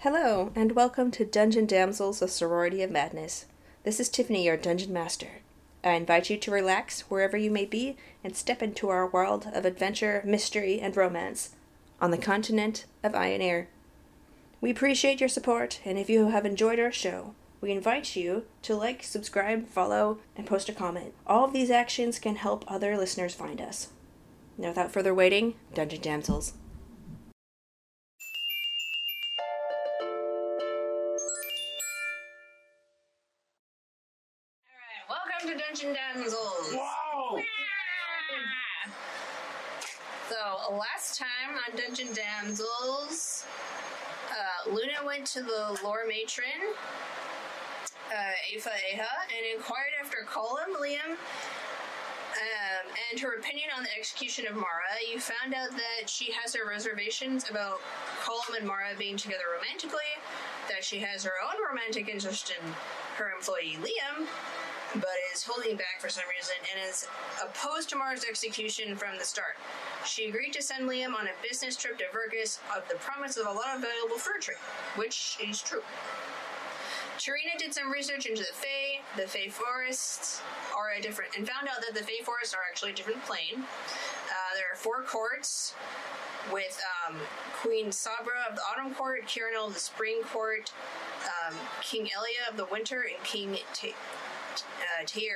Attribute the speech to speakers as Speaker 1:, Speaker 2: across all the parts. Speaker 1: Hello, and welcome to Dungeon Damsels, a sorority of madness. This is Tiffany, your dungeon master. I invite you to relax wherever you may be and step into our world of adventure, mystery, and romance on the continent of Iron Air. We appreciate your support, and if you have enjoyed our show, we invite you to like, subscribe, follow, and post a comment. All of these actions can help other listeners find us. Now, without further waiting, Dungeon Damsels.
Speaker 2: Welcome to Dungeon Damsels.
Speaker 3: Wow!
Speaker 2: So last time on Dungeon Damsels, uh, Luna went to the lore matron, uh, Afa Aha, and inquired after Colum Liam um, and her opinion on the execution of Mara. You found out that she has her reservations about Colum and Mara being together romantically, that she has her own romantic interest in her employee Liam, but is holding back for some reason and is opposed to Mara's execution from the start. She agreed to send Liam on a business trip to Vergus of the promise of a lot of valuable fur trade, which is true. Tarina did some research into the Fae, the Fae forests are a different, and found out that the Fae forests are actually a different plane. Uh, there are four courts with um, Queen Sabra of the Autumn Court, Kirinal of the Spring Court, um, King Elia of the Winter, and King Ta uh, Tyr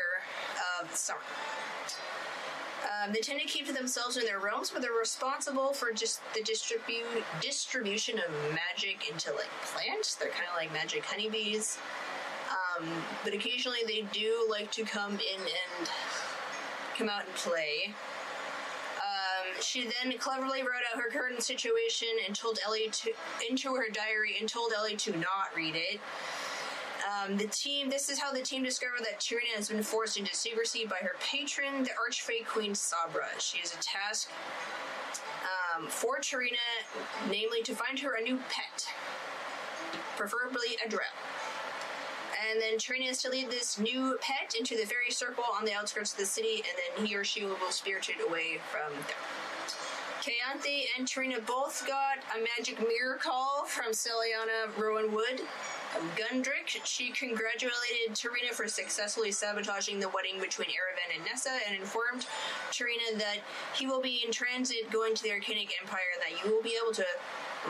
Speaker 2: of the Summer. Um, they tend to keep to themselves in their realms, but they're responsible for just the distribu- distribution of magic into like plants. They're kind of like magic honeybees, um, but occasionally they do like to come in and come out and play. Um, she then cleverly wrote out her current situation and told Ellie to into her diary and told Ellie to not read it. Um, the team. This is how the team discovered that Tyrion has been forced into secrecy by her patron, the Archfey Queen Sabra. She has a task um, for Tarina, namely to find her a new pet, preferably a drow. And then Tarina is to lead this new pet into the fairy circle on the outskirts of the city, and then he or she will be spirited away from there. Kayanthi and Tarina both got a magic mirror call from Celiana Rowan Wood of Gundrick. She congratulated Tarina for successfully sabotaging the wedding between Aravan and Nessa and informed Tarina that he will be in transit going to the Arcanic Empire and that you will be able to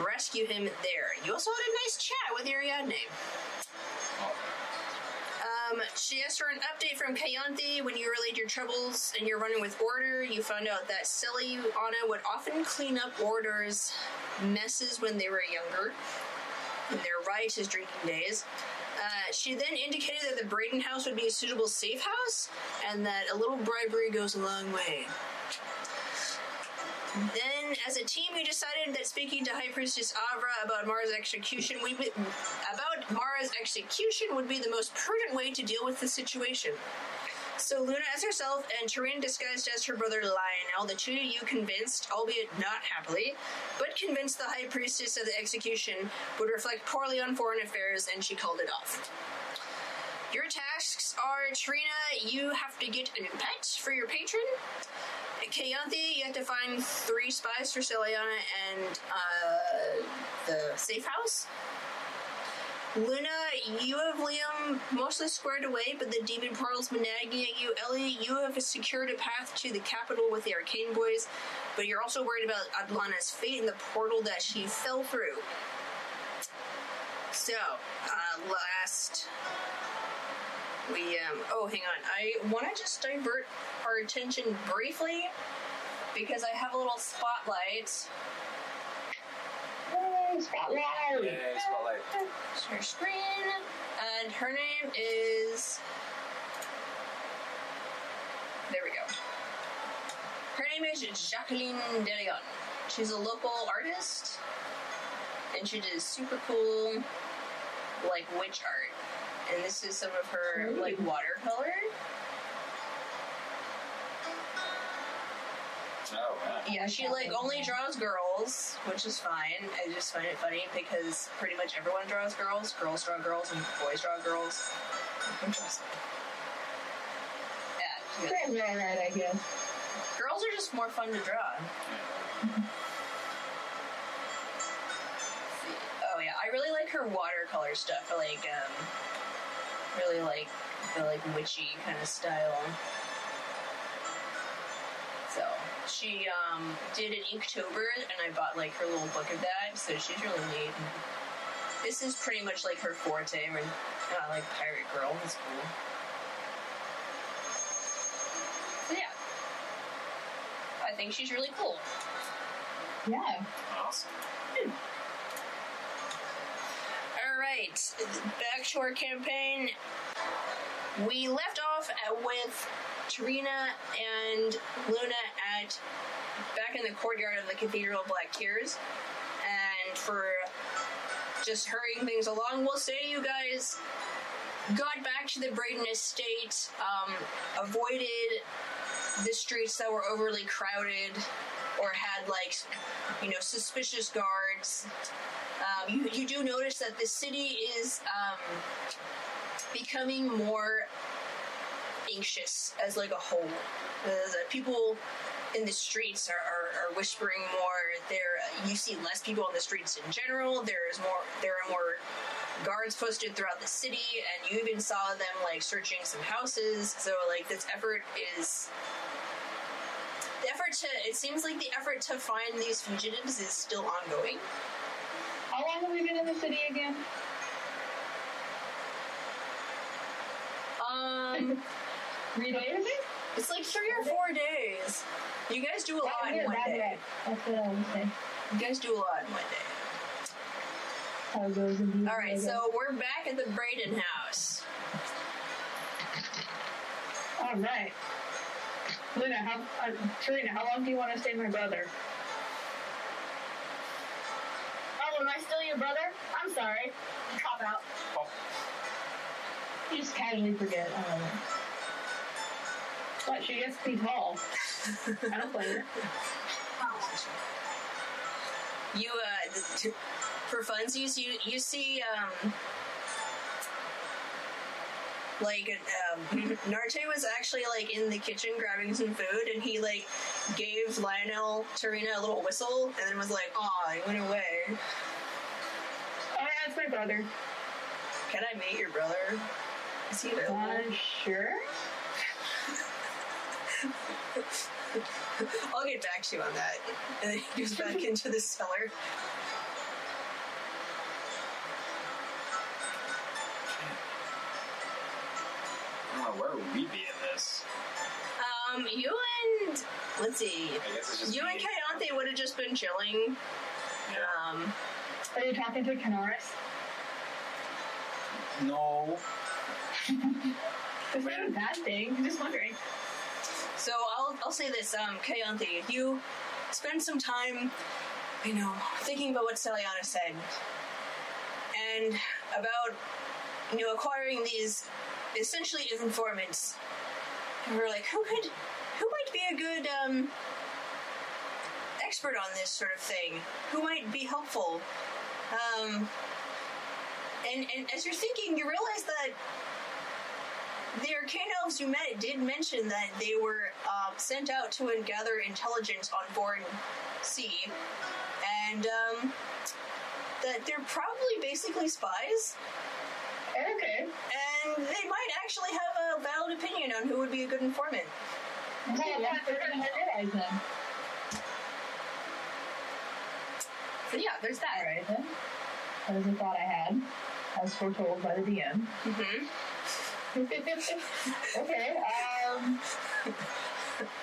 Speaker 2: rescue him there. You also had a nice chat with Ariadne. Um, she asked for an update from Kayanthi when you relayed your troubles and you're running with order. You found out that Silly Anna would often clean up orders messes when they were younger, in their riotous drinking days. Uh, she then indicated that the Braden house would be a suitable safe house and that a little bribery goes a long way. Then, as a team, you decided that speaking to High Priestess Avra about Mara's execution, we about Mara's execution would be the most prudent way to deal with the situation. So Luna as herself and Tarina disguised as her brother Lionel, the two of you convinced, albeit not happily, but convinced the High Priestess of the execution would reflect poorly on foreign affairs, and she called it off. Your tasks are, Trina, you have to get a new pet for your patron. Kayanthi, you have to find three spies for Celiana and uh, the safe house. Luna, you have Liam mostly squared away, but the demon portal's been nagging at you. Ellie, you have secured a path to the capital with the Arcane Boys, but you're also worried about Adlana's fate in the portal that she fell through. So, uh, last we um oh hang on i want to just divert our attention briefly because i have a little spotlight
Speaker 3: Yay, spotlight.
Speaker 2: share screen and her name is there we go her name is jacqueline deleon she's a local artist and she does super cool like witch art and this is some of her like watercolor
Speaker 3: Oh, wow.
Speaker 2: Yeah, she like only draws girls, which is fine. I just find it funny because pretty much everyone draws girls. Girls draw girls and boys draw girls. Interesting. Yeah. she-
Speaker 4: I guess.
Speaker 2: Girls are just more fun to draw.
Speaker 3: Yeah.
Speaker 2: Oh yeah, I really like her watercolor stuff. I like um, really like the like witchy kind of style. So she um, did an Inktober, and I bought like her little book of that. So she's really neat. This is pretty much like her forte. When uh, like Pirate Girl, that's cool. So yeah, I think she's really cool.
Speaker 4: Yeah.
Speaker 3: Awesome.
Speaker 2: All right, back to our campaign. We left off at, with Tarina and Luna at back in the courtyard of the Cathedral of Black Tears, and for just hurrying things along, we'll say you guys got back to the Braden Estate, um, avoided the streets that were overly crowded or had like you know suspicious guards um, you, you do notice that the city is um, becoming more anxious as like a whole. Uh, the people in the streets are, are, are whispering more. There, uh, you see less people on the streets in general. There is more. There are more guards posted throughout the city, and you even saw them like searching some houses. So like this effort is. The effort to, it seems like the effort to find these fugitives is still ongoing.
Speaker 4: How long have we been in the city again?
Speaker 2: Um,
Speaker 4: Three days?
Speaker 2: It's like three or four days. You guys do a lot
Speaker 4: That
Speaker 2: in
Speaker 4: is
Speaker 2: one
Speaker 4: that
Speaker 2: day.
Speaker 4: right. That's what I was saying.
Speaker 2: You guys do a lot in one day.
Speaker 4: How it goes in these
Speaker 2: All right,
Speaker 4: days.
Speaker 2: so we're back at the Braden house.
Speaker 4: All right. Luna, how, uh, Trina, how long do you want to stay my brother? Oh, am I still your brother? I'm sorry. Cop out.
Speaker 3: Oh,
Speaker 4: You just casually forget. I don't know. What? She gets to be tall. I don't blame her.
Speaker 2: You, uh, th- t- for funsies, you you see, um, like, um, Narte was actually like in the kitchen grabbing some food, and he like gave Lionel Tarina a little whistle, and then was like, "Aw, he went away.
Speaker 4: All right, that's my brother.
Speaker 2: Can I meet your brother? Is he available?"
Speaker 4: Uh, sure.
Speaker 2: I'll get back to you on that. And then he goes back into the cellar.
Speaker 3: I don't know, where would we be in this?
Speaker 2: Um, you and let's see,
Speaker 3: I guess it's just
Speaker 2: you
Speaker 3: me.
Speaker 2: and Kayante would have just been chilling.
Speaker 3: Yeah.
Speaker 2: Um,
Speaker 4: Are you talking to Canaris?
Speaker 3: No.
Speaker 4: It's not a bad thing. I'm just wondering.
Speaker 2: so I'll I'll say this, um, Kayante, you spend some time, you know, thinking about what Celiana said, and about you know acquiring these essentially informants. And we're like, who could, who might be a good um, expert on this sort of thing? Who might be helpful? Um, and and as you're thinking, you realize that the arcane elves you met did mention that they were uh, sent out to gather intelligence on foreign sea, and um, that they're probably basically spies
Speaker 4: Okay.
Speaker 2: and they might actually have a valid opinion on who would be a good informant.
Speaker 4: Well, that's what I realized then.
Speaker 2: So yeah, there's
Speaker 4: All
Speaker 2: that.
Speaker 4: right then. That was a thought I had, as foretold by the DM.
Speaker 2: Mm-hmm.
Speaker 4: okay. Um.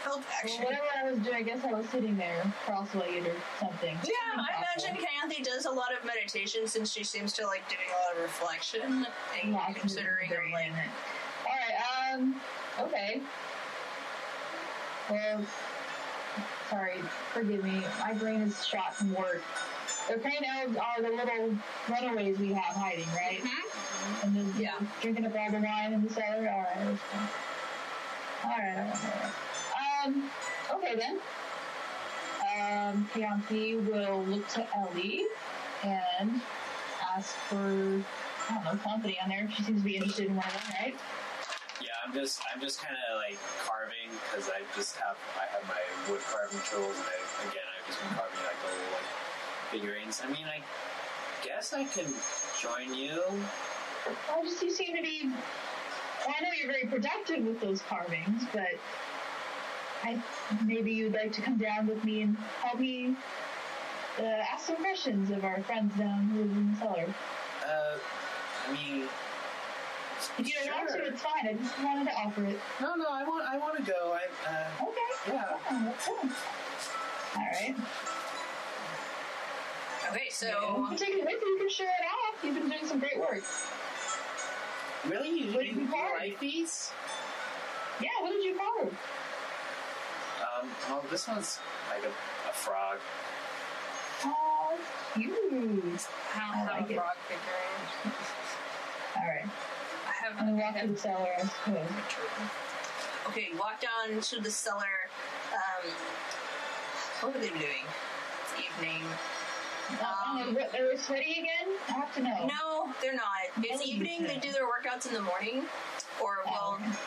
Speaker 2: Help action.
Speaker 4: Whatever I was doing, I guess I was sitting there, cross-legged or something.
Speaker 2: yeah, I imagine Kathy does a lot of meditation since she seems to like doing a lot of reflection and
Speaker 4: Yeah, I can
Speaker 2: considering
Speaker 4: consider
Speaker 2: like
Speaker 4: it. All right. Um. Okay. Well, sorry. Forgive me. My brain is shot from work. The pain elves are uh, the little runaways we have hiding, right?
Speaker 2: Mm-hmm.
Speaker 4: And then
Speaker 2: Yeah.
Speaker 4: drinking up all the wine in the cellar. All right. that's fine. All right. All right. All right. Um. Okay then. Um. Pianti will look to Ellie and ask for I don't know company on there. She seems to be interested in one of them, right?
Speaker 3: Yeah, I'm just I'm just kind of like carving because I just have I have my wood carving tools and I, again I've just been carving like the little like figurines. I mean I guess I can join you.
Speaker 4: Well, just you seem to be. Well, I know you're very productive with those carvings, but I maybe you'd like to come down with me and help me uh, ask some questions of our friends down who live in the cellar.
Speaker 3: Uh, I mean,
Speaker 4: If you don't want to,
Speaker 3: sure.
Speaker 4: it's fine. I just wanted to offer it.
Speaker 3: No, no, I want, I want to go. I, uh,
Speaker 4: Okay.
Speaker 3: Yeah.
Speaker 4: Oh, that's cool. All right.
Speaker 2: Okay,
Speaker 4: You
Speaker 2: so
Speaker 4: can take it with you. You can share it off. You've been doing some great work.
Speaker 3: really, you,
Speaker 4: What
Speaker 3: you,
Speaker 4: did you
Speaker 3: you
Speaker 4: carve?
Speaker 3: like these?
Speaker 4: Yeah. What did you carve?
Speaker 3: Um, well, this one's like a, a frog.
Speaker 4: Oh, cute.
Speaker 2: how
Speaker 4: I
Speaker 2: how
Speaker 4: like it.
Speaker 2: rock figurine.
Speaker 4: All right.
Speaker 2: I have
Speaker 4: I'm gonna walk to the cellar, I suppose.
Speaker 2: Okay, walk down to the cellar. Um, what are they doing? It's evening.
Speaker 4: Um,
Speaker 2: Um,
Speaker 4: what, are we sweaty again? I have to know.
Speaker 2: No, they're not. It's
Speaker 4: No,
Speaker 2: evening. They do their workouts in the morning, or
Speaker 4: Oh,
Speaker 2: well,
Speaker 4: okay.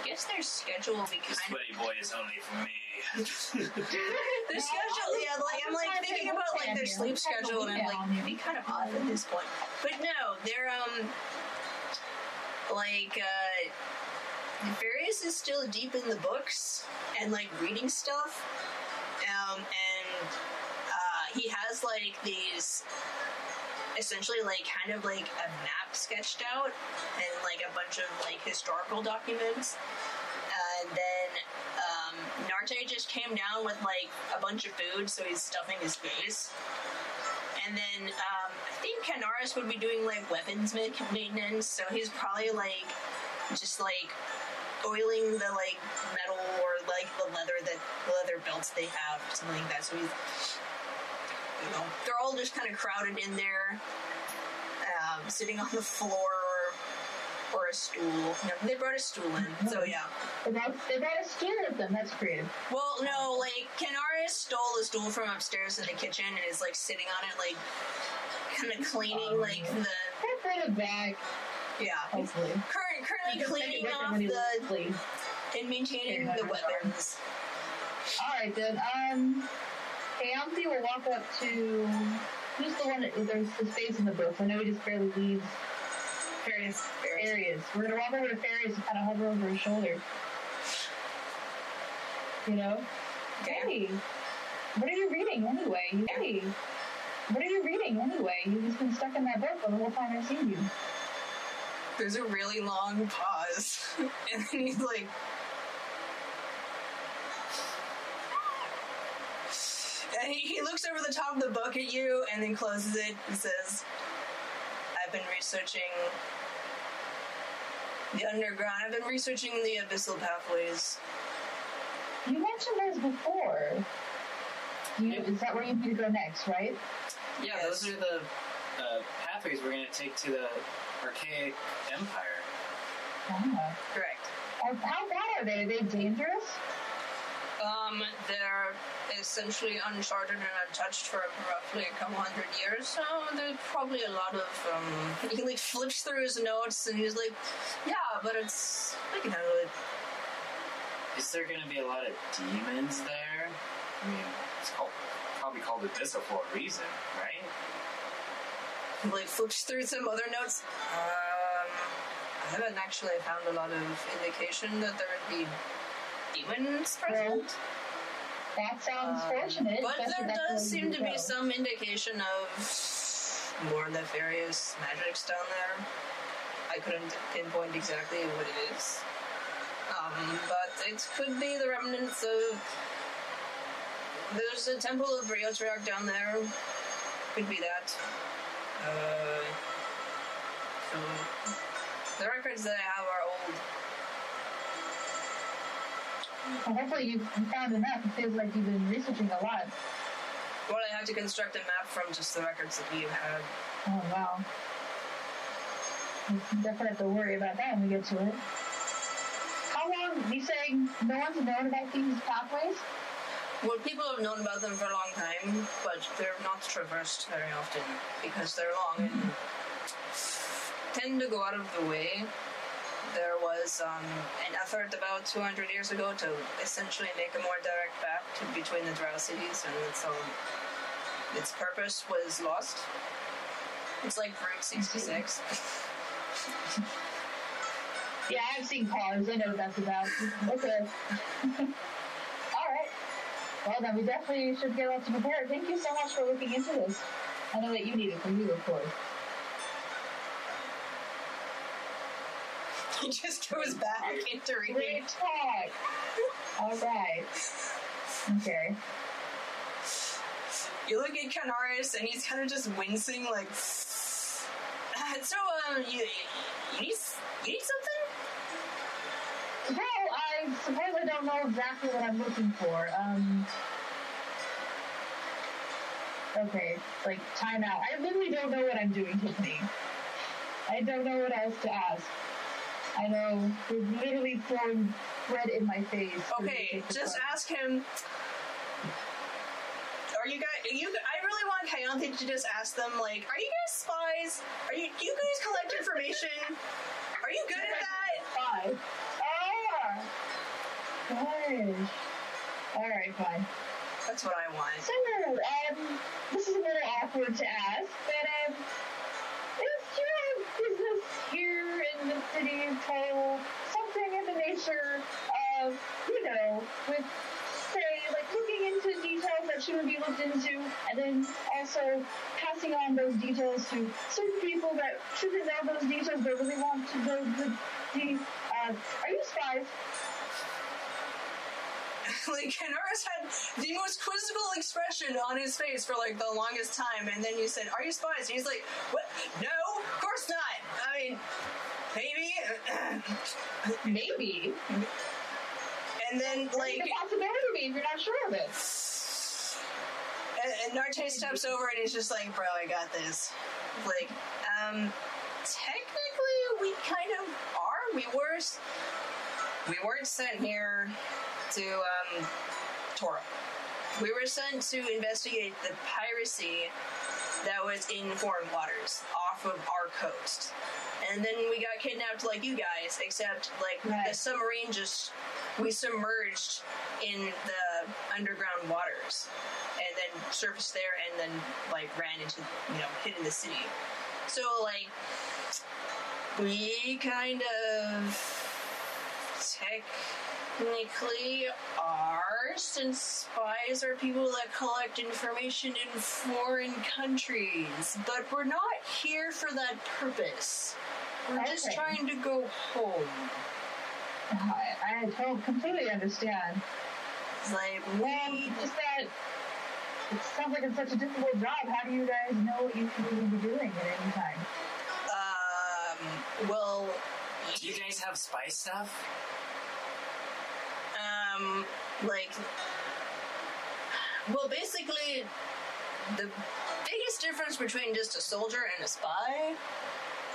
Speaker 2: I guess their schedule will be
Speaker 3: The
Speaker 2: kind of.
Speaker 3: sweaty boy is only for me.
Speaker 2: Their
Speaker 4: No,
Speaker 2: schedule,
Speaker 4: I'm-
Speaker 2: yeah. Like I'm
Speaker 4: trying
Speaker 2: like
Speaker 4: to
Speaker 2: thinking
Speaker 4: pay
Speaker 2: about like
Speaker 4: attention.
Speaker 2: their sleep
Speaker 4: I'm trying to
Speaker 2: schedule, and I'm
Speaker 4: look
Speaker 2: like,
Speaker 4: down.
Speaker 2: it'd be kind of off at this point. But no, they're um, like uh, Various is still deep in the books and like reading stuff, um, and uh, he has like these essentially like kind of like a map sketched out and like a bunch of like historical documents and then um, Narte just came down with like a bunch of food so he's stuffing his face and then um, I think Canaris would be doing like weapons ma- maintenance so he's probably like just like oiling the like metal or like the leather that the leather belts they have something like that so he's you know, they're all just kind of crowded in there, um, sitting on the floor or, or a stool. No, they brought a stool in, so yeah.
Speaker 4: They brought, they brought a stool with them. That's creative.
Speaker 2: Well, no, like Canaris stole a stool from upstairs in the kitchen and is like sitting on it, like kind of cleaning, like the
Speaker 4: They're creative back,
Speaker 2: yeah.
Speaker 4: hopefully.
Speaker 2: Current, currently
Speaker 4: Just make it
Speaker 2: cleaning
Speaker 4: different
Speaker 2: off
Speaker 4: when he
Speaker 2: the
Speaker 4: leaves.
Speaker 2: and maintaining
Speaker 4: Yeah,
Speaker 2: the
Speaker 4: I'm
Speaker 2: weapons.
Speaker 4: All right, then. Um, Aonthe will walk up to who's the one that oh, there's the space in the booth. I know he just barely leaves various areas. We're gonna walk over to Farius and kind of hover over his shoulder. You know,
Speaker 2: Okay.
Speaker 4: hey, what are you reading anyway? Hey, what are you reading anyway? You've just been stuck in that book for the whole time I've seen you.
Speaker 2: There's a really long pause, and then he's like. And he, he looks over the top of the book at you and then closes it and says, I've been researching the underground. I've been researching the abyssal pathways.
Speaker 4: You mentioned those before. You, is that where you need to go next, right?
Speaker 3: yeah,
Speaker 2: Yes.
Speaker 3: those are the uh, pathways we're gonna take to the archaic empire.
Speaker 4: Ah.
Speaker 2: Correct.
Speaker 4: Are- How bad are they? Are they dangerous?
Speaker 2: Um, they're essentially uncharted and untouched for roughly a couple hundred years, so there's probably a lot of, um... He, like, flips through his notes and he's like, yeah, but it's... I can handle it.
Speaker 3: Is there gonna be a lot of demons there? I mean, it's called, probably called Abyssal for a reason, right?
Speaker 2: He, like, flips through some other notes. Um, I haven't actually found a lot of indication that there would be demons present.
Speaker 4: That sounds
Speaker 2: Um,
Speaker 4: fortunate.
Speaker 2: But
Speaker 4: especially
Speaker 2: there
Speaker 4: that's where
Speaker 2: does
Speaker 4: you
Speaker 2: seem to
Speaker 4: go.
Speaker 2: be some indication of more nefarious magics down there. I couldn't pinpoint exactly what it is. Um, but it could be the remnants of. There's a temple of Briotriac down there. Could be that. Uh, so the records that I have are old.
Speaker 4: Well, hopefully you you found enough. It feels like you've been researching a lot.
Speaker 2: Well, I had to construct a map from just the records that we've had.
Speaker 4: Oh wow. You definitely have to worry about that when we get to it. How long? You saying no one's known about these pathways?
Speaker 2: Well, people have known about them for a long time, but they're not traversed very often because they're long and tend to go out of the way. There was um, an effort about 200 years ago to essentially make a more direct path to, between the Drow cities, and so um, Its purpose was lost. It's like Route 66.
Speaker 4: Yeah, I've seen cars. I know what that's about. Okay. All right. Well, then we definitely should get lots to prepare. Thank you so much for looking into this. I know that you need it from you, of course.
Speaker 2: He just goes back into reading.
Speaker 4: Great talk. All right. Okay.
Speaker 2: You look at Canaris and he's kind of just wincing, like. "Ah, So, um, you, you need s- you need something?
Speaker 4: Well, I suppose I don't know exactly what I'm looking for. Um. Okay, like time out. I literally don't know what I'm doing, Tiffany. I don't know what else to ask. I know you're literally pouring bread in my face.
Speaker 2: Okay, just ask him. Are you guys? You, I really want Kayanthe to just ask them, like, are you guys spies? Are you? Do you guys collect information? Are you good at that?
Speaker 4: Five. Ah! Gosh. All right, fine.
Speaker 2: That's what I want.
Speaker 4: So, um, this is a little awkward to ask, but, um, is your business here in the city of Toll something in the nature of, you know, with, say, like looking into details that shouldn't be looked into, and then also passing on those details to certain people that shouldn't know those details but really want to know the, the uh, are you spies?
Speaker 2: like Canaris had the most quizzical expression on his face for like the longest time, and then you said, "Are you spies?" And he's like, "What? No, of course not. I mean, maybe."
Speaker 4: Maybe.
Speaker 2: and then like,
Speaker 4: the possibility means you're not sure of it.
Speaker 2: and, and Narte steps over and he's just like, "Bro, I got this." Like, um, technically, we kind of are. We were, s- we weren't sent here to um, Toro. We were sent to investigate the piracy that was in foreign waters off of our coast. And then we got kidnapped like you guys, except like the
Speaker 4: Right.
Speaker 2: submarine just we submerged in the underground waters and then surfaced there and then like ran into you know, hid in the city. So like we kind of technically are, since spies are people that collect information in foreign countries. But we're not here for that purpose. We're just
Speaker 4: Okay.
Speaker 2: trying to go home.
Speaker 4: I, I don't completely understand.
Speaker 2: It's Like
Speaker 4: Um,
Speaker 2: we
Speaker 4: just that it sounds like it's such a difficult job. How do you guys know what you should be doing at any time?
Speaker 2: um well
Speaker 3: Do you guys have spy stuff?
Speaker 2: um like well basically the biggest difference between just a soldier and a spy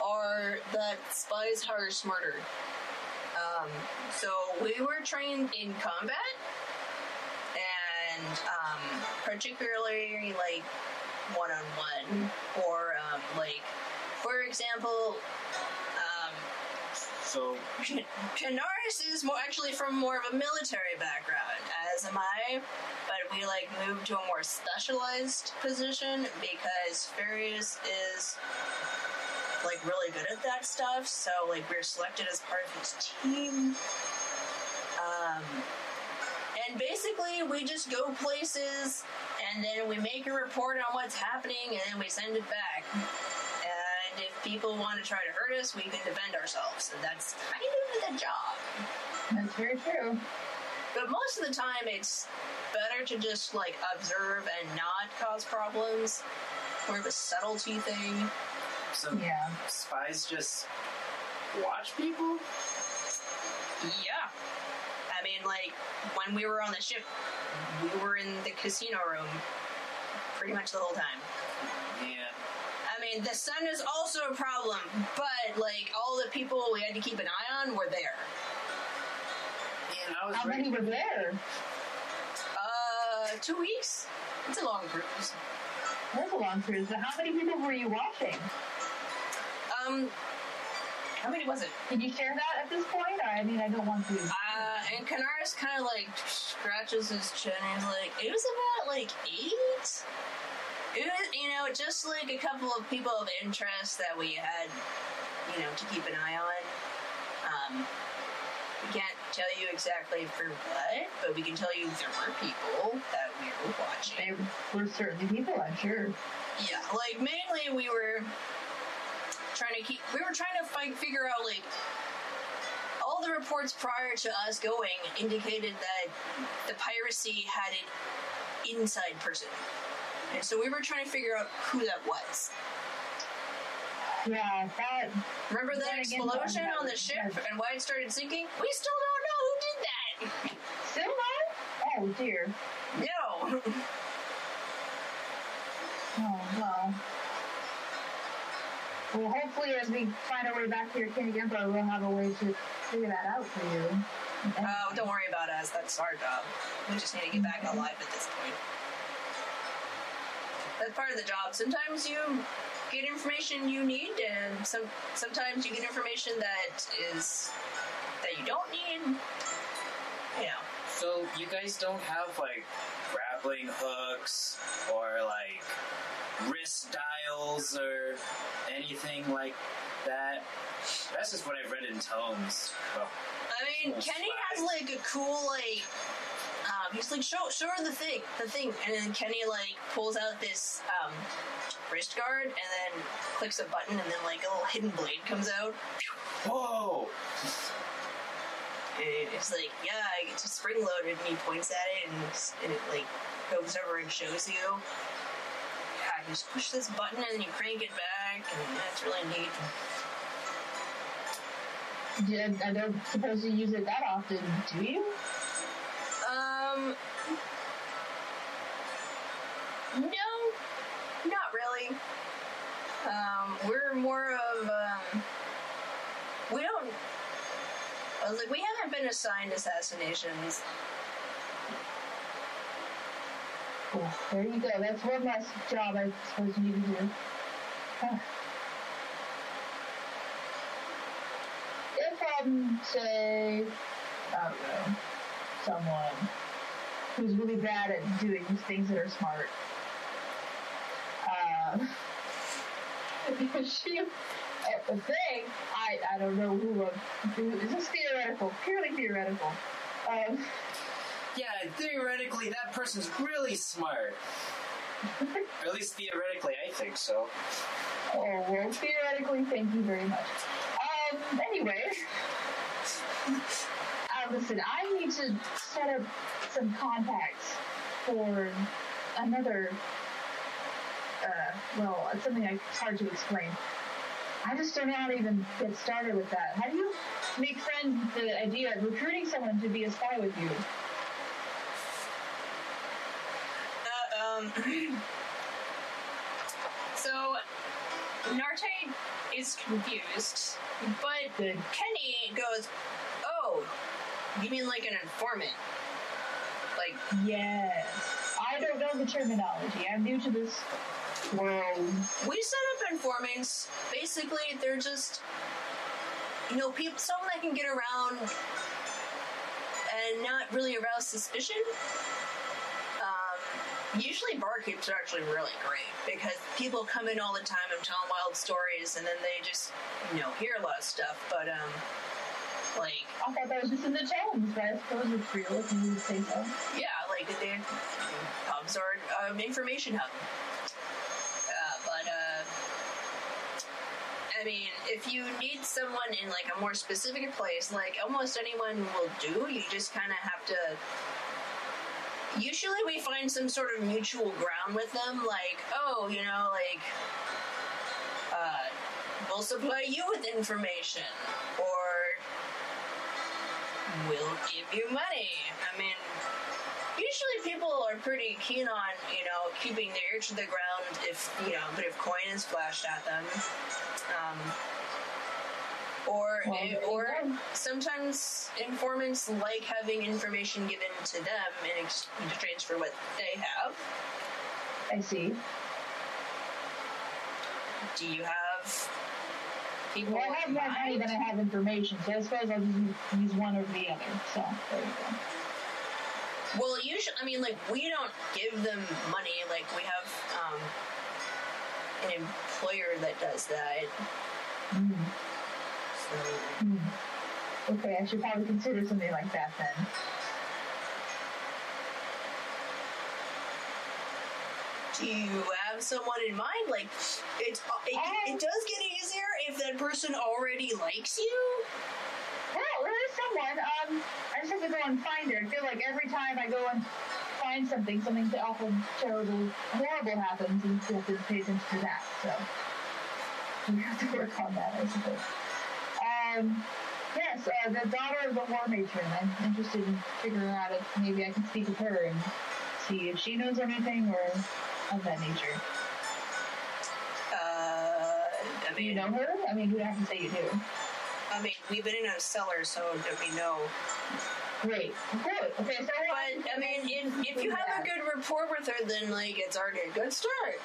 Speaker 2: are that spies hire smarter um, so we were trained in combat and um, particularly like one-on-one or um, like for example um,
Speaker 3: So
Speaker 2: Canaris is more actually from more of a military background, as am I, but we like moved to a more specialized position because Furious is like really good at that stuff, so like we're selected as part of his team. Um, and basically, we just go places and then we make a report on what's happening and then we send it back. And if people want to try to hurt us, we can defend ourselves. And that's kind of the job.
Speaker 4: That's very true.
Speaker 2: But most of the time, it's better to just like observe and not cause problems. More of a subtlety thing.
Speaker 3: so
Speaker 4: Yeah.
Speaker 3: spies just watch people?
Speaker 2: Yeah. I mean, like, when we were on the ship, we were in the casino room pretty much the whole time.
Speaker 3: Yeah.
Speaker 2: I mean, the sun is also a problem, but, like, all the people we had to keep an eye on were there.
Speaker 3: Man, I was
Speaker 4: How
Speaker 3: right.
Speaker 4: many were there?
Speaker 2: Uh, two weeks? It's a long cruise.
Speaker 4: That's a long cruise, but how many people were you watching?
Speaker 2: Um, how many was it?
Speaker 4: Can you share that at this point? Or, I mean, I don't want to.
Speaker 2: Uh, and Canaris kind of like scratches his chin and he's like, it was about like eight? It was, you know, just like a couple of people of interest that we had, you know, to keep an eye on. Um, we can't tell you exactly for what, but we can tell you there were people that we were watching.
Speaker 4: There were certainly people, I'm sure.
Speaker 2: Yeah, like mainly we were trying to keep. We were trying to find, figure out like all the reports prior to us going indicated that the piracy had an inside person, and so we were trying to figure out who that was.
Speaker 4: Yeah, that
Speaker 2: Remember that
Speaker 4: Then again,
Speaker 2: explosion
Speaker 4: that
Speaker 2: on the
Speaker 4: was-
Speaker 2: ship and why it started sinking? We still don't know who did that.
Speaker 4: still not? Oh dear.
Speaker 2: No.
Speaker 4: Oh well. Well, hopefully, as we find our way back to your King Emperor, we'll have a way to figure that out for you.
Speaker 2: Uh, don't worry about us. That's our job. We just need to get back alive at this point. That's part of the job. Sometimes you get information you need, and some sometimes you get information that is that you don't need. You know.
Speaker 3: So you guys don't have like grappling hooks or like wrist dials or anything like that. That's just what I've read in tomes. Well,
Speaker 2: I mean,
Speaker 3: Oh,
Speaker 2: Kenny has
Speaker 3: swag.
Speaker 2: like a cool like. Um, he's like, show, show her the thing, the thing, and then Kenny like pulls out this um, wrist guard, and then clicks a button, and then like a little hidden blade comes out.
Speaker 3: whoa!
Speaker 2: And it's like, yeah, it's spring loaded, and he points at it, and, it's- and it like goes over and shows you. Yeah, you just push this button, and then you crank it back, and that's really neat.
Speaker 4: Yeah, I don't suppose you use it that often, do you?
Speaker 2: Um, no, not really. Um, we're more of um, we don't. I was like, we haven't been assigned assassinations.
Speaker 4: Well, there you go. That's one less job I suppose you need to do. Huh. If um, say, I don't know, someone who's really bad at doing things that are smart. Um, she at the thing. I I don't know who. um, who this is theoretical, purely theoretical. Um,
Speaker 3: Yeah, theoretically, that person's really smart. or at least theoretically, I think so.
Speaker 4: Oh, well, theoretically, thank you very much. Um, anyway. Uh, listen, I need to set up some contacts for another. Uh, well, it's something I, it's hard to explain. I just don't know how to even get started with that. How do you make friends with the idea of recruiting someone to be a spy with you?
Speaker 2: Uh, um, so Narte is confused, but
Speaker 4: Good.
Speaker 2: Kenny goes, "Oh, you mean like an informant? Like
Speaker 4: Yes. I don't know the terminology. I'm new to this world.
Speaker 2: We set up informants. Basically, they're just, you know, people, someone that can get around and not really arouse suspicion. Um, usually, barkeeps are actually really great because people come in all the time and tell wild stories, and then they just, you know, hear a lot of stuff. But um, like,
Speaker 4: I thought that was just in the tones, but I suppose it's real if you would say so.
Speaker 2: yeah, like they pubs are um, information hub. Uh, but uh, I mean, if you need someone in like a more specific place, like almost anyone will do. You just kind of have to. Usually, we find some sort of mutual ground with them. Like, oh, you know, like. Uh, we'll supply you with information, or we'll give you money. I mean, Usually, people are pretty keen on you know keeping their ear to the ground if you know a bit of coin is flashed at them, um, or
Speaker 4: Well, there you
Speaker 2: or
Speaker 4: go.
Speaker 2: sometimes informants like having information given to them in ex- in exchange for what they have.
Speaker 4: I see.
Speaker 2: Do you have people?
Speaker 4: Well, I have
Speaker 2: in
Speaker 4: more money
Speaker 2: mind?
Speaker 4: than I have information, so I suppose I'll just use- use one over the other. So, there you go.
Speaker 2: Well, usually, I mean, like we don't give them money. Like we have um, um, an employer that does that.
Speaker 4: Mm.
Speaker 2: So,
Speaker 4: Hmm. Okay, I should probably consider something like that then.
Speaker 2: do you have someone in mind? Like, it's, it, it does get easier if that person already likes you.
Speaker 4: Yeah, there is someone. Um, I just have to go and find her. I feel like every time I go and find something, something awful, terrible, horrible happens, and you have to pay attention to that. So we have to work on that, I suppose. Um, yes, uh, the daughter of the war matron. I'm interested in figuring out if maybe I can speak with her and see if she knows anything or of that nature.
Speaker 2: Uh, I
Speaker 4: Do you
Speaker 2: mean,
Speaker 4: know her? I mean, you don't have to say you do.
Speaker 2: I mean, we've been in a cellar, so that we know.
Speaker 4: Great. Good. Okay, so
Speaker 2: But I mean, if, if you have a good rapport with her, then like it's already a good start.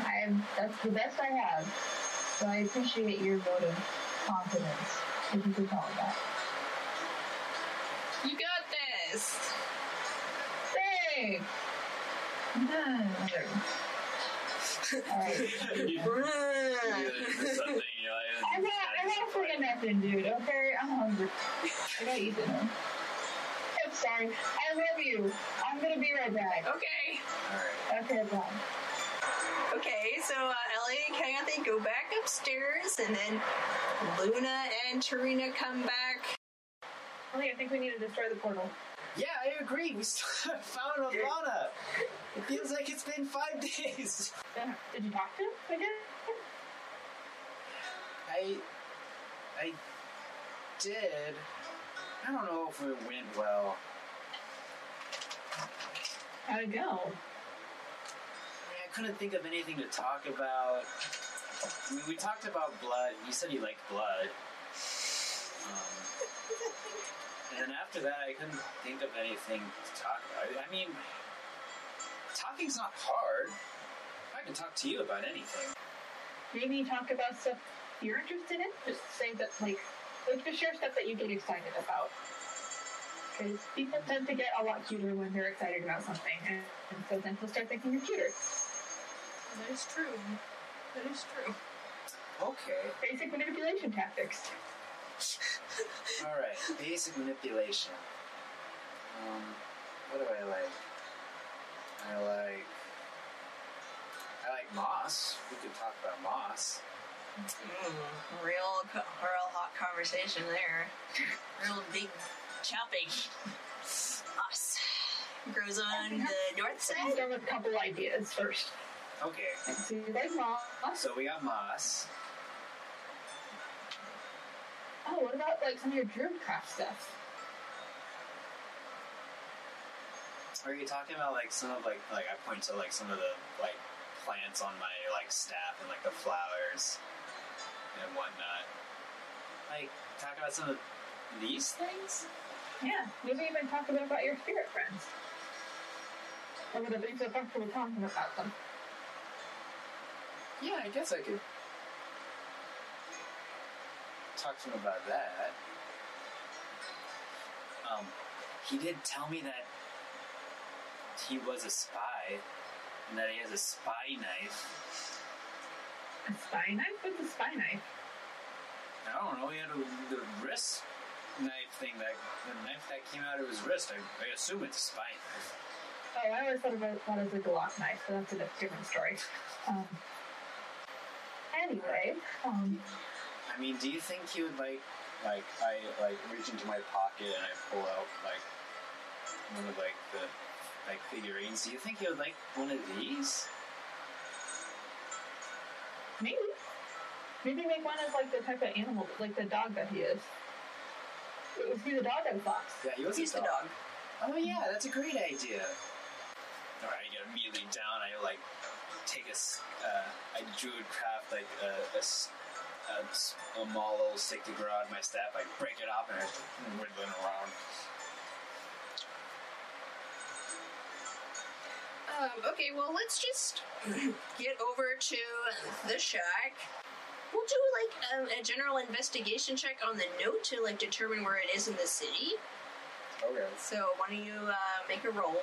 Speaker 4: I'm, that's the best I have. So I appreciate your vote of confidence, if you could call it that.
Speaker 2: You got this.
Speaker 4: Thanks! Hmm. Alright.
Speaker 3: you, the
Speaker 2: Bruh.
Speaker 3: something, you know, I-
Speaker 4: I'm not, I'm not putting nothing, dude, okay? I'm hungry. I gotta eat dinner. I'm sorry. I love you. I'm gonna be right back.
Speaker 2: okay.
Speaker 4: Okay, bye.
Speaker 2: Okay, so uh, Ellie and Kathy go back upstairs, and then Luna and Tarina come back.
Speaker 5: Ellie, I think we need to destroy the portal.
Speaker 3: Yeah, I agree. We still haven't found Alana. It feels like it's been five days.
Speaker 5: Uh, Did you talk to him again?
Speaker 3: I, I did. I don't know if it went well.
Speaker 5: How'd it go?
Speaker 3: I, mean, I couldn't think of anything to talk about. I mean, we talked about blood. You said you liked blood. Um, and then after that, I couldn't think of anything to talk about. I mean, talking's not hard. I can talk to you about anything.
Speaker 5: Maybe talk about stuff you're interested in? Just say that, like, like the share stuff that you get excited about. Because people tend to get a lot cuter when they're excited about something, and, and so then they'll start thinking you're cuter.
Speaker 2: That is true. That is true.
Speaker 3: Okay.
Speaker 5: Basic manipulation tactics.
Speaker 3: All right, basic manipulation. Um, what do I like? I like. I like moss. We could talk about moss.
Speaker 2: Mm, real, co- real hot conversation there. Real big chopping. Us. Grows on the north
Speaker 5: Let's
Speaker 2: side.
Speaker 5: start with a couple ideas first.
Speaker 3: Okay,
Speaker 5: And see, like, well,
Speaker 3: so we got moss.
Speaker 5: oh, what about like some of your druidcraft stuff?
Speaker 3: Are you talking about like some of like like I point to like some of the like plants on my like staff and like the flowers and whatnot? Like talk about some of these things?
Speaker 5: Yeah, maybe even talk a bit about your spirit friends. Or whatever you feel comfortable talking about them.
Speaker 3: Yeah, I guess I could talk to him about that. Um, he did tell me that he was a spy and that he has a spy knife.
Speaker 5: A spy knife? What's a spy knife?
Speaker 3: I don't know. He had a, the wrist knife thing that the knife that came out of his wrist. I, I assume it's a spy knife.
Speaker 5: Oh, I always thought about that as a Glock knife, but that's a bit different story. Um, anyway, um,
Speaker 3: I mean, do you think he would like, like I like reach into my pocket and I pull out like one of like the like figurines? Do you think he would like one of these?
Speaker 5: maybe. Maybe make one of like the type of animal, like the dog that he is. It was he the dog or the fox?
Speaker 3: Yeah, he was
Speaker 2: He's the dog.
Speaker 3: Oh yeah, that's a great idea. All right, I get immediately down. I like take a s- uh, I druid craft like a. a s- a s- a small little stick to grow out of my staff, I break it off and it's whittling around.
Speaker 2: Um, okay, well, let's just get over to the shack. We'll do like um, a general investigation check on the note to like determine where it is in the city.
Speaker 3: Okay.
Speaker 2: So why don't you uh, make a roll?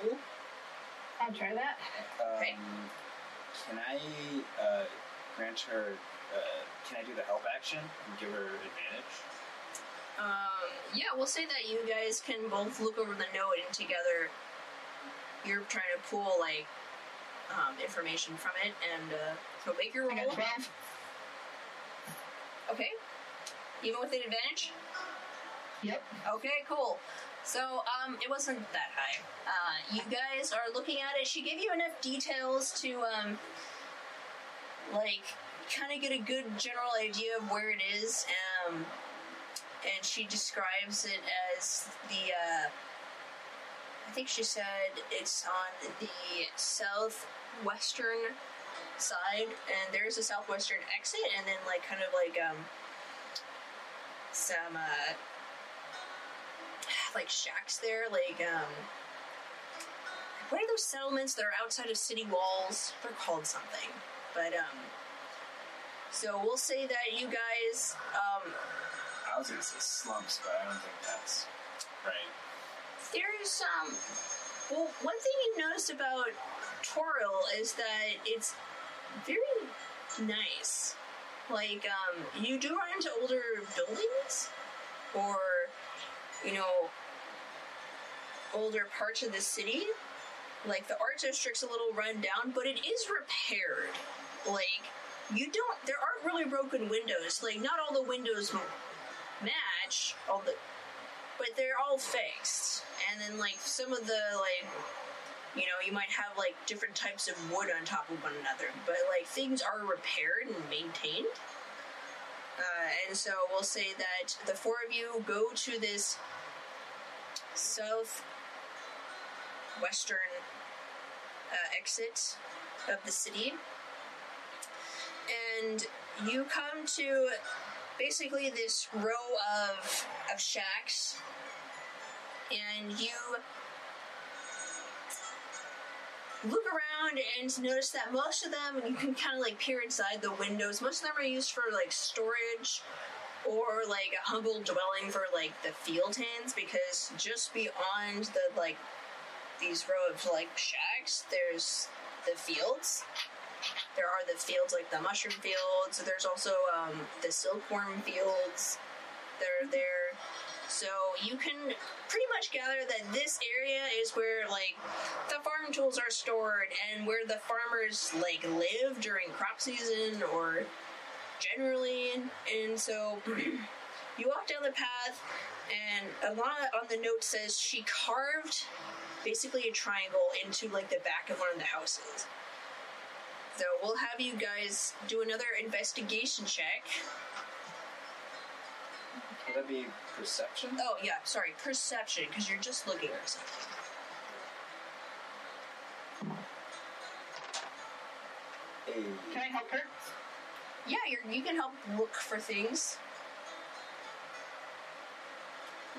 Speaker 5: I'll try that.
Speaker 3: Um,
Speaker 2: Okay.
Speaker 3: Can I uh, grant her? Uh, can I do the help action and give her advantage?
Speaker 2: Um, yeah, we'll say that you guys can both look over the note and together you're trying to pull like um, information from it, and uh, so make your
Speaker 4: I got
Speaker 2: roll.
Speaker 4: 12.
Speaker 2: Okay, even with an advantage.
Speaker 4: Yep.
Speaker 2: Okay, cool. So, um, it wasn't that high. Uh, you guys are looking at it. She gave you enough details to, um, like, kind of get a good general idea of where it is. Um, and she describes it as the, uh, I think she said it's on the southwestern side, and there's a southwestern exit, and then, like, kind of like, um, some, uh, like shacks there, like um what are those settlements that are outside of city walls? They're called something. But um so we'll say that you guys um
Speaker 3: I was gonna say slumps, but I don't think that's right.
Speaker 2: there's um well one thing you notice about Toril is that it's very nice. Like um you do run into older buildings or you know older parts of the city. Like the art district's a little run down, but it is repaired. Like you don't there aren't really broken windows. Like not all the windows m- match all the but they're all fixed. And then like some of the like you know, you might have like different types of wood on top of one another, but like things are repaired and maintained. Uh, and so we'll say that the four of you go to this south western uh, exit of the city, and you come to basically this row of of shacks, and you look around and notice that most of them you can kind of like peer inside the windows. Most of them are used for like storage or like a humble dwelling for like the field hands because just beyond the like these row of like shacks, there's the fields. There are the fields like the mushroom fields. There's also um, the silkworm fields that are there. So you can pretty much gather that this area is where like the farm tools are stored and where the farmers like live during crop season or generally. And so you walk down the path, and Alana on the note says she carved basically a triangle into like the back of one of the houses. So we'll have you guys do another investigation check.
Speaker 3: Would that be perception?
Speaker 2: Oh yeah, sorry, perception, because you're just looking at something.
Speaker 3: Hey.
Speaker 4: Can I help her?
Speaker 2: Yeah, you're, you can help look for things.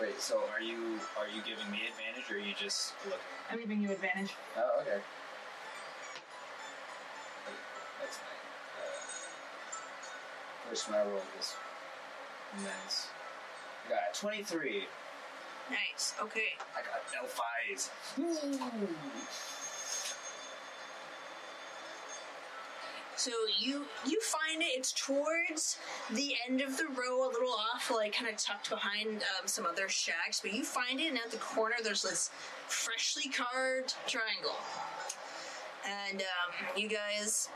Speaker 3: Wait, so are you are you giving me advantage or are you just looking?
Speaker 4: I'm giving you advantage.
Speaker 3: Oh, okay. That's nice. Uh, first one I rolled was nice. I got a 23.
Speaker 2: Nice. Okay.
Speaker 3: I got elf eyes.
Speaker 2: So you you find it. It's towards the end of the row, a little off, like kind of tucked behind um, some other shacks. But you find it, and at the corner, there's this freshly carved triangle. And um, you guys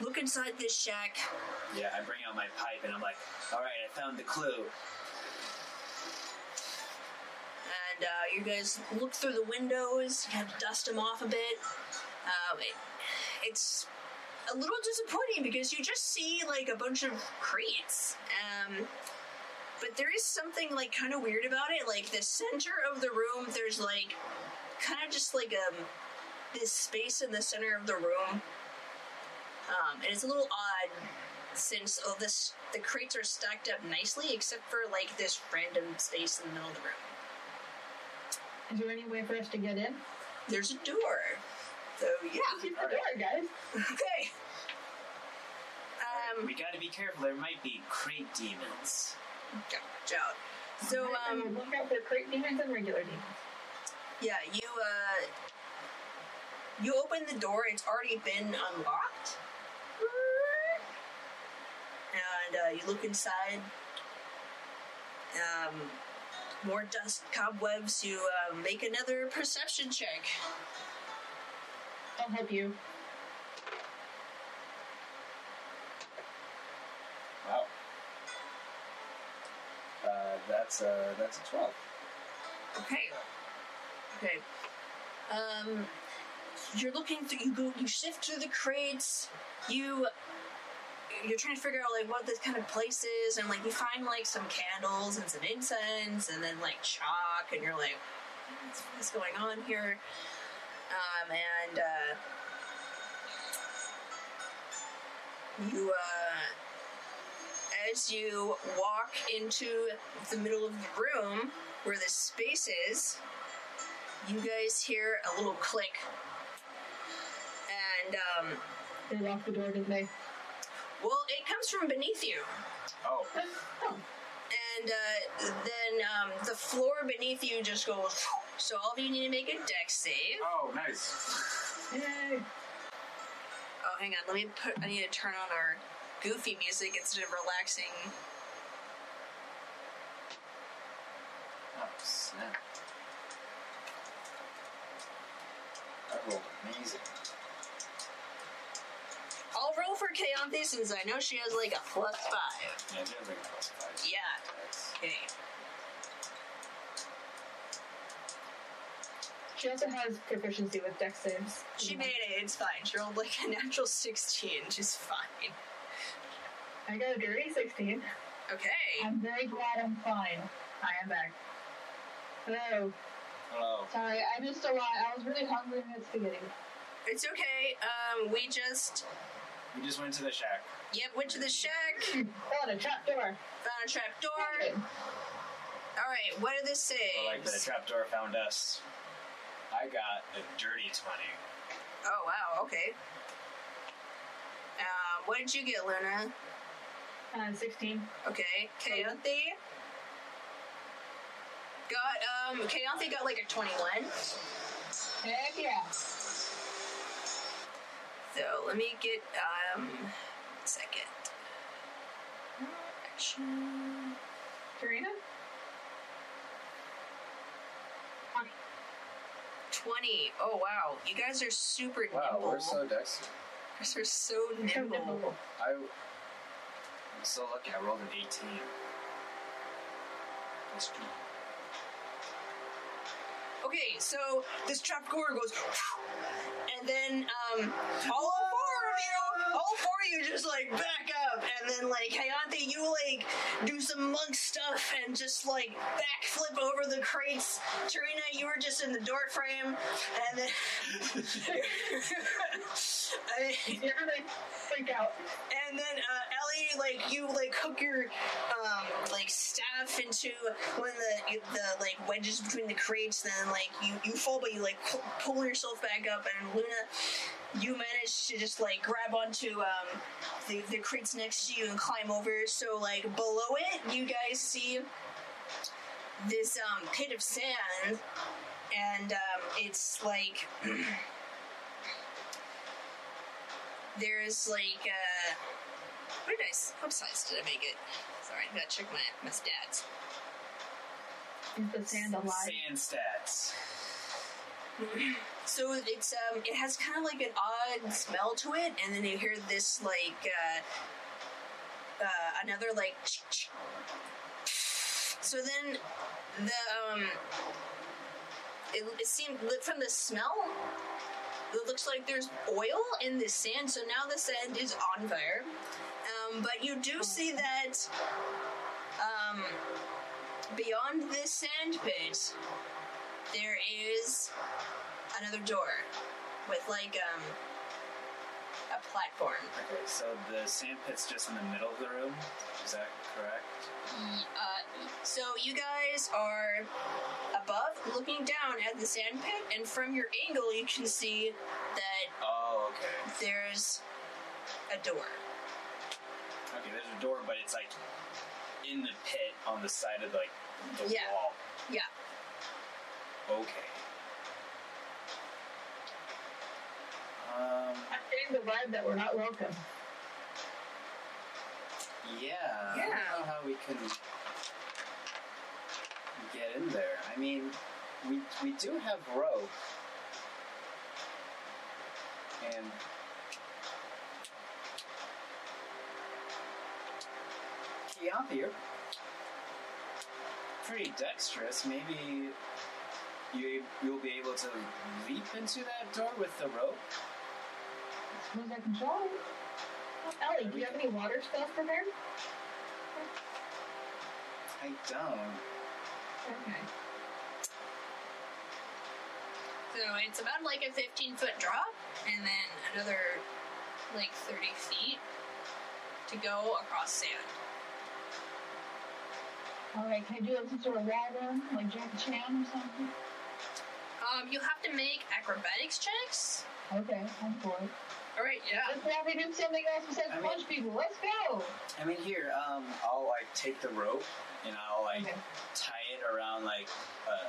Speaker 2: look inside this shack.
Speaker 3: Yeah, I bring out my pipe and I'm like, all right, I found the clue.
Speaker 2: and uh, you guys look through the windows, you have to dust them off a bit. Um, it, it's a little disappointing because you just see like a bunch of crates. Um, but there is something like kind of weird about it. Like the center of the room, there's like kind of just like um this space in the center of the room. Um, and it's a little odd since all this the crates are stacked up nicely except for like this random space in the middle of the room.
Speaker 4: Is there any way for us to get in?
Speaker 2: There's a door. So yeah.
Speaker 4: Keep the door, guys.
Speaker 2: Okay. Um.
Speaker 3: we gotta be careful, there might be crate demons.
Speaker 2: yeah, watch out. So
Speaker 4: I will
Speaker 2: um.
Speaker 4: look out for crate demons and regular demons.
Speaker 2: Yeah. You uh. You open the door, it's already been unlocked. And uh, you look inside. Um, more dust cobwebs. You uh, make another perception check.
Speaker 4: I'll help you.
Speaker 3: Wow. Uh, that's a that's a twelve.
Speaker 2: Okay. Okay. Um, you're looking through. You go. You sift through the crates. You. You're trying to figure out like what this kind of place is, and like you find like some candles and some incense, and then like chalk, and you're like, what's, what's going on here? Um, and uh, you uh, as you walk into the middle of the room where the space is, you guys hear a little click. And, um,
Speaker 4: They locked the door, didn't they?
Speaker 2: well, it comes from beneath you.
Speaker 3: Oh,
Speaker 4: Oh,
Speaker 2: And uh, then um, the floor beneath you just goes. So all of you need to make a deck save.
Speaker 3: oh, nice.
Speaker 4: yay.
Speaker 2: Oh, hang on. Let me put. I need to turn on our goofy music instead of relaxing.
Speaker 3: Oh snap! That rolled amazing.
Speaker 2: I'll roll for Kayanthi since I know she has like a plus five.
Speaker 3: Yeah, they're big plus fives.
Speaker 2: Yeah.
Speaker 3: That's-
Speaker 2: Okay.
Speaker 4: She also has proficiency with dex saves.
Speaker 2: She made it. It's fine. She rolled like a natural 16. She's fine.
Speaker 4: I got a dirty 16.
Speaker 2: Okay.
Speaker 4: I'm very glad I'm fine. I am back. Hello.
Speaker 3: Hello.
Speaker 4: Sorry, I missed a lot. I was really hungry and had spaghetti.
Speaker 2: It's okay. Um, we just,
Speaker 3: We just went to the shack.
Speaker 2: yep, went to the shack,
Speaker 4: Found a trap door.
Speaker 2: found a trap door. All right, what are the saves?
Speaker 3: Or like the trapdoor found us. I got a dirty twenty.
Speaker 2: Oh, wow, okay. Um, what did you get, Luna?
Speaker 4: Uh, 16.
Speaker 2: Okay, Kayanthi got, um, Kayanthi got like a 21.
Speaker 4: Heck yeah.
Speaker 2: So let me get um second. Action.
Speaker 4: Karina?
Speaker 2: 20. Oh wow. You guys are super
Speaker 3: Wow,
Speaker 2: nimble.
Speaker 3: we're so dexterous.
Speaker 2: you guys are so nimble.
Speaker 3: I, I'm so lucky. I rolled an eighteen. That's good.
Speaker 2: Okay, so this trap door goes and then um all four of you all four of you just like back up and then like Hayate you like do some monk stuff and just like backflip over the crates. Tarina, you were just in the door frame and then I mean,
Speaker 4: You're gonna freak out.
Speaker 2: and then uh, Ellie, like you, like hook your um, like staff into one of the the like wedges between the crates. Then like you you fall, but you like pu- pull yourself back up. And Luna, you manage to just like grab onto um, the the crates next to you and climb over. So like below it, you guys see this um, pit of sand, and um, it's like there's like uh what did I s- what size did I make it? Sorry, I gotta check my my stats.
Speaker 4: Is the sand alive?
Speaker 3: Sand stats.
Speaker 2: So it's um it has kind of like an odd smell to it, and then you hear this like uh, uh another like so then the um it, it seemed li- from the smell it looks like there's oil in the sand so now the sand is on fire um, but you do see that um, beyond this sand pit there is another door with like um a platform.
Speaker 3: Okay, so the sand pit's just in the middle of the room. Is that correct?
Speaker 2: Uh, so you guys are above, looking down at the sand pit, and from your angle you can see that
Speaker 3: Oh, okay.
Speaker 2: there's a door.
Speaker 3: Okay, there's a door, but it's like in the pit on the side of like the
Speaker 2: Yeah.
Speaker 3: wall.
Speaker 2: Yeah.
Speaker 3: Okay. Um,
Speaker 5: getting the vibe that we're not welcome.
Speaker 3: Yeah. I don't
Speaker 2: Yeah.
Speaker 3: know how we can get in there. I mean, we we do have rope. And Kiampi, you're pretty dexterous. Maybe you you'll be able to leap into that door with the rope.
Speaker 4: Suppose I can try.
Speaker 5: Ellie, do you have any water stuff in there?
Speaker 3: I don't.
Speaker 5: Okay.
Speaker 2: So it's about like a 15 foot drop and then another like 30 feet to go across sand.
Speaker 4: Alright, can I do some sort of wall run? Like Jackie Chan or something?
Speaker 2: Um, you'll have to make acrobatics checks.
Speaker 4: Okay, I'm for it.
Speaker 2: All right, yeah.
Speaker 4: Let's have to do something else besides
Speaker 3: I mean-
Speaker 4: punch people. Let's go!
Speaker 3: I mean, here, um, I'll like take the rope and I'll like
Speaker 4: Okay.
Speaker 3: tie it around like uh,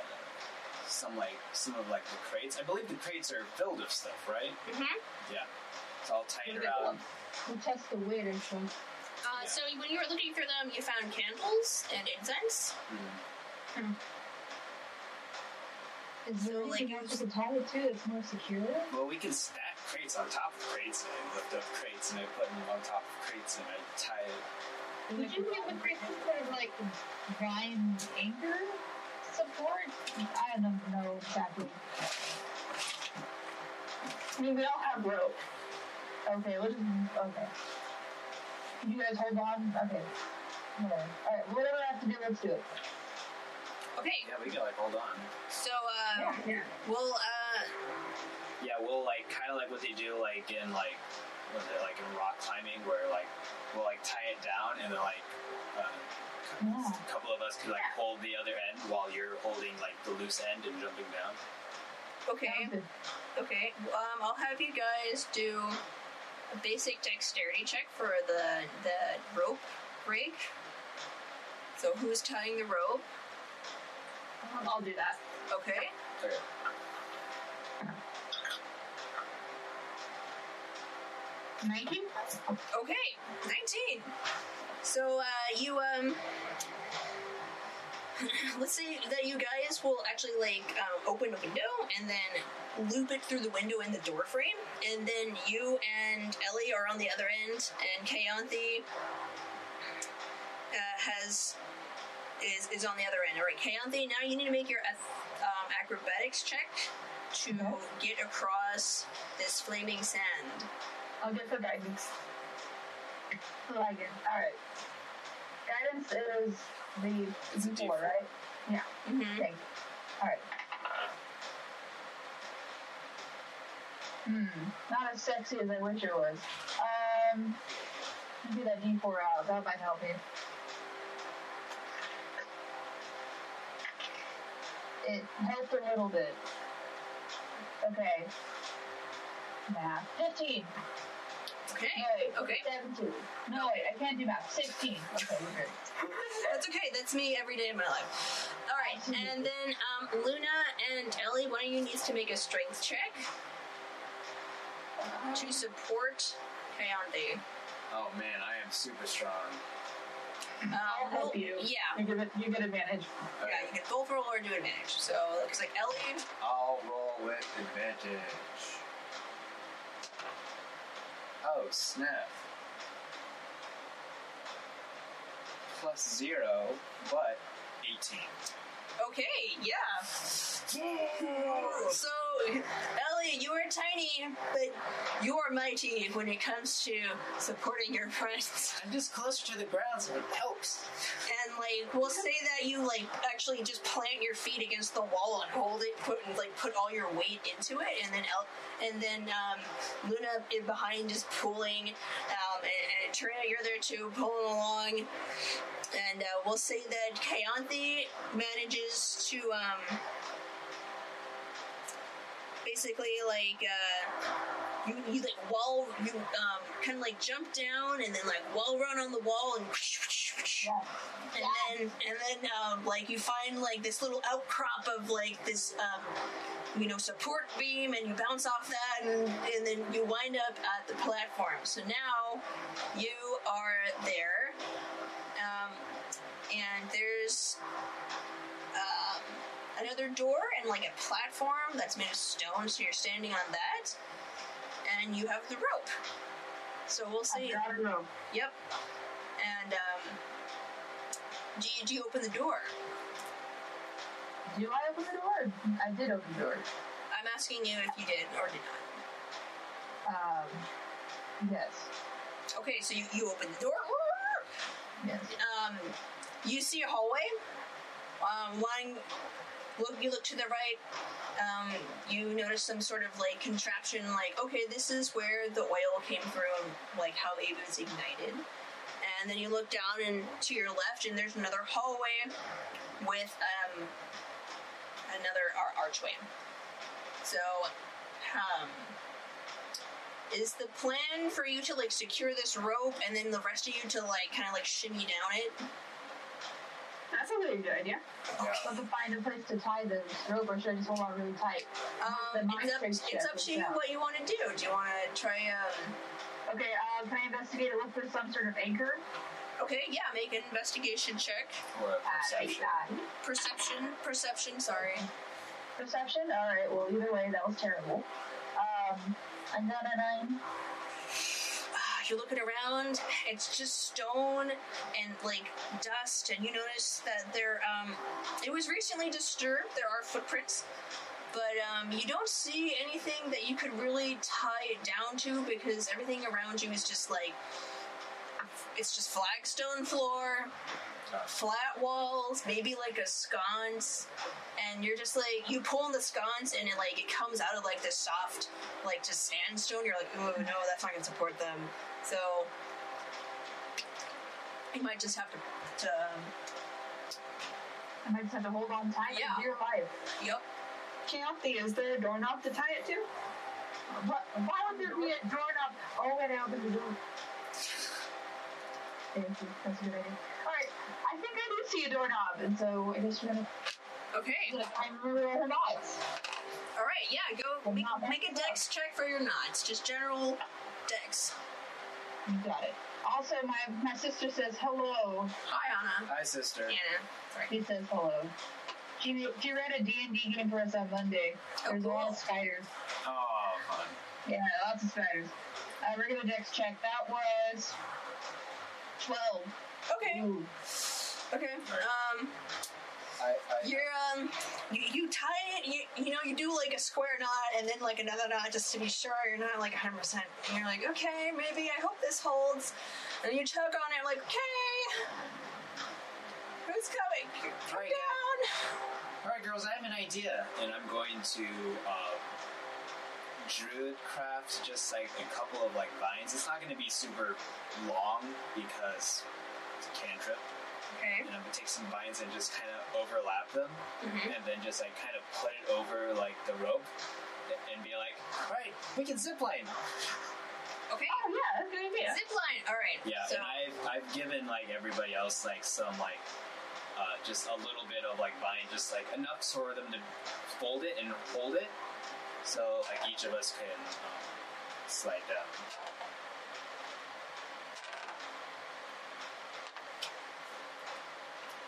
Speaker 3: some like some of like the crates. I believe the crates are filled with stuff, right?
Speaker 2: Mm-hmm.
Speaker 3: Yeah. So I'll tie it
Speaker 5: Okay,
Speaker 3: around.
Speaker 4: We'll test the weight, I'm sure.
Speaker 2: Uh, So when you were looking for them, you found candles and incense.
Speaker 3: Mm-hmm.
Speaker 4: Is there
Speaker 2: So,
Speaker 4: anything
Speaker 2: like,
Speaker 4: else you can tie it to that's more secure?
Speaker 3: Well, we can stack crates on top of crates, and I lift up crates, and I put them on top of crates, and I tie it.
Speaker 4: Would you give the priest some sort of like divine anger support? I don't know exactly.
Speaker 5: I mean, we all have rope.
Speaker 4: Okay, we'll just okay. You guys hold on. Okay. Whatever. Alright, whatever I have to do, let's do it.
Speaker 2: Okay,
Speaker 3: Yeah, we can like hold on.
Speaker 2: so uh,
Speaker 5: Oh, Yeah, yeah.
Speaker 2: we'll uh,
Speaker 3: Yeah, we'll like kind of like what they do like in like what is it like in rock climbing where like we'll like tie it down and then like uh, cou-
Speaker 4: Yeah.
Speaker 3: a couple of us can like hold the other end while you're holding like the loose end and jumping down.
Speaker 2: okay, okay. Um, I'll have you guys do a basic dexterity check for the the rope rig. So who's tying the rope?
Speaker 5: Um, I'll do that.
Speaker 2: Okay.
Speaker 3: Okay.
Speaker 4: Nineteen?
Speaker 2: Okay, 19. So, uh, you, um, let's say that you guys will actually, like, um, open a window and then loop it through the window in the door frame, and then you and Ellie are on the other end, and Kayanthi, uh, has, is, is on the other end. Alright, Kayanthi, now you need to make your, ath- um, acrobatics check to get across this flaming sand.
Speaker 5: I'll get for guidance. Like it. All right.
Speaker 4: Guidance is the
Speaker 3: It's a
Speaker 4: D4,
Speaker 3: D4.
Speaker 4: right?
Speaker 2: Mm-hmm.
Speaker 4: Thank you. Alright. Hmm. Not as sexy as I wish it was. Um let me do that D4 out. That might help you. It helped a little bit. Okay. Math. Fifteen.
Speaker 2: Okay.
Speaker 4: No, wait.
Speaker 2: Okay.
Speaker 4: Seventeen. No, wait, I can't do math. Sixteen. Okay, we're good.
Speaker 2: That's okay. That's me every day of my life. All right, and then um, Luna and Ellie, one of you needs to make a strength check to support Kayande.
Speaker 3: Oh man, I am super strong.
Speaker 2: Um,
Speaker 5: I'll help you.
Speaker 2: Yeah.
Speaker 5: You give it. You get advantage.
Speaker 3: Okay.
Speaker 2: Yeah, you can both roll or do advantage. So it looks like Ellie.
Speaker 3: I'll roll with advantage. Oh snap! Plus zero, but eighteen.
Speaker 2: Okay, yeah.
Speaker 3: Oh,
Speaker 2: So Ellie, you are tiny, but you are mighty when it comes to supporting your friends.
Speaker 3: I'm just closer to the ground, so it helps.
Speaker 2: and like we'll say that you like actually just plant your feet against the wall and hold it, put like put all your weight into it, and then El- and then um, Luna in behind is pulling, um, and, and Trina you're there too pulling along, and uh, we'll say that Kayanthi manages to um, basically like. Uh, you, you like wall you um kind of like jump down and then like wall run on the wall and And then, and then, um, like you find like this little outcrop of like this, um, you know, support beam, and you bounce off that, and, and then you wind up at the platform. So now, you are there, um, and there's um, another door and like a platform that's made of stone, so you're standing on that, and you have the rope. So we'll see.
Speaker 5: Gotta know.
Speaker 2: Yep. And um, do you, do you open the door?
Speaker 4: Do I open the door? I did open the door.
Speaker 2: I'm asking you if you did or did not.
Speaker 4: Um, yes.
Speaker 2: Okay, so you, you open the door.
Speaker 4: Yes.
Speaker 2: Um, you see a hallway. Um, one look you look to the right. Um, you notice some sort of like contraption. Like okay, this is where the oil came through and like how it was ignited. And then you look down and to your left, and there's another hallway with um, another ar- archway. So, um, is the plan for you to like secure this rope and then the rest of you to like kind of like shimmy down it?
Speaker 5: That sounds like a good idea.
Speaker 4: I'll have to find a place to tie the rope, or should I just hold on really tight?
Speaker 2: Um,
Speaker 4: The
Speaker 2: it's up,
Speaker 4: mind
Speaker 2: it's up
Speaker 4: trick
Speaker 2: to you
Speaker 4: itself.
Speaker 2: what you want to do. Do you want to try? Um,
Speaker 5: Okay, uh, can I investigate and look for some sort of anchor?
Speaker 2: okay, yeah, make an investigation check.
Speaker 3: Or a
Speaker 4: Ah,
Speaker 3: perception.
Speaker 4: ah.
Speaker 2: Perception, perception. Sorry.
Speaker 4: Perception? Alright, well, either way, that was terrible. Um, another nine.
Speaker 2: Ah, You're looking around. It's just stone and like dust, and you notice that there. Um, it was recently disturbed. There are footprints, but um, you don't see anything that you could really tie it down to because everything around you is just like it's just flagstone floor, flat walls, maybe like a sconce, and you're just like you pull on the sconce and it like it comes out of like this soft like just sandstone. You're like, ooh, no, that's not gonna support them. So you might just have to, to um,
Speaker 4: I might just have to hold on tight
Speaker 2: Yeah.
Speaker 4: to your life.
Speaker 2: yep.
Speaker 5: Chaomphy, is there a doorknob to tie it to?
Speaker 4: What, why would there be a doorknob? Oh, wait, I opened the door. Thank you, that's a good idea. Alright, I think I do see a doorknob, and so I guess we're gonna,
Speaker 2: Okay.
Speaker 4: we're gonna climb over there or not.
Speaker 2: All right. Yeah. Go make, make a dex check for your knots. Just general dex.
Speaker 4: Got it.
Speaker 5: Also, my, my sister says hello.
Speaker 2: Hi, Anna.
Speaker 3: Hi, sister.
Speaker 2: Anna.
Speaker 4: He says hello.
Speaker 5: She, she ran a D&D game for us on Monday. There's a lot of spiders.
Speaker 3: Oh, fun.
Speaker 5: Yeah, lots of spiders. Uh, regular dex check. That was 12.
Speaker 2: Okay.
Speaker 4: Ooh.
Speaker 2: Okay. Um.
Speaker 3: I, I,
Speaker 2: You're um, you, you tie it. You, you know you do like a square knot and then like another knot just to be sure you're not like 100. percent And you're like, okay, maybe I hope this holds. And you tug on it, like, okay, who's coming? Come
Speaker 3: Right.
Speaker 2: down.
Speaker 3: All right, girls, I have an idea, and I'm going to um, druid craft just like a couple of like vines. It's not going to be super long because it's a cantrip,
Speaker 2: Okay.
Speaker 3: and I'm gonna take some vines and just kind of overlap them,
Speaker 2: Mhm.
Speaker 3: and then just like kind of put it over like the rope, a- and be like, all right, we can zip line.
Speaker 2: Okay.
Speaker 5: Oh, yeah, that's a good idea.
Speaker 2: Zip line. All right.
Speaker 3: Yeah,
Speaker 2: So
Speaker 3: and I've I've given like everybody else like some like uh, just a little bit of like vine, just like enough for them to fold it and hold it, so like each of us can um, slide down.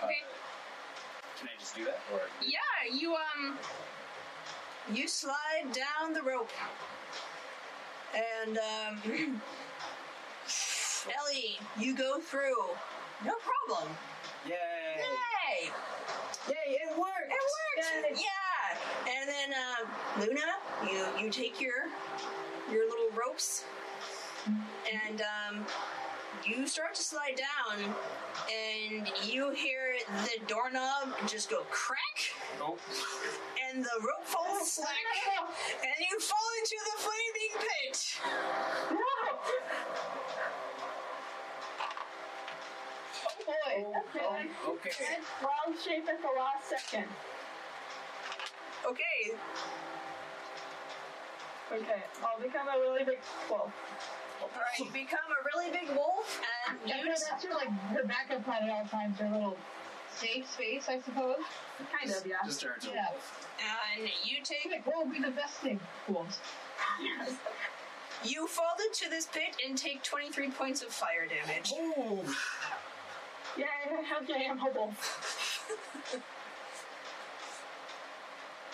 Speaker 2: Okay.
Speaker 3: Uh, can I just do that, or
Speaker 2: yeah, you um, you slide down the rope, and um, Ellie, you go through. No problem.
Speaker 3: yay,
Speaker 2: Yay!
Speaker 3: yay, it worked!
Speaker 2: It worked! Yeah! And then um, Luna, you you take your your little ropes and um, you start to slide down and you hear the doorknob just go crack
Speaker 3: Oh,
Speaker 2: and the rope falls slack and you fall into the flaming pit.
Speaker 5: Oh, boy.
Speaker 3: oh,
Speaker 5: Okay.
Speaker 3: okay.
Speaker 5: That's wild shape at the last second.
Speaker 2: Okay.
Speaker 5: Okay, I'll become a really big wolf.
Speaker 2: Alright, you become a really big wolf and
Speaker 4: Yeah,
Speaker 2: you
Speaker 4: that's your like your backup plan at all times. Your little safe space, I suppose.
Speaker 5: Kind of, yeah.
Speaker 3: Just turns
Speaker 4: Yeah.
Speaker 2: and you take
Speaker 4: Like, what would be the best thing? Cool.
Speaker 2: you fall into this pit and take twenty three points of fire damage.
Speaker 3: Ooh.
Speaker 5: Yeah, okay, I'm a wolf.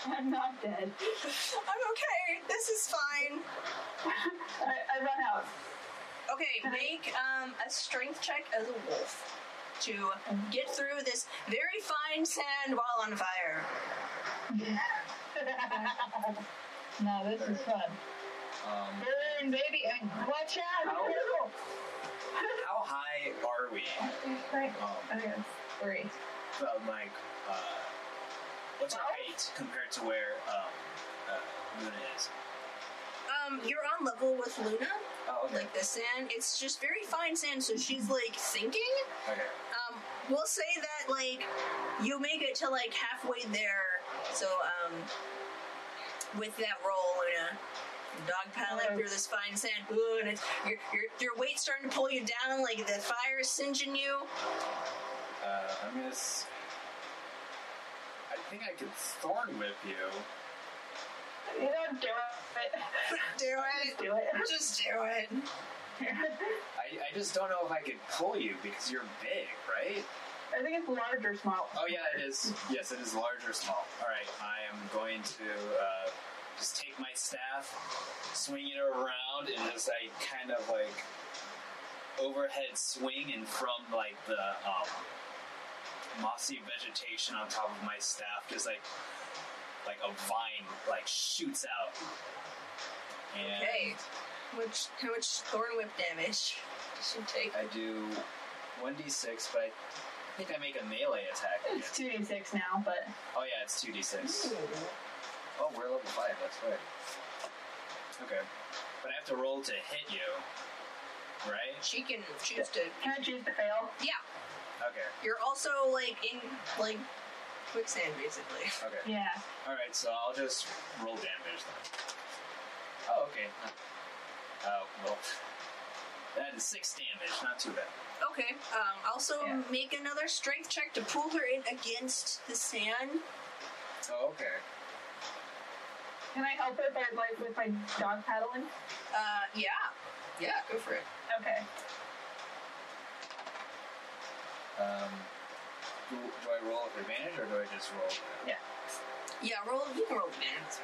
Speaker 5: I'm not dead.
Speaker 2: I'm okay. This is fine.
Speaker 5: I, I run out.
Speaker 2: Okay, make um, a strength check as a wolf to get through this very fine sand while on fire.
Speaker 4: No, this is fun.
Speaker 3: Um,
Speaker 4: Burn, baby, and watch out.
Speaker 3: how, how high are we?
Speaker 5: Right.
Speaker 3: Um,
Speaker 5: Okay.
Speaker 4: Three.
Speaker 3: from like, uh, what's our height compared to where um, uh, Luna is?
Speaker 2: Um, you're on level with Luna,
Speaker 3: Oh, okay.
Speaker 2: like the sand. It's just very fine sand, so she's like sinking.
Speaker 3: Okay.
Speaker 2: Um, we'll say that like you make it to like halfway there. So um, with that roll, Luna, dog paddling
Speaker 5: Alright.
Speaker 2: through this fine sand, ooh, and it's, your your your weight's starting to pull you down, like the fire is singeing you.
Speaker 3: Uh, I'm gonna. S- I think I could thorn whip you.
Speaker 5: You don't do it.
Speaker 2: Do it.
Speaker 5: Do it.
Speaker 2: Just do it.
Speaker 3: I, I just don't know if I could pull you because you're big, right?
Speaker 5: I think it's large or small.
Speaker 3: Oh yeah, it is. Yes, it is large or small. All right, I am going to uh, just take my staff, swing it around, and just like kind of like overhead swing, and from like the um, mossy vegetation on top of my staff, just like like a vine like shoots out. And
Speaker 2: Okay. How much how much thorn whip damage does she take?
Speaker 3: I do one d six, but I think I make a melee attack.
Speaker 5: It's 2d6 now, but
Speaker 3: Oh yeah, it's two d six. Oh, we're level five. That's right. Okay, but I have to roll to hit you, right?
Speaker 2: She can choose to.
Speaker 5: can I choose to fail?
Speaker 2: Yeah,
Speaker 3: Okay,
Speaker 2: you're also like in like quicksand basically.
Speaker 3: okay.
Speaker 5: Yeah.
Speaker 3: All right, so I'll just roll damage. Then. Oh, okay. Oh well, that is six damage. Not too bad.
Speaker 2: Okay. Um, also
Speaker 5: Yeah.
Speaker 2: make another strength check to pull her in against the sand.
Speaker 3: Oh, okay.
Speaker 5: Can I help her by like with my dog paddling?
Speaker 2: Uh, yeah. Yeah, go for it.
Speaker 5: Okay.
Speaker 3: Um, do, do I roll with advantage or do I just roll?
Speaker 5: Yeah.
Speaker 2: Yeah, roll. You can roll advantage.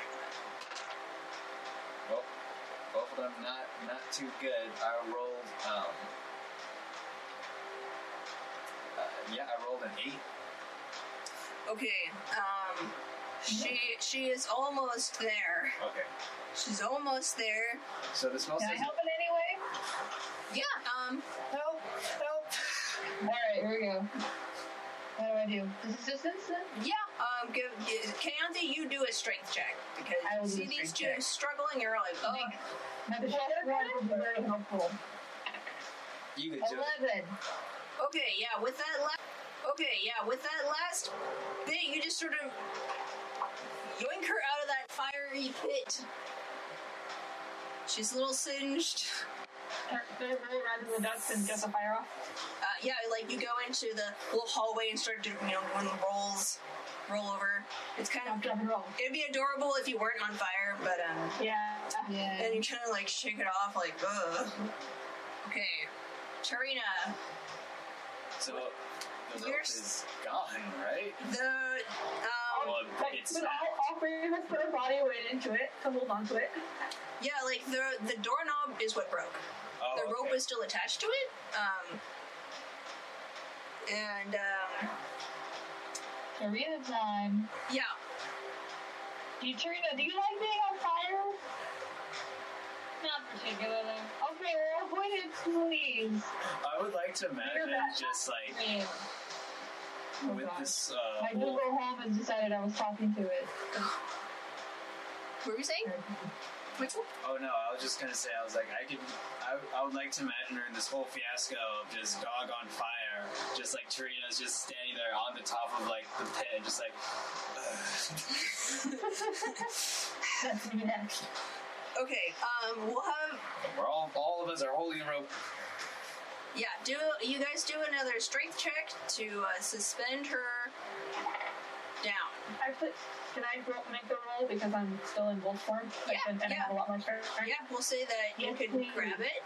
Speaker 3: Well, both of them not not too good. I rolled um. Uh, yeah, I rolled an eight.
Speaker 2: Okay. Um, she she is almost there.
Speaker 3: Okay.
Speaker 2: She's almost there.
Speaker 3: So this most
Speaker 4: Can I
Speaker 3: is
Speaker 4: help in any way?
Speaker 2: Yeah. Um.
Speaker 3: help, help.
Speaker 4: All right, here we go. What do I do? Is this distance? then?
Speaker 2: Yeah. Um. Give, give Keontae, you do a strength check because
Speaker 4: I will
Speaker 2: you see
Speaker 4: do a
Speaker 2: these
Speaker 4: strength
Speaker 2: two
Speaker 4: check.
Speaker 2: struggling. You're like, oh,
Speaker 4: Thanks. My fourth one was very helpful.
Speaker 3: You could do it.
Speaker 4: Eleven.
Speaker 2: Okay, yeah, with that last. Okay, yeah, with that last bit, you just sort of yoink her out of that fiery pit. She's a little singed.
Speaker 5: Can I roll around in the dust and get the fire off?
Speaker 2: Uh, yeah, like you go into the little hallway and start doing, you know, doing the rolls, roll over. It's kind
Speaker 5: Stop,
Speaker 2: of.
Speaker 5: drop, and roll.
Speaker 2: It'd be adorable if you weren't on fire, but um.
Speaker 5: Yeah.
Speaker 4: Yeah.
Speaker 2: And you kind of like shake it off, like, ugh. Okay, Tarina,
Speaker 3: So the rope
Speaker 2: Yours-
Speaker 3: is gone, right?
Speaker 2: the. Um,
Speaker 3: Well,
Speaker 5: Like,
Speaker 3: it's
Speaker 5: with
Speaker 3: not.
Speaker 5: all, all three of us put our body weight into it to hold on to it.
Speaker 2: yeah, like the the doorknob is what broke.
Speaker 3: Oh,
Speaker 2: the rope
Speaker 3: okay.
Speaker 2: was still attached to it. Um, and um,
Speaker 4: Korea time.
Speaker 2: yeah,
Speaker 4: Katrina, do you like being on fire? Not particularly. Okay, well, avoid it, please.
Speaker 3: I would like to imagine
Speaker 4: back.
Speaker 3: just like
Speaker 4: Man. Oh,
Speaker 3: with
Speaker 4: gosh.
Speaker 3: this. Uh,
Speaker 4: My
Speaker 3: whole-
Speaker 4: Google Home has decided I was talking to it.
Speaker 2: what were you saying? Which one?
Speaker 3: oh no, I was just gonna say I was like I could. I, I would like to imagine her in this whole fiasco of just dog on fire, just like Torino's just standing there on the top of like the pit, and just like.
Speaker 5: That's me next.
Speaker 2: Okay, um, we'll have
Speaker 3: We're all, all of us are holding the rope.
Speaker 2: yeah. Do you guys do another strength check to uh, suspend her down?
Speaker 5: I put. Can I roll, make the roll because I'm still in wolf form? Like,
Speaker 2: Yeah,
Speaker 5: and, and I have a lot more strength.
Speaker 2: Yeah, we'll say that you
Speaker 5: Yes,
Speaker 2: could
Speaker 5: please.
Speaker 2: grab it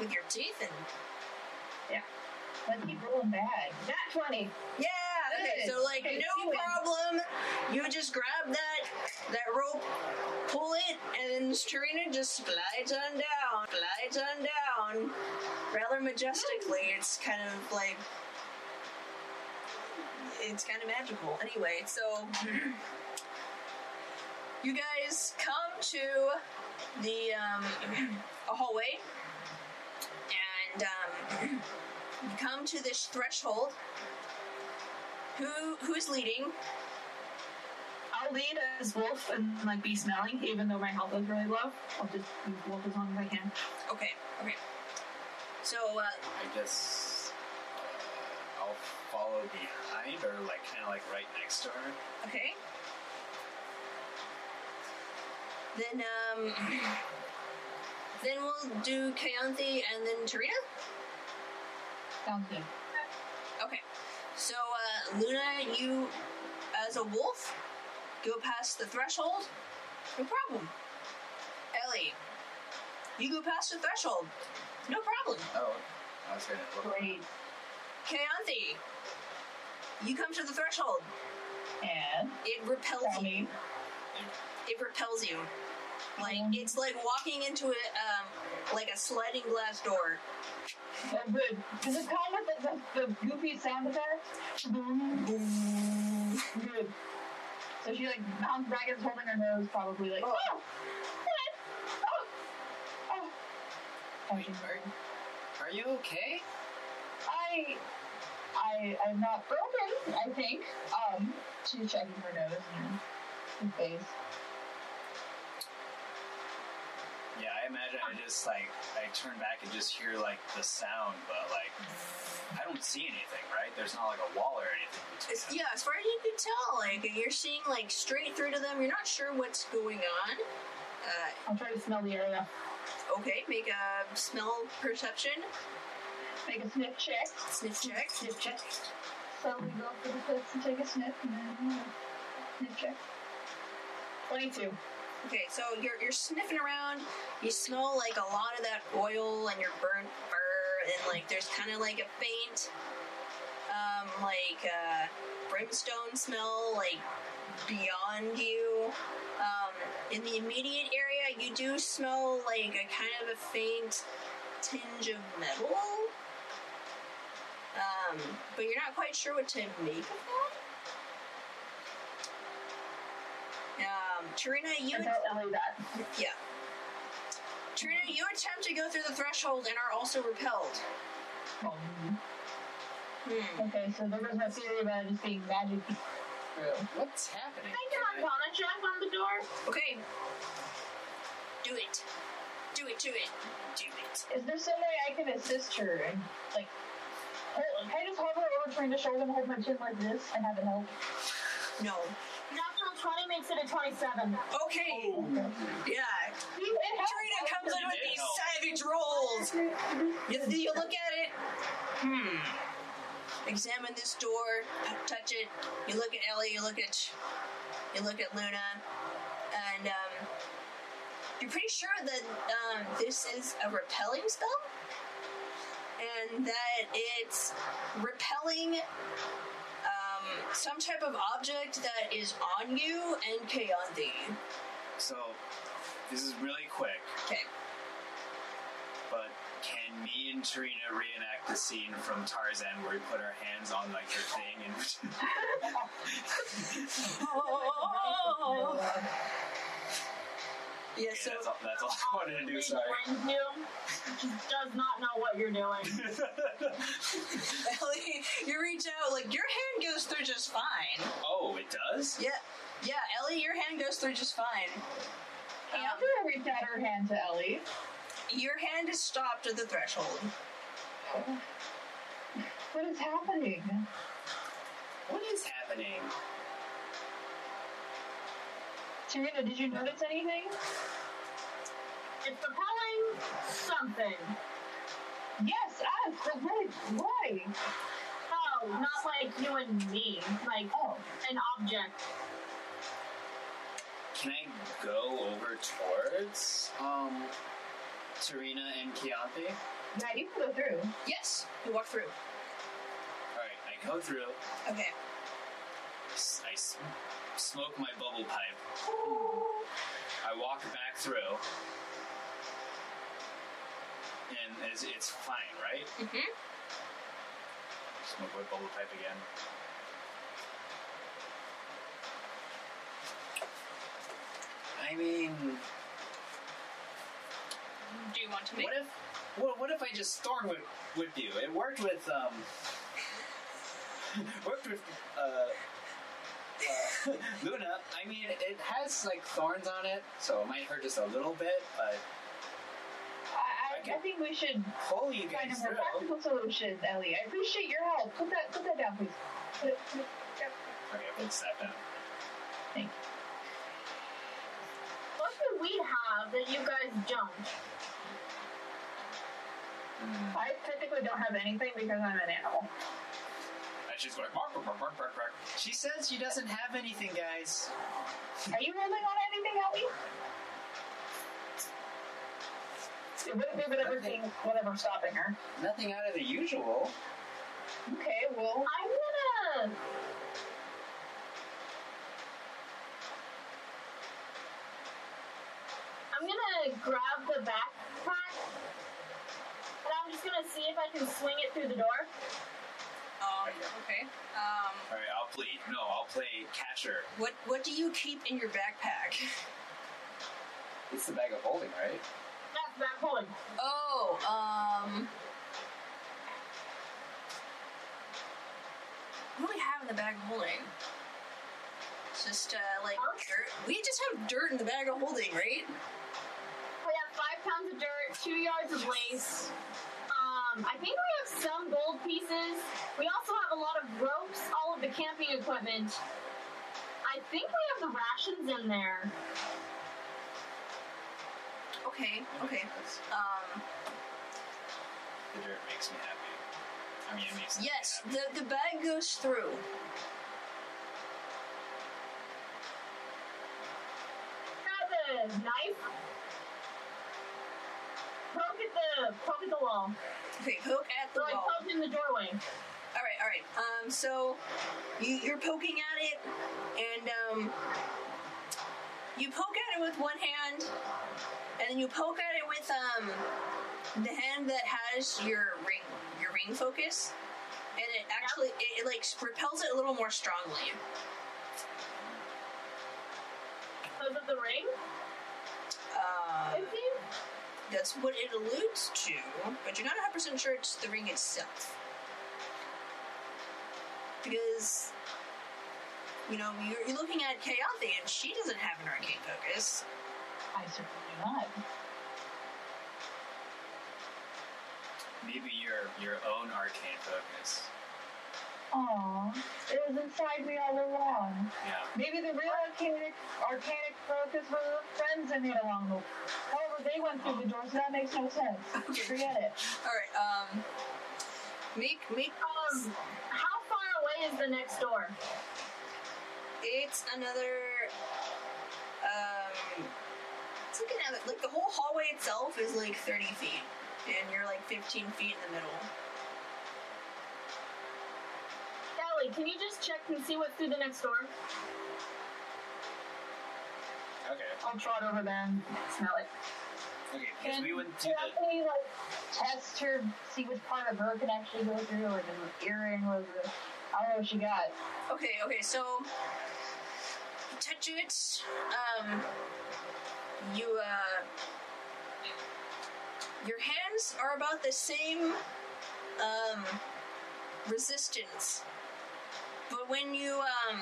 Speaker 2: with your teeth and
Speaker 4: Let's keep rolling bad.
Speaker 5: Nat twenty.
Speaker 2: yeah. Okay,
Speaker 4: Good.
Speaker 2: so like
Speaker 5: Okay,
Speaker 2: no
Speaker 5: two in.
Speaker 2: problem. You just grab that that rope, pull it, and then Serena just slides on down, slides on down, rather majestically. It's kind of like it's kind of magical. Anyway, so you guys come to the um, a hallway, and um, you come to this threshold. Who who's leading?
Speaker 5: I'll lead as wolf and like be smelling, even though my health is really low. I'll just be wolf as long as I can.
Speaker 2: Okay, okay. So uh,
Speaker 3: I guess uh, I'll follow behind or like kind of like right next to her.
Speaker 2: okay. Then um, then we'll do Kayanthi and then Tarina.
Speaker 4: Sounds good.
Speaker 2: Okay. So, uh, Luna, you, as a wolf, go past the threshold. No problem. Ellie, you go past the threshold. No problem.
Speaker 3: Oh, I was gonna. Look.
Speaker 4: Great.
Speaker 2: Kayanthi, you come to the threshold.
Speaker 4: And
Speaker 2: It repels
Speaker 4: tell
Speaker 2: you.
Speaker 4: me.
Speaker 2: It repels you. Like
Speaker 4: Mhm.
Speaker 2: it's like walking into a um, like a sliding glass door.
Speaker 4: Oh, good. Does it come with the, the, the goofy sound effect? Boom. Good.
Speaker 5: So she like bounds back and is holding her nose, probably like. Oh,
Speaker 4: Oh.
Speaker 5: oh,
Speaker 4: Oh, she's hurt.
Speaker 3: Are you okay?
Speaker 4: I, I, I'm not broken. I think. Um, she's checking her nose and her face.
Speaker 3: Yeah, I imagine I just like I turn back and just hear like the sound, but like I don't see anything. Right? There's not like a wall or anything.
Speaker 2: It's,
Speaker 3: Between
Speaker 2: yeah, as far as you can tell, like you're seeing like straight through to them. You're not sure what's going on. Uh,
Speaker 5: I'll try to smell the area.
Speaker 2: Okay, make a smell perception.
Speaker 5: Make a sniff check.
Speaker 2: Sniff check.
Speaker 4: Mm-hmm.
Speaker 2: Sniff check.
Speaker 4: So we go for the cliffs and take a sniff and then uh, sniff check.
Speaker 5: Twenty-two.
Speaker 2: Okay, so you're, you're sniffing around. You smell like a lot of that oil and your burnt fur, and like there's kind of like a faint, um, like uh, brimstone smell, like beyond you. Um, in the immediate area, you do smell like a kind of a faint tinge of metal. Um, but you're not quite sure what to make of that. Um, Tarina, you
Speaker 5: I tell Ellie that.
Speaker 2: yeah. Trina, you attempt to go through the threshold and are also repelled.
Speaker 4: Um,
Speaker 2: Hmm.
Speaker 4: okay, so there goes my theory about it just being magic.
Speaker 3: What's happening?
Speaker 5: Can I Arcana check on the door?
Speaker 2: Okay. Do it. Do it, do it, do it.
Speaker 4: Is there some way I can assist her and like? hold- Can I just hover over Trina's shoulder and hold my chin like this and have it help?
Speaker 2: No.
Speaker 5: Natural twenty makes it a twenty-seven.
Speaker 2: Okay. Yeah.
Speaker 4: You Oh. it helps.
Speaker 2: Trina comes in with these savage rolls. You, you look at it. Hmm. Examine this door. You touch it. You look at Ellie. You look at you look at Luna, and um, you're pretty sure that um, this is a repelling spell, and that it's repelling um, some type of object that is on you and Kayanthi.
Speaker 3: So this is really quick,
Speaker 2: Okay.
Speaker 3: but can me and Tarina reenact the scene from Tarzan where we put our hands on like the thing and
Speaker 2: Oh. Yeah.
Speaker 3: Okay,
Speaker 2: So.
Speaker 3: that's all, that's all I wanted to do. Sorry.
Speaker 5: Ignoring you. She does not know what you're doing.
Speaker 2: Ellie, you reach out, like, your hand goes through just fine.
Speaker 3: oh, it does.
Speaker 2: Yeah, yeah, Ellie, your hand goes through just fine. Um,
Speaker 4: Hey, I'm gonna reach out her hand to Ellie.
Speaker 2: Your hand is stopped at the threshold.
Speaker 4: What is happening?
Speaker 3: What is happening?
Speaker 4: Serena, did you notice anything?
Speaker 5: It's propelling something.
Speaker 4: Yes, us. But wait, why?
Speaker 5: Oh, not like you and me. Like
Speaker 4: Oh,
Speaker 5: an object.
Speaker 3: Can I go over towards um Serena and Chianti?
Speaker 4: yeah, you can go through.
Speaker 2: Yes, you walk through.
Speaker 3: Alright, I go through,
Speaker 2: Okay.
Speaker 3: s- I s- smoke my bubble pipe. I walk back through. And it's, it's fine, right?
Speaker 2: Mm-hmm.
Speaker 3: Smoke my bubble pipe again. I mean,
Speaker 2: Do you want to make?
Speaker 3: What if what, what if I just stormed with, with you? It worked with um worked with uh, uh Luna. I mean it has like thorns on it, so it might hurt just a little bit, but
Speaker 4: I, I, I
Speaker 3: Okay.
Speaker 4: think we should
Speaker 3: pull you
Speaker 4: find
Speaker 3: guys
Speaker 4: a more
Speaker 3: through.
Speaker 4: practical solution, Ellie. I appreciate your help. Put that, put that down, please. Put it, put it down.
Speaker 3: Okay, we'll step down.
Speaker 5: What do we have that you guys don't?
Speaker 4: Hmm. I technically don't have anything because I'm an animal.
Speaker 3: And she's going bark, bark, bark, bark, bark, bark. She says she doesn't have anything, guys.
Speaker 4: Are you holding on to anything, Ellie? It would have been whatever thing, whatever stopping her.
Speaker 3: Nothing out of the usual.
Speaker 4: Okay, well,
Speaker 5: I'm gonna. I'm gonna grab the backpack, and I'm just gonna see if I can swing it through the door.
Speaker 2: Um, okay. Um,
Speaker 3: Alright, I'll play no, I'll play catcher.
Speaker 2: what what do you keep in your backpack?
Speaker 3: It's the bag of holding, right?
Speaker 5: That's that pulling.
Speaker 2: Oh, um. What do we have in the bag of holding? It's just uh, like
Speaker 5: Huh?
Speaker 2: dirt. We just have dirt in the bag of holding, right?
Speaker 5: We have five pounds of dirt, two yards of lace. Um, I think we have some gold pieces. We also have a lot of ropes, all of the camping equipment. I think we have the rations in there.
Speaker 2: Okay. Okay.
Speaker 3: That's-
Speaker 2: Um,
Speaker 3: The dirt makes me happy. I mean, it makes me
Speaker 2: yes,
Speaker 3: happy.
Speaker 2: the the bag goes through.
Speaker 5: Grab the knife. Poke at the poke at the wall.
Speaker 2: Okay, poke at the
Speaker 5: Or like
Speaker 2: wall.
Speaker 5: poke in the doorway.
Speaker 2: All right, all right. Um, so you, you're poking at it, and um, you poke at it with one hand, and then you poke at it with um, the hand that has your ring, your ring focus, and it actually it, it like repels it a little more strongly.
Speaker 5: Because of the ring,
Speaker 2: Uh,
Speaker 5: it seems.
Speaker 2: that's what it alludes to, but you're not 100 percent sure it's the ring itself, because. You know, you're, you're looking at Kayathi, and she doesn't have an arcane focus.
Speaker 4: I certainly not.
Speaker 3: Maybe your your own arcane focus.
Speaker 4: Aw, it was inside me all along.
Speaker 3: Yeah.
Speaker 4: Maybe the real arcanic, arcanic focus was the friends I made along the way. However, they went through the door, so that makes no sense. Forget it.
Speaker 2: All right. Um. Make make.
Speaker 5: Um, how far away is the next door?
Speaker 2: It's another. Um. It's like another. Like the whole hallway itself is like thirty feet, and you're like fifteen feet in the middle.
Speaker 5: Ellie, can you just check and see what's through the next door?
Speaker 3: Okay.
Speaker 4: I'll trot over then.
Speaker 5: Smell it.
Speaker 3: Okay. Because we wouldn't do
Speaker 4: Can
Speaker 3: the.
Speaker 4: I, like, test her, see which part of her can actually go through, or the earring, or the... I don't know what she got.
Speaker 2: Okay. Okay. So. you Touch it. Um. You uh. Your hands are about the same. Um. Resistance. But when you um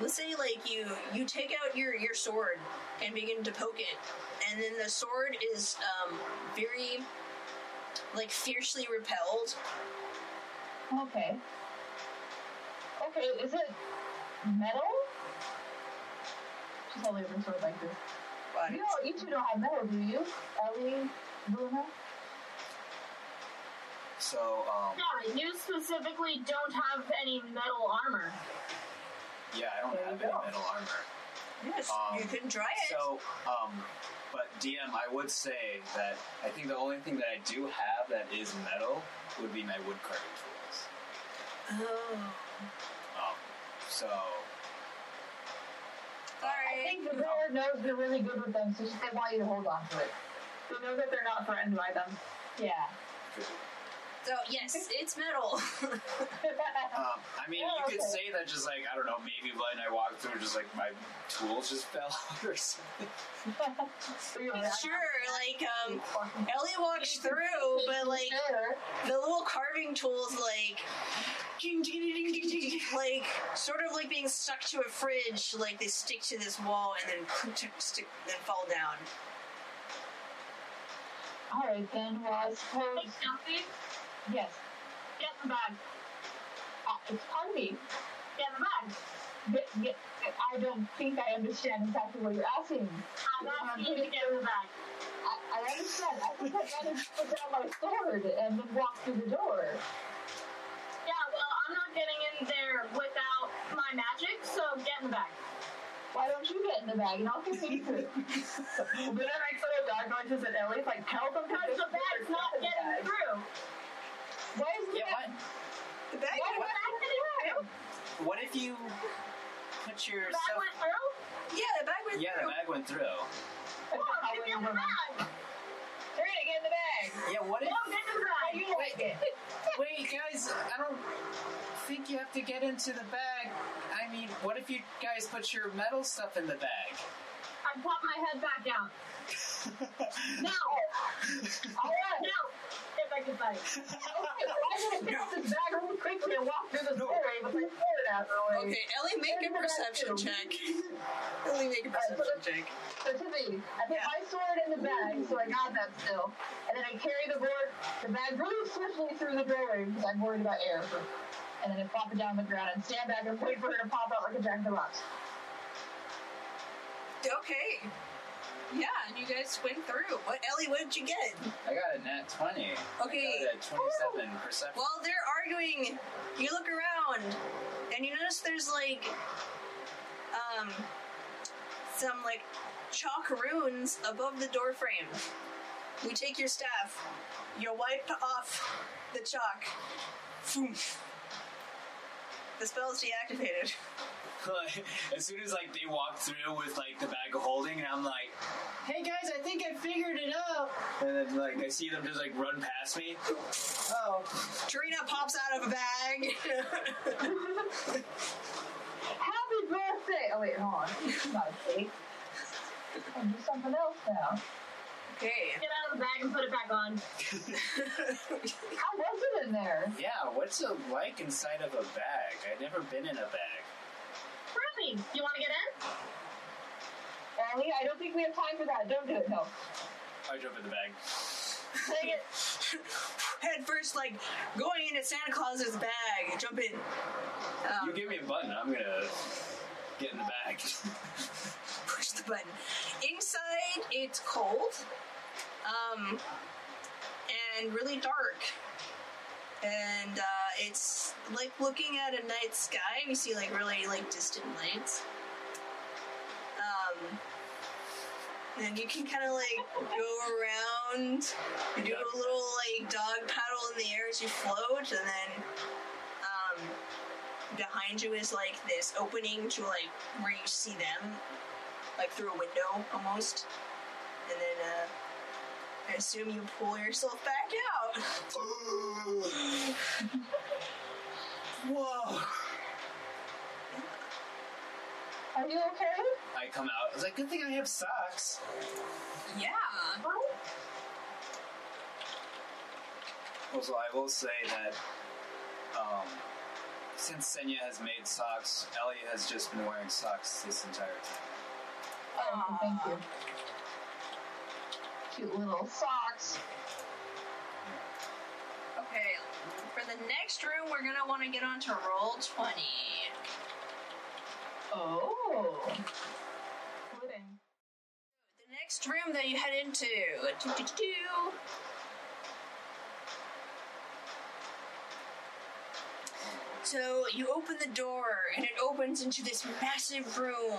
Speaker 2: let's say like you you take out your your sword and begin to poke it and then the sword is um very like fiercely repelled.
Speaker 4: Okay. Okay, is it metal? She's holding her sword like this.
Speaker 2: body.
Speaker 4: You know, you two don't have metal, do you? Ellie, Luna?
Speaker 3: So, um,
Speaker 6: Yeah, you specifically don't have any metal armor.
Speaker 3: yeah, I don't
Speaker 4: There you
Speaker 3: have any
Speaker 4: go.
Speaker 3: metal armor.
Speaker 2: Yes,
Speaker 3: Um,
Speaker 2: you can try it.
Speaker 3: So, um, but DM, I would say that I think the only thing that I do have that is metal would be my wood carving tools.
Speaker 2: oh.
Speaker 3: Um, so,
Speaker 4: I
Speaker 2: Sorry.
Speaker 4: think the girl knows you're really good with them, so she they want you to hold on to it.
Speaker 5: They know that they're not threatened by them.
Speaker 4: Yeah.
Speaker 2: So, yes, it's metal.
Speaker 3: um, I mean,
Speaker 4: Oh,
Speaker 3: you could
Speaker 4: okay.
Speaker 3: say that just like, I don't know, maybe when I walked through, just like my tools just fell out or something.
Speaker 2: sure, like, um, Ellie walks through, Oh, but like,
Speaker 4: Sure.
Speaker 2: the little carving tools like ding, ding, ding, ding, ding, ding, ding, like sort of like being stuck to a fridge like they stick to this wall and then click, tick, stick then fall down
Speaker 4: Alright then, well I
Speaker 6: Like,
Speaker 4: suppose
Speaker 6: nothing.
Speaker 4: yes.
Speaker 6: Get the bag.
Speaker 4: Uh, it's part of me.
Speaker 6: Get the bag.
Speaker 4: But- but I don't think I understand exactly what you're asking.
Speaker 6: I'm asking you to get the bag.
Speaker 4: I, I understand. I think I'd rather put down my sword and then walk through the door.
Speaker 6: Yeah, well, I'm not getting in there without my magic, so get in the bag.
Speaker 4: Why don't you get in the bag and I'll take you through?
Speaker 5: Luna makes little dog noises at Ellie, like, tell them how
Speaker 6: Because the bag's not getting through.
Speaker 4: Why is the
Speaker 3: Yeah, what,
Speaker 4: bag?
Speaker 2: the bag
Speaker 4: Why
Speaker 6: The
Speaker 4: would
Speaker 6: bag didn't through.
Speaker 3: what if you put your
Speaker 6: The bag
Speaker 3: stuff.
Speaker 6: went through.
Speaker 2: yeah the bag was
Speaker 3: Yeah, the
Speaker 2: through.
Speaker 3: bag went through.
Speaker 4: That's a
Speaker 6: Come on,
Speaker 4: highway
Speaker 6: get in the
Speaker 4: woman.
Speaker 6: bag.
Speaker 5: Hurry, get in the bag!
Speaker 3: Yeah, what if.
Speaker 6: No, get in the bag.
Speaker 5: You like it.
Speaker 3: Wait, guys, I don't think you have to get into the bag. I mean, what if you guys put your metal stuff in the bag?
Speaker 6: I pop my head back down. Now,
Speaker 4: Alright.
Speaker 6: now, get back in the bag.
Speaker 4: Okay, well, I gotta pick up this bag real quickly and walk through this doorway with my sword out of the way.
Speaker 2: okay ellie make a perception check ellie make a perception check
Speaker 4: So to me, I put my sword in the bag, so I got that still. And then I carry the board, the bag really swiftly through the doorway because I'm worried about air. And then I plop it down on the ground and stand back and wait for her to pop out like a jack in the box.
Speaker 2: okay yeah and you guys went through what ellie what did you get
Speaker 3: I got a nat 20.
Speaker 2: Okay.
Speaker 3: I got a 27 perception.
Speaker 2: While they're arguing, you look around and you notice there's like um some like chalk runes above the door frame. You take your staff, you wipe off the chalk. Phoom. The spell is deactivated.
Speaker 3: Like, as soon as like they walked through with like the bag of holding, and I'm like, "Hey guys, I think I figured it out." And then like I see them just like run past me. Oh,
Speaker 2: Trina pops out of a bag.
Speaker 4: Happy birthday! Oh wait, hold on. It's not a cake. I'll do something else now.
Speaker 2: okay.
Speaker 6: Get out of the bag and put it back on.
Speaker 4: How was it in there?
Speaker 3: yeah. What's it like inside of a bag? I've never been in a bag.
Speaker 6: Ruby, you want to get in?
Speaker 4: Ellie, I don't think we have time for that. Don't do it. No.
Speaker 3: I jump in the bag.
Speaker 4: Dang it.
Speaker 2: Head first, like going into Santa Claus's bag. Jump in. Um,
Speaker 3: You give me a button, I'm gonna get in the bag.
Speaker 2: push the button. Inside, it's cold, um, and really dark. And uh, it's like looking at a night sky. You see like really like distant lights. Um, and you can kind of like go around. You do a little like dog paddle in the air as you float, and then um, behind you is like this opening to like where you see them like through a window almost and then uh I assume you pull yourself back out.
Speaker 3: Whoa!
Speaker 4: Are you okay?
Speaker 3: I come out. I was like, "Good thing I have socks."
Speaker 2: Yeah.
Speaker 3: Also, I will say that um, since Senya has made socks, Ellie has just been wearing socks this entire time.
Speaker 4: Oh, thank you. Cute little socks.
Speaker 2: Okay. For the next room, we're gonna want to get on to roll twenty.
Speaker 4: Oh.
Speaker 2: The next room that you head into. Do-do-do-do. So you open the door, and it opens into this massive room.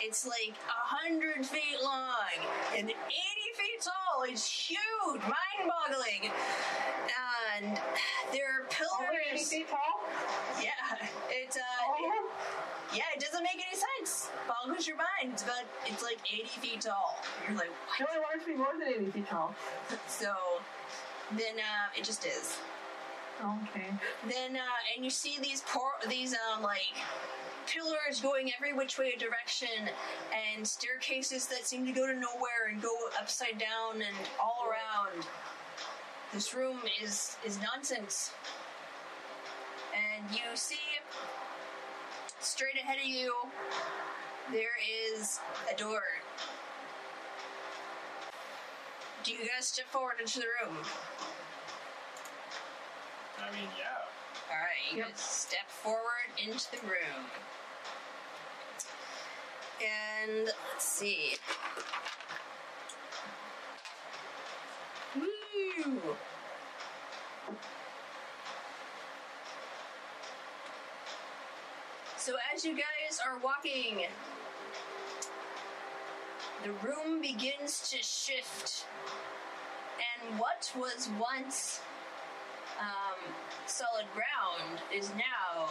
Speaker 2: It's like a hundred feet long and eighty feet tall. It's huge, mind-boggling, and there are
Speaker 5: Only eighty
Speaker 2: pillars.
Speaker 5: feet Oh, tall?
Speaker 2: Yeah, it's uh,
Speaker 4: Oh,
Speaker 2: yeah, it doesn't make any sense. Boggles your mind. It's about it's like eighty feet tall. You're like, what?
Speaker 5: No, I want it to be more than eighty feet tall.
Speaker 2: So then uh, it just is.
Speaker 5: Okay.
Speaker 2: Then uh, and you see these por- these um like pillars going every which way direction and staircases that seem to go to nowhere and go upside down and all around. This room is is nonsense. And you see straight ahead of you there is a door. Do you guys step forward into the room?
Speaker 3: I mean, yeah.
Speaker 2: All right, you
Speaker 5: Yep.
Speaker 2: guys step forward into the room. And let's see. Woo! So as you guys are walking, the room begins to shift. And what was once um, solid ground is now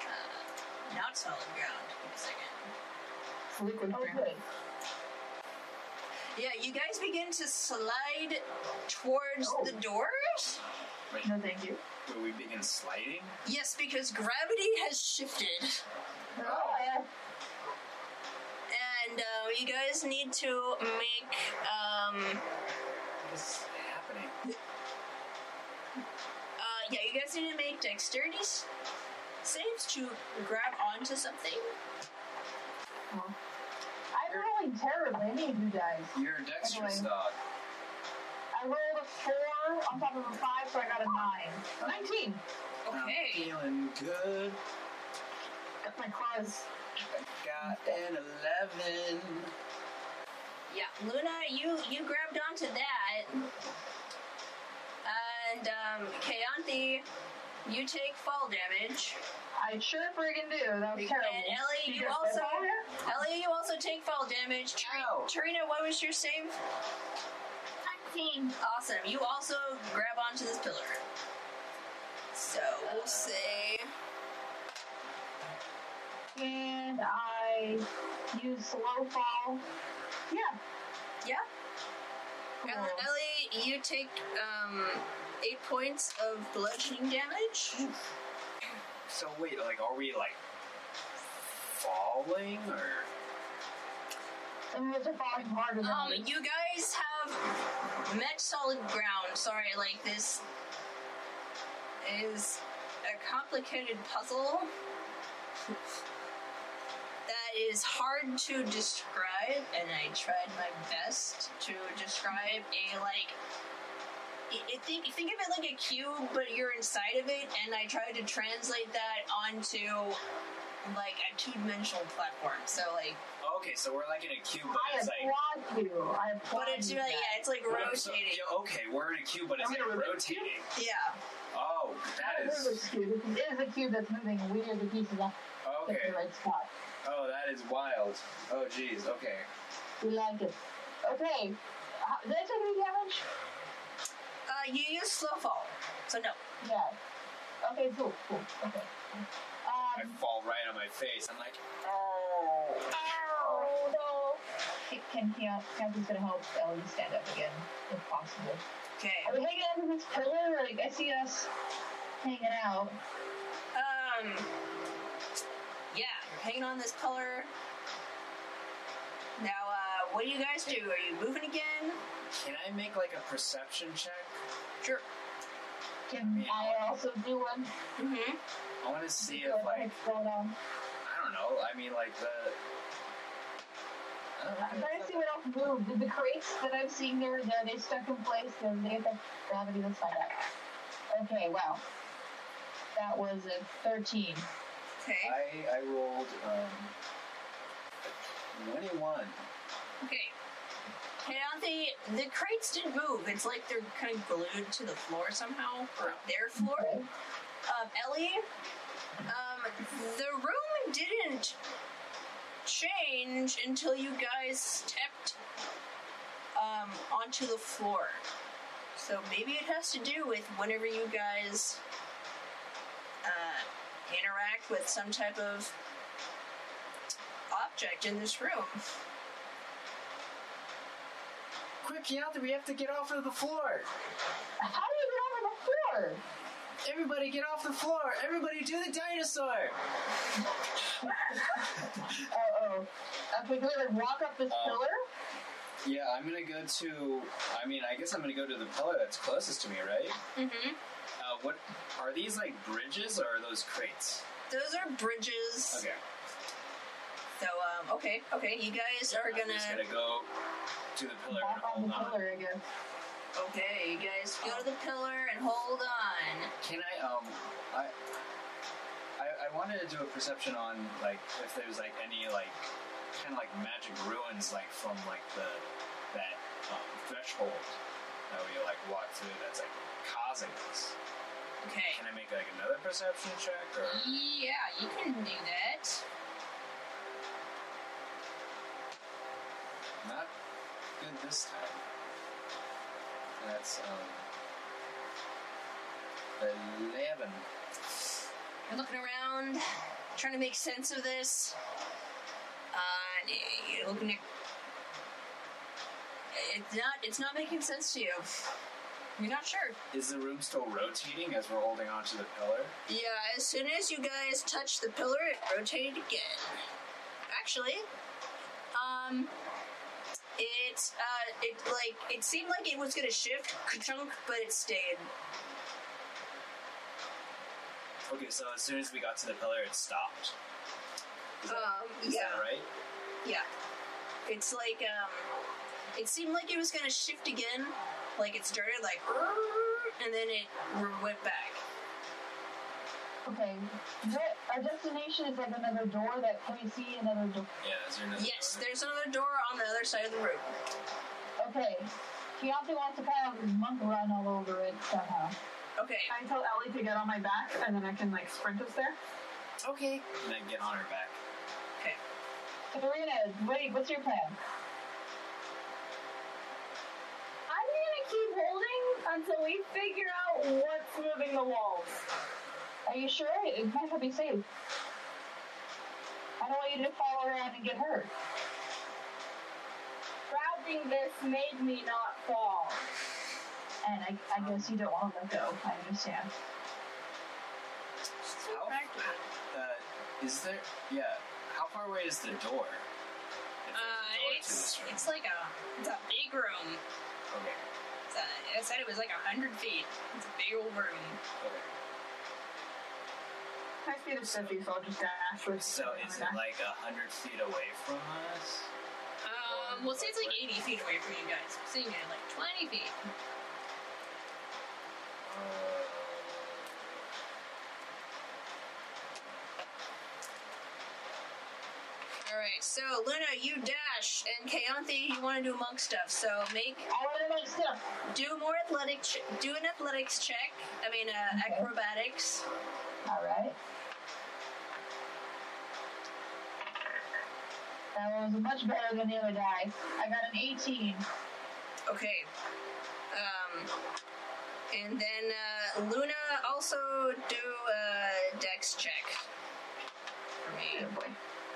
Speaker 2: uh, not solid ground. Wait a second.
Speaker 5: It's liquid
Speaker 4: Oh,
Speaker 5: ground.
Speaker 4: good.
Speaker 2: Yeah, you guys begin to slide towards
Speaker 5: Oh.
Speaker 2: the doors.
Speaker 3: Wait,
Speaker 5: No, thank you.
Speaker 3: will we begin sliding?
Speaker 2: Yes, because gravity has shifted,
Speaker 5: Oh, yeah.
Speaker 2: and uh, you guys need to make. Um,
Speaker 3: What is happening?
Speaker 2: uh, yeah, you guys need to make dexterity s- saves to grab onto something.
Speaker 4: I'm rolling terribly. I need you guys.
Speaker 3: You're a dexterous
Speaker 4: Anyway.
Speaker 3: dog.
Speaker 4: I rolled a four on top of a five, so I got a nine. Nineteen.
Speaker 2: Okay.
Speaker 3: I'm feeling good.
Speaker 4: Got my claws.
Speaker 3: Got an 11.
Speaker 2: Yeah, Luna, you you grabbed onto that, and um, Kayanthi, you take fall damage,
Speaker 4: I sure friggin' do. That was
Speaker 2: and
Speaker 4: terrible.
Speaker 2: Ellie,
Speaker 4: Did
Speaker 2: you
Speaker 4: get
Speaker 2: also
Speaker 4: that far?
Speaker 2: Ellie, you also take fall damage.
Speaker 3: Ow.
Speaker 2: Tri- Trina, what was your save?
Speaker 6: 19.
Speaker 2: Awesome. You also grab onto this pillar. So we'll say
Speaker 4: and I use slow fall. Yeah.
Speaker 2: yeah.
Speaker 4: Cool.
Speaker 2: Ellie, Ellie, you take um, eight points of bludgeoning damage.
Speaker 3: So, wait, like, are we, like, falling or.
Speaker 4: Some of us are falling harder than
Speaker 2: Um,
Speaker 4: others.
Speaker 2: you guys have met solid ground. Sorry, like this is a complicated puzzle that is hard to describe, and I tried my best to describe a like. I- I think think of it like a cube, but you're inside of it, and I tried to translate that onto like a two-dimensional platform. So like,
Speaker 3: Okay, so we're, like, in a cube, but
Speaker 4: I
Speaker 3: it's like.
Speaker 4: applaud you. I applaud
Speaker 2: but it's
Speaker 4: you.
Speaker 2: really
Speaker 4: guys.
Speaker 2: yeah, it's like
Speaker 3: We're- so-
Speaker 2: rotating.
Speaker 3: yeah, okay, we're in a cube, but it's
Speaker 5: I'm
Speaker 3: like
Speaker 5: gonna remove
Speaker 3: rotating.
Speaker 2: Yeah.
Speaker 3: Oh, that
Speaker 4: This
Speaker 3: is
Speaker 4: is cute. This is a cube that's moving weird. The pieces up in
Speaker 3: okay.
Speaker 4: the right spot.
Speaker 3: Oh, that is wild. Oh, jeez. Okay.
Speaker 4: We like it. Okay. How- Did I take any damage?
Speaker 2: Uh, you use slow fall, so no.
Speaker 4: Yeah. Okay, cool, cool. Okay.
Speaker 3: I
Speaker 4: Um, uh,
Speaker 3: fall right on my face. I'm like,
Speaker 4: Ow, oh, no. Can Campy's gonna help Ellie stand up again, if possible. Are
Speaker 2: Okay.
Speaker 4: we hanging out with this pillar? Like, I see us hanging out.
Speaker 2: Um. Yeah, you're hanging on this pillar. Now, uh, what do you guys do? Are you moving again?
Speaker 3: can I make like a perception check?
Speaker 2: Sure.
Speaker 4: Can I also do one?
Speaker 2: Mm-hmm.
Speaker 3: I want to see
Speaker 4: Or,
Speaker 3: if like
Speaker 4: what's going on?
Speaker 3: I don't know. I mean, like the. I don't know.
Speaker 4: I'm trying to see what else moved. Did the crates that I've seen there, are they stuck in place? Does they affect gravity? Let's find out. Okay, wow. That was a 13.
Speaker 2: Okay.
Speaker 3: I I rolled um, 21.
Speaker 2: Okay. Kayanthi, the crates didn't move. It's like they're kind of glued to the floor somehow, or their floor. Um, Ellie, um, the room didn't change until you guys stepped um, onto the floor. So maybe it has to do with whenever you guys uh, interact with some type of object in this room.
Speaker 3: Quick, Keanu, we have to get off of the floor.
Speaker 4: How do you get over the floor?
Speaker 3: Everybody get off the floor. Everybody do the dinosaur.
Speaker 4: Uh oh. If we go like walk up this
Speaker 3: Oh.
Speaker 4: pillar,
Speaker 3: Yeah, I'm gonna go to. I mean, I guess I'm gonna go to the pillar that's closest to me, right?
Speaker 2: Mm-hmm.
Speaker 3: Uh, what are these like bridges or are those crates?
Speaker 2: Those are bridges.
Speaker 3: Okay,
Speaker 2: So, um, okay, okay, you guys are
Speaker 3: I'm
Speaker 2: gonna.
Speaker 3: just gonna go to the pillar and
Speaker 4: walk on
Speaker 3: hold
Speaker 4: the
Speaker 3: on.
Speaker 4: pillar, I guess.
Speaker 2: Okay, you guys go to the pillar and hold on.
Speaker 3: Can I um, I, I I wanted to do a perception on like if there's like any like kind of like magic ruins like from like the that um, threshold that we like walk through that's like causing this.
Speaker 2: Okay.
Speaker 3: Can I make like another perception check or?
Speaker 2: Yeah, you can do that.
Speaker 3: Not good this time. That's um eleven.
Speaker 2: You're looking around, trying to make sense of this. Uh, you're looking at. It's not. It's not making sense to you. You're not sure.
Speaker 3: Is the room still rotating as we're holding onto the pillar?
Speaker 2: Yeah, as soon as you guys touch the pillar, it rotated again. Actually, um, it's uh, it like it seemed like it was gonna shift, ka-chunk, but it stayed.
Speaker 3: Okay, so as soon as we got to the pillar, it stopped. Is that,
Speaker 2: Um,
Speaker 3: is
Speaker 2: yeah,
Speaker 3: that right?
Speaker 2: yeah. It's like um, it seemed like it was gonna shift again, like it started like, and then it went back.
Speaker 4: Okay. What, our destination is like another door that can we see another door?
Speaker 3: Yeah, is there another
Speaker 2: Yes,
Speaker 3: door?
Speaker 2: there's another door on the other side of the room.
Speaker 4: Okay. Keontae wants to kind of monk run all over it somehow.
Speaker 2: Okay.
Speaker 5: I tell Ellie to get on my back, and then I can like sprint us there.
Speaker 3: Okay. And then get on her back.
Speaker 4: Serena, wait, what's your plan?
Speaker 6: I'm gonna keep holding until we figure out what's moving the walls.
Speaker 4: Are you sure? It might not be safe. I don't want you to follow around and get hurt.
Speaker 6: Grabbing this made me not fall.
Speaker 4: And I, I guess you don't want to let go. I understand.
Speaker 3: How, uh, is there? Yeah. How far away is the door? If there's a door
Speaker 2: Uh,
Speaker 3: to
Speaker 2: it's
Speaker 3: this room.
Speaker 2: it's like a it's a big room.
Speaker 3: okay.
Speaker 2: It's, uh, I said it was like a hundred feet. It's a big old room.
Speaker 3: Okay.
Speaker 5: My speed is 50, so I'll just dash. with-
Speaker 3: So is it like a hundred feet away from us?
Speaker 2: Um, well, say it's like eighty feet away from you guys. So you get like twenty feet.
Speaker 3: Uh,
Speaker 2: All right. So Luna, you dash, and Kayanthi, you want to do monk stuff. So make
Speaker 4: I want to know stuff.
Speaker 2: do more athletic. Ch- do an athletics check. I mean, uh,
Speaker 4: Okay.
Speaker 2: acrobatics.
Speaker 4: All right. That was much better than the other guy. I got an 18.
Speaker 2: Okay. Um, and then uh, Luna also do a dex check for me,
Speaker 5: Oh boy.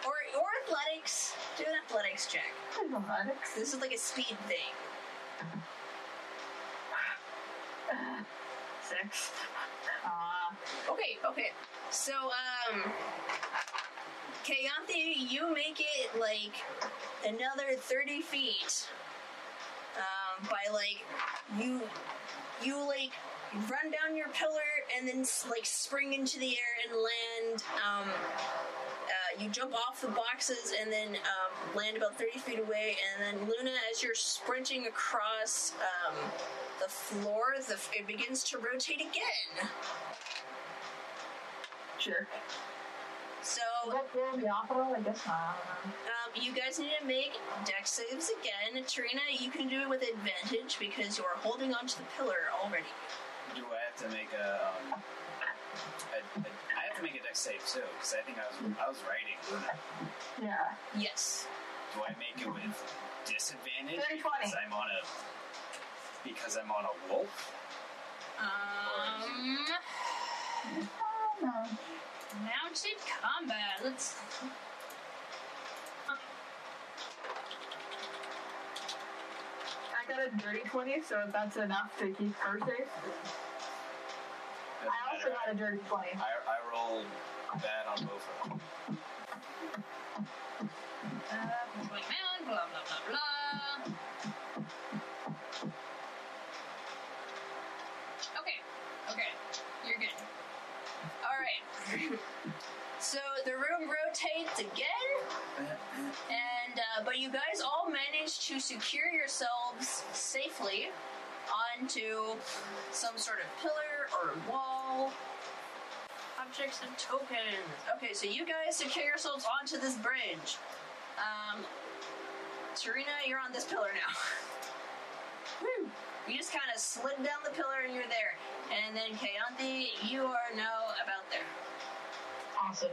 Speaker 2: or or athletics. Do an athletics check.
Speaker 5: Athletics.
Speaker 2: This is like a speed thing.
Speaker 5: Six. Ah.
Speaker 2: Uh, Okay, okay. So, um, Kayanthi, you make it like another 30 feet. Um, by like, you, you like run down your pillar and then s- like spring into the air and land. Um, uh, you jump off the boxes and then um, land about 30 feet away. And then Luna, as you're sprinting across um, the floor, the, f- it begins to rotate again.
Speaker 5: Sure.
Speaker 2: So
Speaker 4: What threw me off? I guess not. I don't know.
Speaker 2: um, you guys need to make deck saves again. Trina, you can do it with advantage because you are holding onto the pillar already.
Speaker 3: Do I have to make a? Um, a, a I have to make a deck save too because I think I was I was writing. wasn't I?
Speaker 4: Yeah.
Speaker 2: Yes.
Speaker 3: Do I make it with disadvantage?
Speaker 4: Dirty 20.
Speaker 3: Because I'm on a because I'm on a wolf.
Speaker 6: Um,
Speaker 4: Oh, I don't know.
Speaker 6: mounted combat. Let's.
Speaker 4: I got a dirty 20, so if that's enough to keep her safe.
Speaker 3: Doesn't
Speaker 4: I also
Speaker 3: matter.
Speaker 4: got a dirty 20.
Speaker 3: I, I roll bad on both of them.
Speaker 6: Uh, point mound, blah, blah, blah, blah. Okay, okay. You're good.
Speaker 2: All right. so the room rotates again, and uh, but you guys all manage to secure yourselves safely onto some sort of pillar or wall. Objects and tokens. Okay, so you guys secure yourselves onto this bridge. Um, Serena, you're on this pillar now.
Speaker 3: Hmm.
Speaker 2: Woo. You just kind of slid down the pillar and you're there. And then Kayanthi, you are now about there.
Speaker 4: Awesome.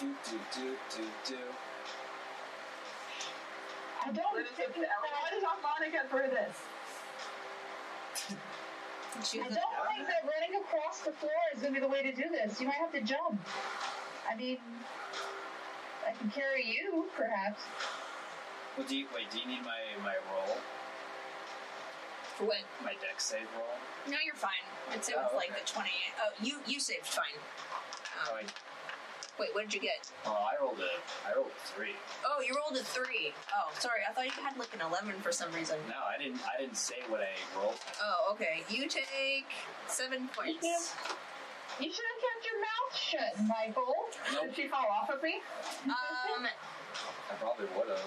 Speaker 3: Do do do do do.
Speaker 4: I don't
Speaker 5: Where does it
Speaker 4: think
Speaker 5: fit?
Speaker 4: I is on Monica for this.
Speaker 2: She's
Speaker 4: I
Speaker 2: the-
Speaker 4: don't think that running across the floor is going to be the way to do this. You might have to jump. I mean, I can carry you, perhaps.
Speaker 3: Well, do you, wait, do you need my my roll?
Speaker 2: What?
Speaker 3: My deck save roll?
Speaker 2: No, you're fine. It's it was
Speaker 3: Oh,
Speaker 2: like
Speaker 3: okay.
Speaker 2: the twenty. Oh, you you saved fine.
Speaker 3: Oh,
Speaker 2: Um,
Speaker 3: I,
Speaker 2: wait, what did you get?
Speaker 3: well, I rolled a I rolled a three.
Speaker 2: Oh, you rolled a three. Oh, sorry. I thought you had like an eleven for some reason.
Speaker 3: No, I didn't. I didn't say what I rolled.
Speaker 2: Oh, okay. You take seven points.
Speaker 4: You should have kept your mouth shut, Michael.
Speaker 3: Nope.
Speaker 4: Did she fall off of me?
Speaker 2: Um,
Speaker 3: I probably would have.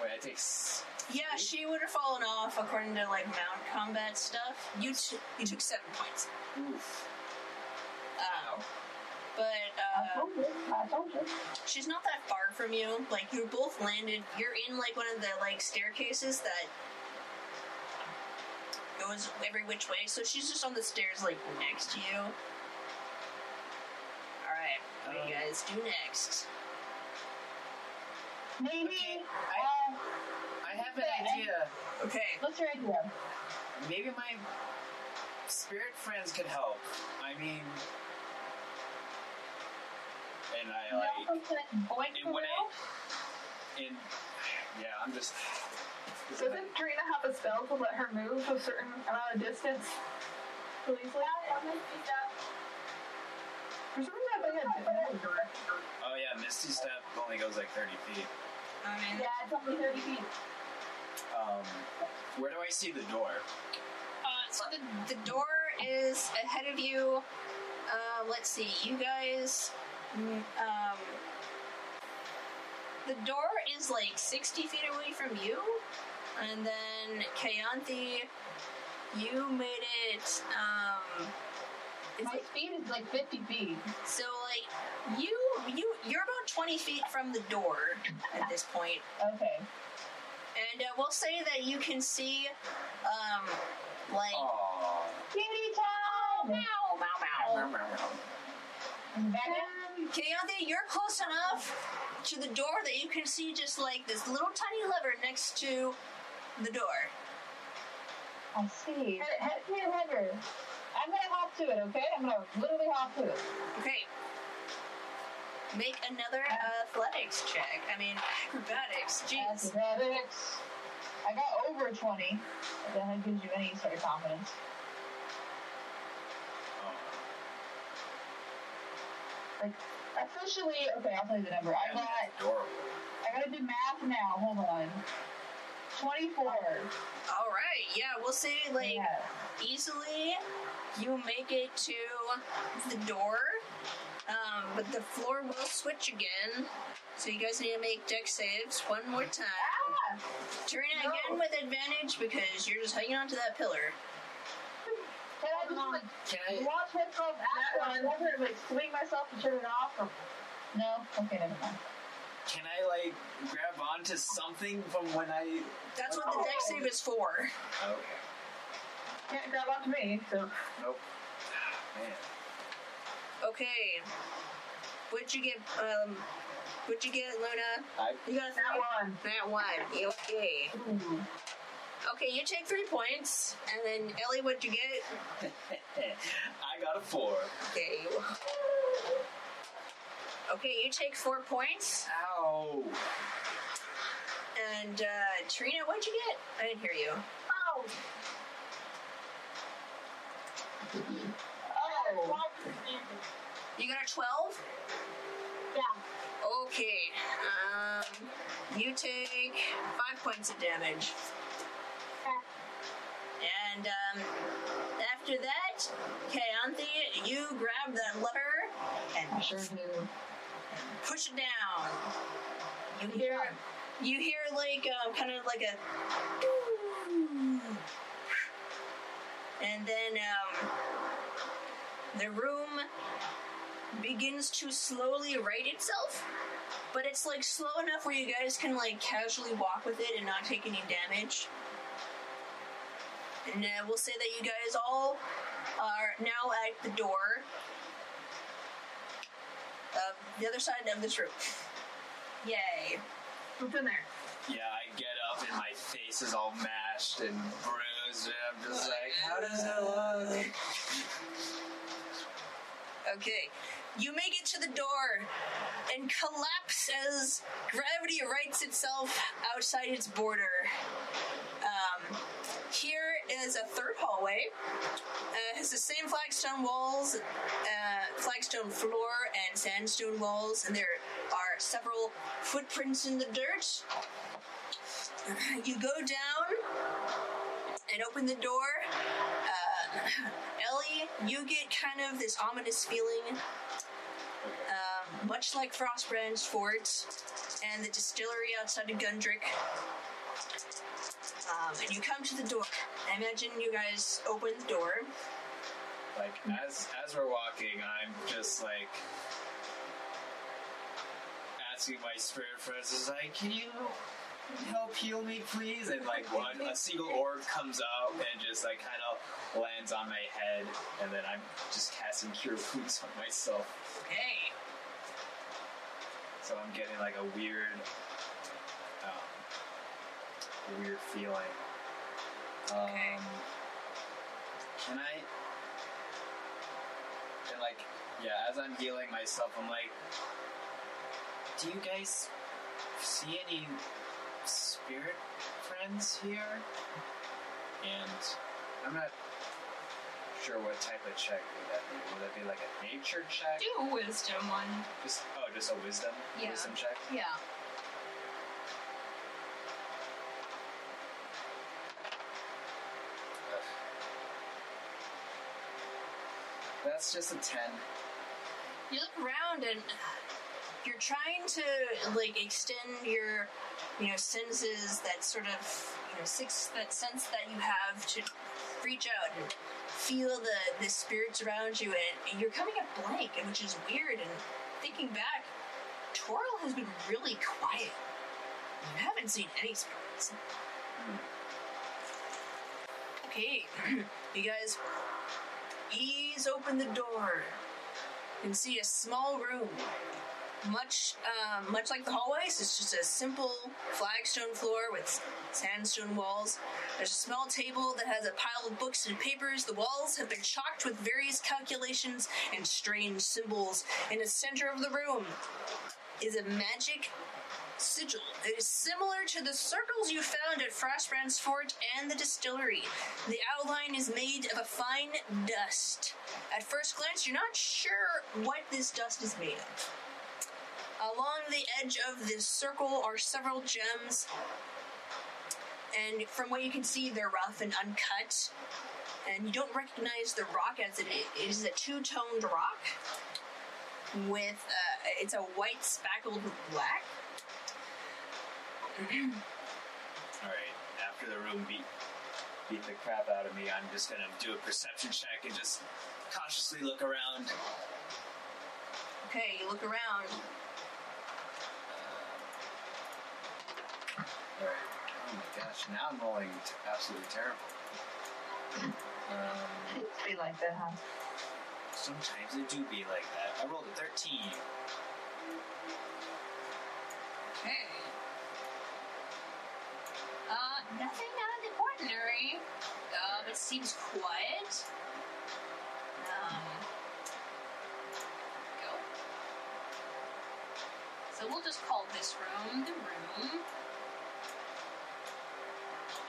Speaker 3: Wait, I take. S-
Speaker 2: yeah, she would have fallen off according to like mount combat stuff. You t- you took seven points.
Speaker 3: oof.
Speaker 2: Um, but uh,
Speaker 4: you. I told you.
Speaker 2: She's not that far from you. Like you both landed. You're in like one of the like staircases that goes every which way. So she's just on the stairs like next to you. All right, what do you
Speaker 3: Um,
Speaker 2: guys do next?
Speaker 4: Maybe.
Speaker 3: Okay,
Speaker 4: Uh,
Speaker 3: I have an idea.
Speaker 2: Okay.
Speaker 4: what's your idea?
Speaker 3: Maybe my spirit friends could help. I mean, and I
Speaker 4: You
Speaker 3: like.
Speaker 4: also put Boink
Speaker 3: And when
Speaker 4: Below?
Speaker 3: I, and yeah, I'm just.
Speaker 5: Doesn't Trina have a spell to let her move a certain amount of distance? Please, For some reason, I think I did.
Speaker 3: Oh yeah, Misty Step only goes like 30 feet.
Speaker 2: I mean,
Speaker 4: Yeah, it's only 30 feet.
Speaker 3: Um, where do I see the door?
Speaker 2: uh, so the the door is ahead of you. Uh, let's see. You guys. Um, the door is like 60 feet away from you. And then Kayanthi, you made it. Um, is
Speaker 4: My
Speaker 2: it-
Speaker 4: speed is like 50 feet.
Speaker 2: so like you you you're about 20 feet from the door at this point.
Speaker 4: Okay.
Speaker 2: And uh, we'll say that you can see, um, like
Speaker 3: Oh.
Speaker 4: Kitty time!
Speaker 6: Meow, meow, meow.
Speaker 4: And back in.
Speaker 2: Kayanthe, you're close enough to the door that you can see just like this little tiny lever next to the door.
Speaker 4: I see. Hey, hey, hey, Heather. I'm gonna hop to it, okay? I'm gonna literally hop to it.
Speaker 2: Okay. Make another athletics check. I mean, acrobatics. Jeez.
Speaker 4: Athletics. I got over 20. But then that gives you any sort of confidence. Officially, okay, I'll tell you the number. I got,
Speaker 3: Door.
Speaker 4: I gotta do math now. Hold on. 24.
Speaker 2: All right. Yeah, we'll say like
Speaker 4: Yeah.
Speaker 2: easily you make it to the door, um, but the floor will switch again. So you guys need to make deck saves one more time.
Speaker 4: Ah!
Speaker 2: Tarina again with advantage because you're just hanging on to that pillar.
Speaker 4: Can I
Speaker 5: was just like,
Speaker 3: Can I?
Speaker 5: watch my call that
Speaker 4: That
Speaker 5: one. I wasn't like swing myself and turn it off. Or,
Speaker 4: No? Okay, never mind.
Speaker 3: Can I like grab onto something from when I?
Speaker 2: That's what the deck save is for.
Speaker 3: Okay.
Speaker 5: can't grab onto me, so.
Speaker 3: Nope. Ah, Man.
Speaker 2: Okay. What'd you get? Um, what'd you get, Luna?
Speaker 3: I
Speaker 2: You got
Speaker 5: That
Speaker 2: a three?
Speaker 5: one.
Speaker 2: That one. Okay. Okay, you take three points, and then Ellie, what'd you get?
Speaker 3: I got a four.
Speaker 2: Okay. Okay, you take four points,
Speaker 3: Ow.
Speaker 2: and uh, Trina, what'd you get? I didn't hear you.
Speaker 6: Oh,
Speaker 5: Oh.
Speaker 2: You got a twelve.
Speaker 6: yeah.
Speaker 2: Okay. Um, you take five points of damage. And um, after that, Kayanthi, you grab that lever
Speaker 4: I
Speaker 2: and
Speaker 4: sure do.
Speaker 2: push it down. You hear, you hear like um, kind of like a, and then um, the room begins to slowly right itself. But it's like slow enough where you guys can like casually walk with it and not take any damage. And uh, we'll say that you guys all are now at the door of the other side of this room. Yay.
Speaker 5: What's in there?
Speaker 3: Yeah, I get up and my face is all mashed and bruised, and I'm just like, how does that look?
Speaker 2: Okay. You make it to the door and collapse as gravity rights itself outside its border. Um, here is a third hallway. Uh, it has the same flagstone walls, uh, flagstone floor, and sandstone walls, and there are several footprints in the dirt. Uh, You go down and open the door. Ellie, you get kind of this ominous feeling, um, much like Frostbrand's fort and the distillery outside of Gundrick. Um, and you come to the door. I imagine you guys open the door.
Speaker 3: Like as as we're walking, I'm just like asking my spirit friends, is like, can you help heal me, please? And like one a single orb comes out and just like kind of lands on my head, and then I'm just casting cure wounds on myself.
Speaker 2: Okay.
Speaker 3: So I'm getting like a weird, um, a um, weird feeling.
Speaker 2: Okay.
Speaker 3: Um, can I? And like, yeah, as I'm healing myself, I'm like, do you guys see any spirit friends here? And I'm not sure what type of check would that be. Would that be like a nature check?
Speaker 6: Do a wisdom one.
Speaker 3: Just oh, just a wisdom,
Speaker 6: Yeah.
Speaker 3: wisdom check.
Speaker 6: Yeah.
Speaker 3: That's just a ten.
Speaker 2: You look around and uh, you're trying to like extend your, you know, senses that sort of you know six that sense that you have to reach out and feel the the spirits around you, and, and you're coming up blank, and which is weird. And thinking back, Toril has been really quiet. You haven't seen any spirits. Okay, you guys ease open the door and see a small room. Much, um, much like the hallways, it's just a simple flagstone floor with sandstone walls. There's a small table that has a pile of books and papers. The walls have been chalked with various calculations and strange symbols. In the center of the room is a magic sigil. It is similar to the circles you found at Frostbrand's Fort and the distillery. The outline is made of a fine dust. At first glance, you're not sure what this dust is made of. Along the edge of this circle are several gems, and from what you can see, they're rough and uncut. And you don't recognize the rock as it is. It is a two toned rock with uh, it's a white spackled with black.
Speaker 3: All right. After the room beat, beat the crap out of me, I'm just gonna do a perception check and just cautiously look around.
Speaker 2: Okay, you look around.
Speaker 3: Alright. Oh my gosh, now I'm rolling t- absolutely terrible. Um,
Speaker 4: Be like that, huh?
Speaker 3: sometimes it do be like that. I rolled a 13.
Speaker 2: Okay. Uh, nothing out of the ordinary. Um, it seems quiet. Um, go. So we'll just call this room the room.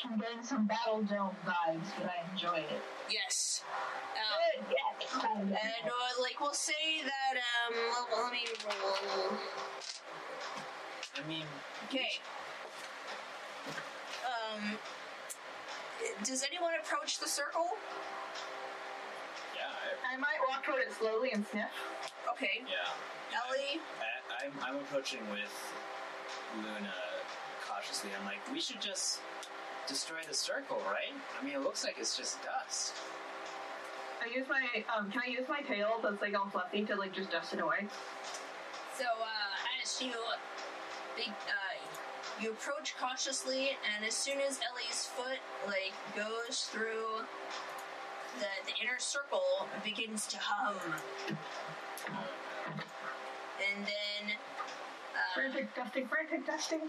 Speaker 4: I'm getting some Battle Dome vibes, but I enjoy it.
Speaker 2: Yes. Um,
Speaker 4: Good, yes. Battle Dome.
Speaker 2: and uh, like we'll say that. Um, well, let me roll.
Speaker 3: I mean,
Speaker 2: Okay. Um, does anyone approach the circle?
Speaker 3: yeah, I,
Speaker 5: I might walk toward it slowly and sniff.
Speaker 2: Okay.
Speaker 3: yeah.
Speaker 2: Ellie.
Speaker 3: I, I'm, I'm approaching with Luna cautiously. I'm like, we should just destroy the circle, right? I mean, it looks like it's just dust.
Speaker 5: I use my um. Can I use my tail that's like all fluffy to like just dust it away?
Speaker 2: So uh, as you big, uh, you approach cautiously, and as soon as Ellie's foot like goes through the, the inner circle, it begins to hum, and then uh,
Speaker 5: Frantic dusting. Frantic dusting.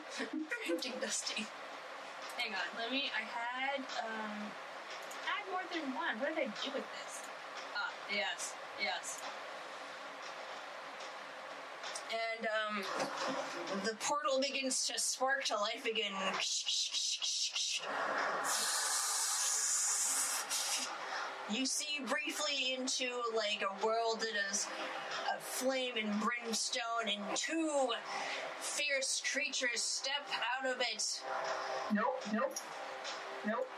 Speaker 2: Ding dusty. Hang on, let me. I had um, I had more than one. What did I do with this? Ah, yes, yes. And um, the portal begins to spark to life again. You see briefly into like a world that is of flame and brimstone, and two fierce creatures step out of it.
Speaker 5: Nope. Nope. Nope.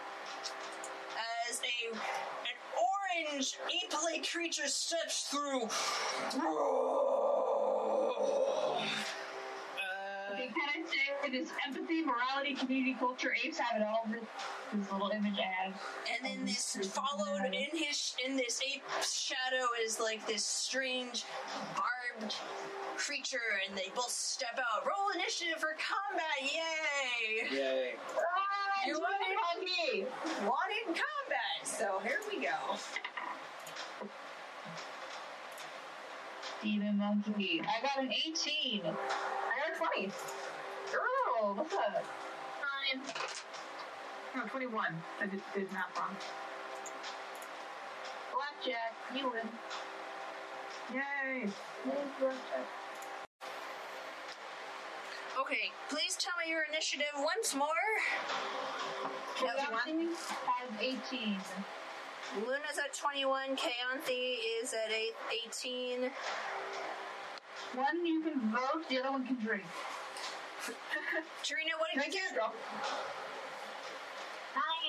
Speaker 2: as a an orange ape-like creature steps through.
Speaker 4: Okay, can I say it is empathy, morality, community, culture, apes have it all. This, this little image I have.
Speaker 2: And then this followed in his in this ape's shadow is like this strange barbed creature, and they both step out. Roll initiative for combat! Yay!
Speaker 3: Yay.
Speaker 4: Ah,
Speaker 2: You
Speaker 4: you
Speaker 2: want it?
Speaker 4: on me!
Speaker 2: Wanted combat. So here we go.
Speaker 4: Demon monkey. I got an 18.
Speaker 5: I got twenty. Girl, what's up?
Speaker 6: Fine.
Speaker 5: No, 21. I did, did math wrong.
Speaker 4: Blackjack, you win.
Speaker 5: Yay!
Speaker 2: Okay, please tell me your initiative once more.
Speaker 4: Chaotic has 18.
Speaker 2: Luna's at 21, Kaonthi is at eight, 18.
Speaker 4: One you can vote, the other one can drink.
Speaker 2: Tarina, what did you
Speaker 5: Thank you, girl.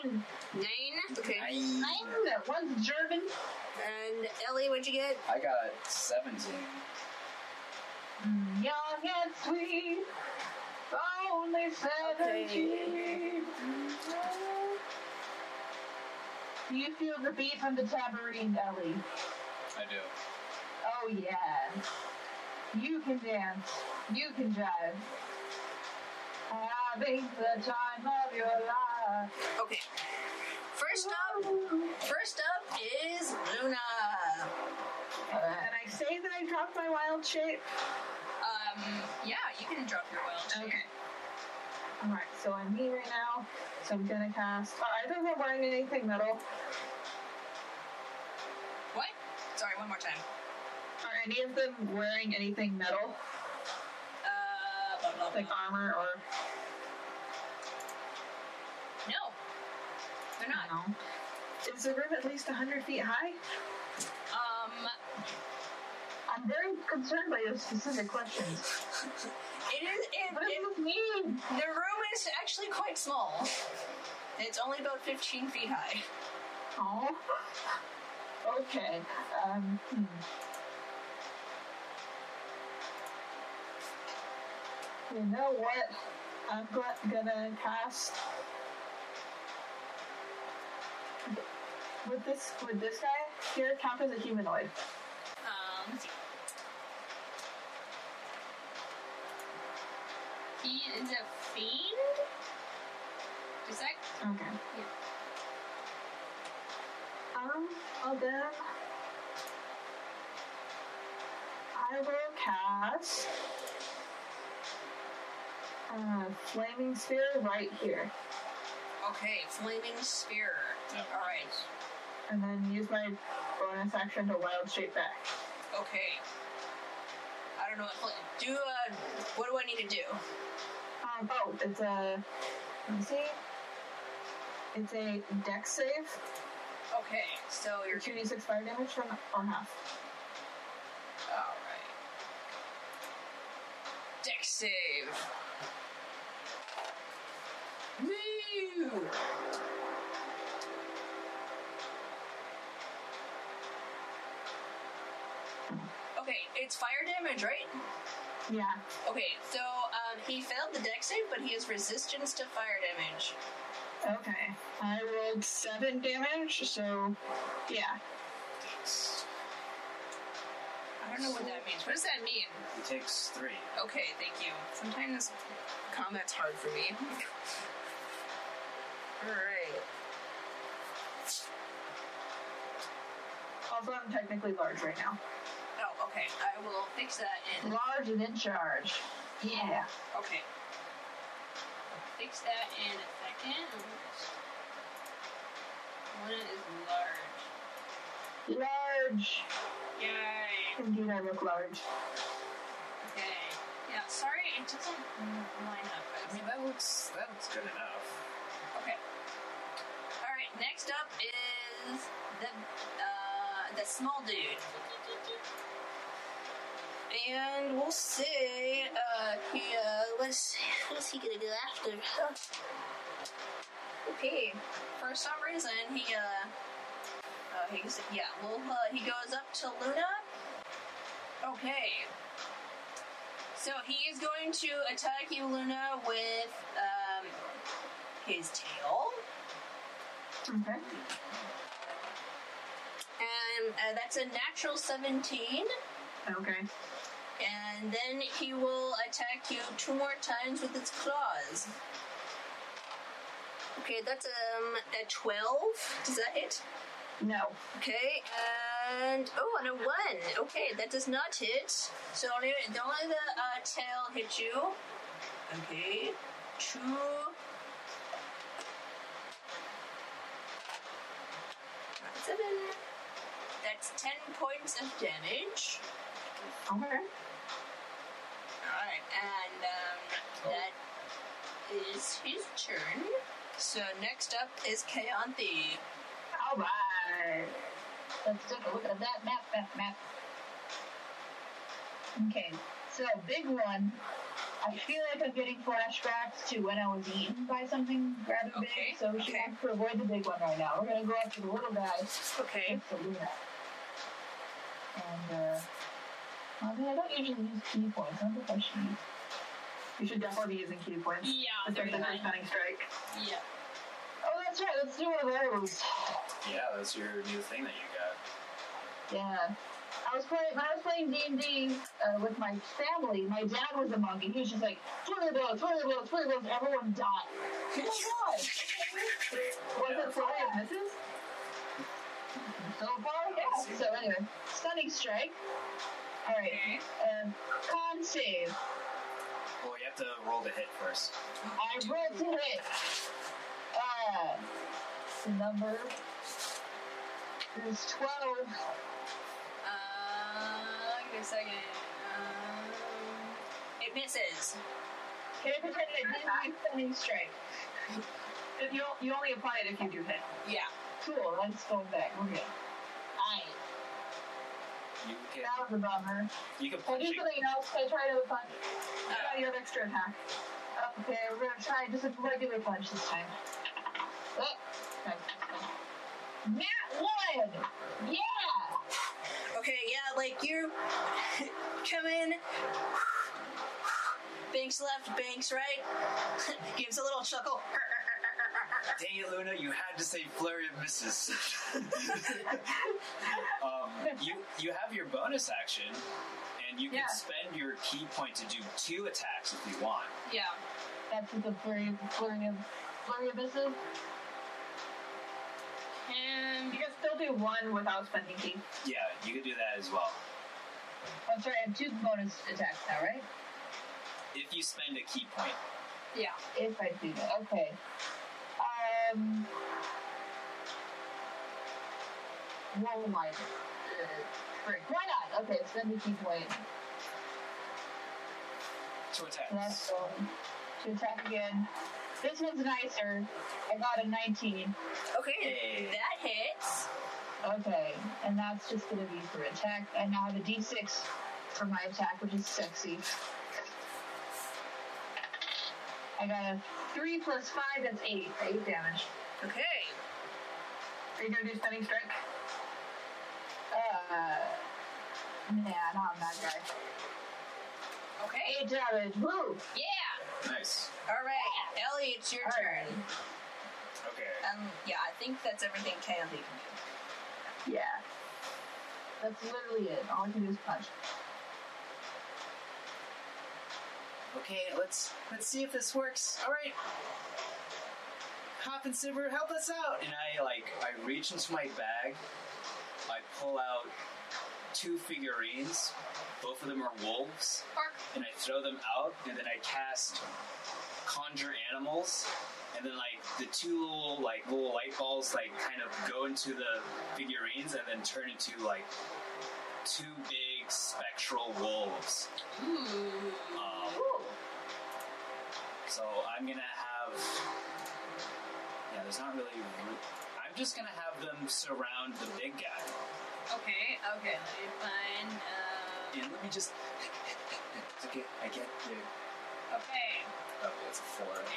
Speaker 4: Nine.
Speaker 2: Nine. Okay.
Speaker 4: Nine? That one's German.
Speaker 2: And Ellie, what'd you get?
Speaker 3: I got 17.
Speaker 4: Mm, Young and sweet. Only 17. Do you feel the beat from the tambourine, Ellie?
Speaker 3: I do.
Speaker 4: Oh, yeah. You can dance. You can jive. Having the time of your life.
Speaker 2: Okay. First up, first up is Luna.
Speaker 5: And I say that I dropped my wild shape.
Speaker 2: Um, yeah, you can drop your wild. shape.
Speaker 5: Okay. Alright, so I'm me right now, so I'm gonna cast. uh, Are either of them wearing anything metal?
Speaker 2: What? Sorry, one more time.
Speaker 5: Are any of them wearing anything metal?
Speaker 2: Uh, blah, blah, blah.
Speaker 5: Like armor or.
Speaker 2: no, they're not.
Speaker 5: No. Is the room at least 100 feet high?
Speaker 2: Um,
Speaker 4: I'm very concerned by those specific questions.
Speaker 2: it is. It,
Speaker 4: What
Speaker 2: it,
Speaker 4: does this mean?
Speaker 2: the room is actually quite small. It's only about 15 feet high.
Speaker 4: Oh. Okay. Um, hmm.
Speaker 5: You know what? I'm go- gonna cast Would this would this guy here count as a humanoid?
Speaker 2: Um, let's see. He is a fiend? Is that
Speaker 5: Okay. Um, well then, I will cast uh, flaming sphere right here,
Speaker 2: okay? Flaming spear. All right.
Speaker 5: and then use my bonus action to wild shape back.
Speaker 2: Okay. I don't know what fla- do. Uh, what do I need to do?
Speaker 5: Um, oh, it's a let me see. It's a deck save.
Speaker 2: Okay. So
Speaker 5: Your
Speaker 2: you're
Speaker 5: 2d6 fire damage from or half.
Speaker 2: all right. Deck save. Woo! Okay, it's fire damage, right?
Speaker 5: Yeah.
Speaker 2: Okay, so um, he failed the deck save, but he has resistance to fire damage.
Speaker 5: Okay. I rolled seven damage, so yeah.
Speaker 2: I don't know what that means. What does that mean?
Speaker 3: He takes three.
Speaker 2: Okay, thank you. Sometimes combat's hard for me. Alright.
Speaker 5: Although I'm technically large right now.
Speaker 2: Oh, okay. I will fix that in.
Speaker 5: Large and in charge. Yeah.
Speaker 2: Okay. Fix that in a second. One is large.
Speaker 5: Large.
Speaker 2: Yay!
Speaker 5: Indeed, I look large.
Speaker 2: Okay. Yeah, sorry, it doesn't line up.
Speaker 3: I mean, that looks that looks good enough.
Speaker 2: Okay. All right. Next up is the uh, the small dude, and we'll see. Uh, he, uh, what's what's he gonna go after? okay. For some reason, he uh, uh he's yeah. Well, uh, he goes up to Luna. Okay. So he is going to attack you, Luna, with um, his tail.
Speaker 5: Okay.
Speaker 2: And uh, that's a natural 17.
Speaker 5: Okay.
Speaker 2: And then he will attack you two more times with its claws. Okay, that's um, a 12. Does that hit?
Speaker 5: No.
Speaker 2: Okay, and. Oh, and a 1. Okay, that does not hit. So only, only the uh, tail hit you. Okay, two. Seven. That's ten points of damage.
Speaker 5: Okay.
Speaker 2: Alright, and um, that is his turn. So next up is Kayanthi.
Speaker 5: All right.
Speaker 4: Let's take a look at that map, map, map. Okay, so big one. I feel like I'm getting flashbacks to when I was eaten by something rather
Speaker 2: Okay,
Speaker 4: big, so we should
Speaker 2: okay.
Speaker 4: have to avoid the big one right now. We're gonna go after the little guy.
Speaker 2: Okay.
Speaker 4: That's the Luna. And, uh, I mean, I don't usually use key points. I don't think I should use.
Speaker 5: You should definitely be using key points.
Speaker 6: Yeah,
Speaker 5: Especially for stunning strike.
Speaker 6: Yeah.
Speaker 4: Oh, that's right. Let's do one of those.
Speaker 3: Yeah, that's your new thing that you got.
Speaker 4: Yeah. I was playing when I was playing D and D uh, with my family. My dad was a monk, and he was just like twiddly blows, twiddly blows, twiddly blows. Everyone died. Oh my god!
Speaker 5: Was it fly and misses?
Speaker 4: So far, yeah. So anyway, stunning strike. All right. Um, con save.
Speaker 3: Well, you have to roll the hit first.
Speaker 4: I rolled to hit. Uh, the number is twelve.
Speaker 2: Uh, give me a second. Um, it misses.
Speaker 4: Can I pretend I didn't use stunning strike?
Speaker 5: If you, you only apply it if you do hit.
Speaker 2: Yeah.
Speaker 4: Cool. Let's go back. We're good. Aye.
Speaker 3: You can
Speaker 4: That was a bummer.
Speaker 3: you can
Speaker 4: I
Speaker 3: punch
Speaker 4: do
Speaker 3: it.
Speaker 4: something else. I try to punch.
Speaker 5: Uh, you have extra attack.
Speaker 4: Okay, we're gonna try just a regular punch this time. Oh, okay. Nat one! Yeah!
Speaker 2: Okay, yeah, like you come in, banks left, banks right, gives a little chuckle.
Speaker 3: Dang it, Luna, you had to say flurry of misses. um, you you have your bonus action, and you can
Speaker 5: Yeah.
Speaker 3: spend your key point to do two attacks if you want.
Speaker 2: Yeah.
Speaker 4: That's the flurry, flurry of, flurry of misses.
Speaker 5: And you can still do one without spending key.
Speaker 3: Yeah, you could do that as well.
Speaker 4: I'm sorry, I have two bonus attacks now, right?
Speaker 3: If you spend a key point,
Speaker 2: Yeah.
Speaker 4: If I do that, okay. Um. Roll my. Uh, break. Why not? Okay, spend the key point.
Speaker 3: two
Speaker 4: That's
Speaker 3: attacks.
Speaker 4: um, to attack again. This one's nicer. I got a 19.
Speaker 2: Okay, that hits.
Speaker 4: Okay, and that's just gonna be for attack. I now have a d6 for my attack, which is sexy. I got a 3 plus 5, that's 8. 8 damage.
Speaker 2: Okay.
Speaker 5: Are you gonna do stunning strike?
Speaker 4: Uh, nah, not on that guy.
Speaker 2: Okay.
Speaker 4: 8 damage, woo!
Speaker 2: Yeah.
Speaker 3: Nice.
Speaker 2: All right, Ellie, it's your
Speaker 4: All
Speaker 2: turn.
Speaker 3: Okay.
Speaker 2: Um, yeah, I think that's everything Candy can do.
Speaker 4: Yeah. That's literally it. All I can do is punch.
Speaker 3: Okay, let's let's see if this works. All right. Hop and Silver, help us out. And I like I reach into my bag. I pull out two figurines. Both of them are wolves. And I throw them out, and then I cast conjure animals. And then like the two little like little light balls like kind of go into the figurines and then turn into like two big spectral wolves. Um, so I'm gonna have. Yeah, there's not really. I'm just gonna have them surround the big guy,
Speaker 2: Okay, okay, let me find. Uh,
Speaker 3: and let me just. It's okay, I get the.
Speaker 2: okay,
Speaker 3: Oh, it's a four. It's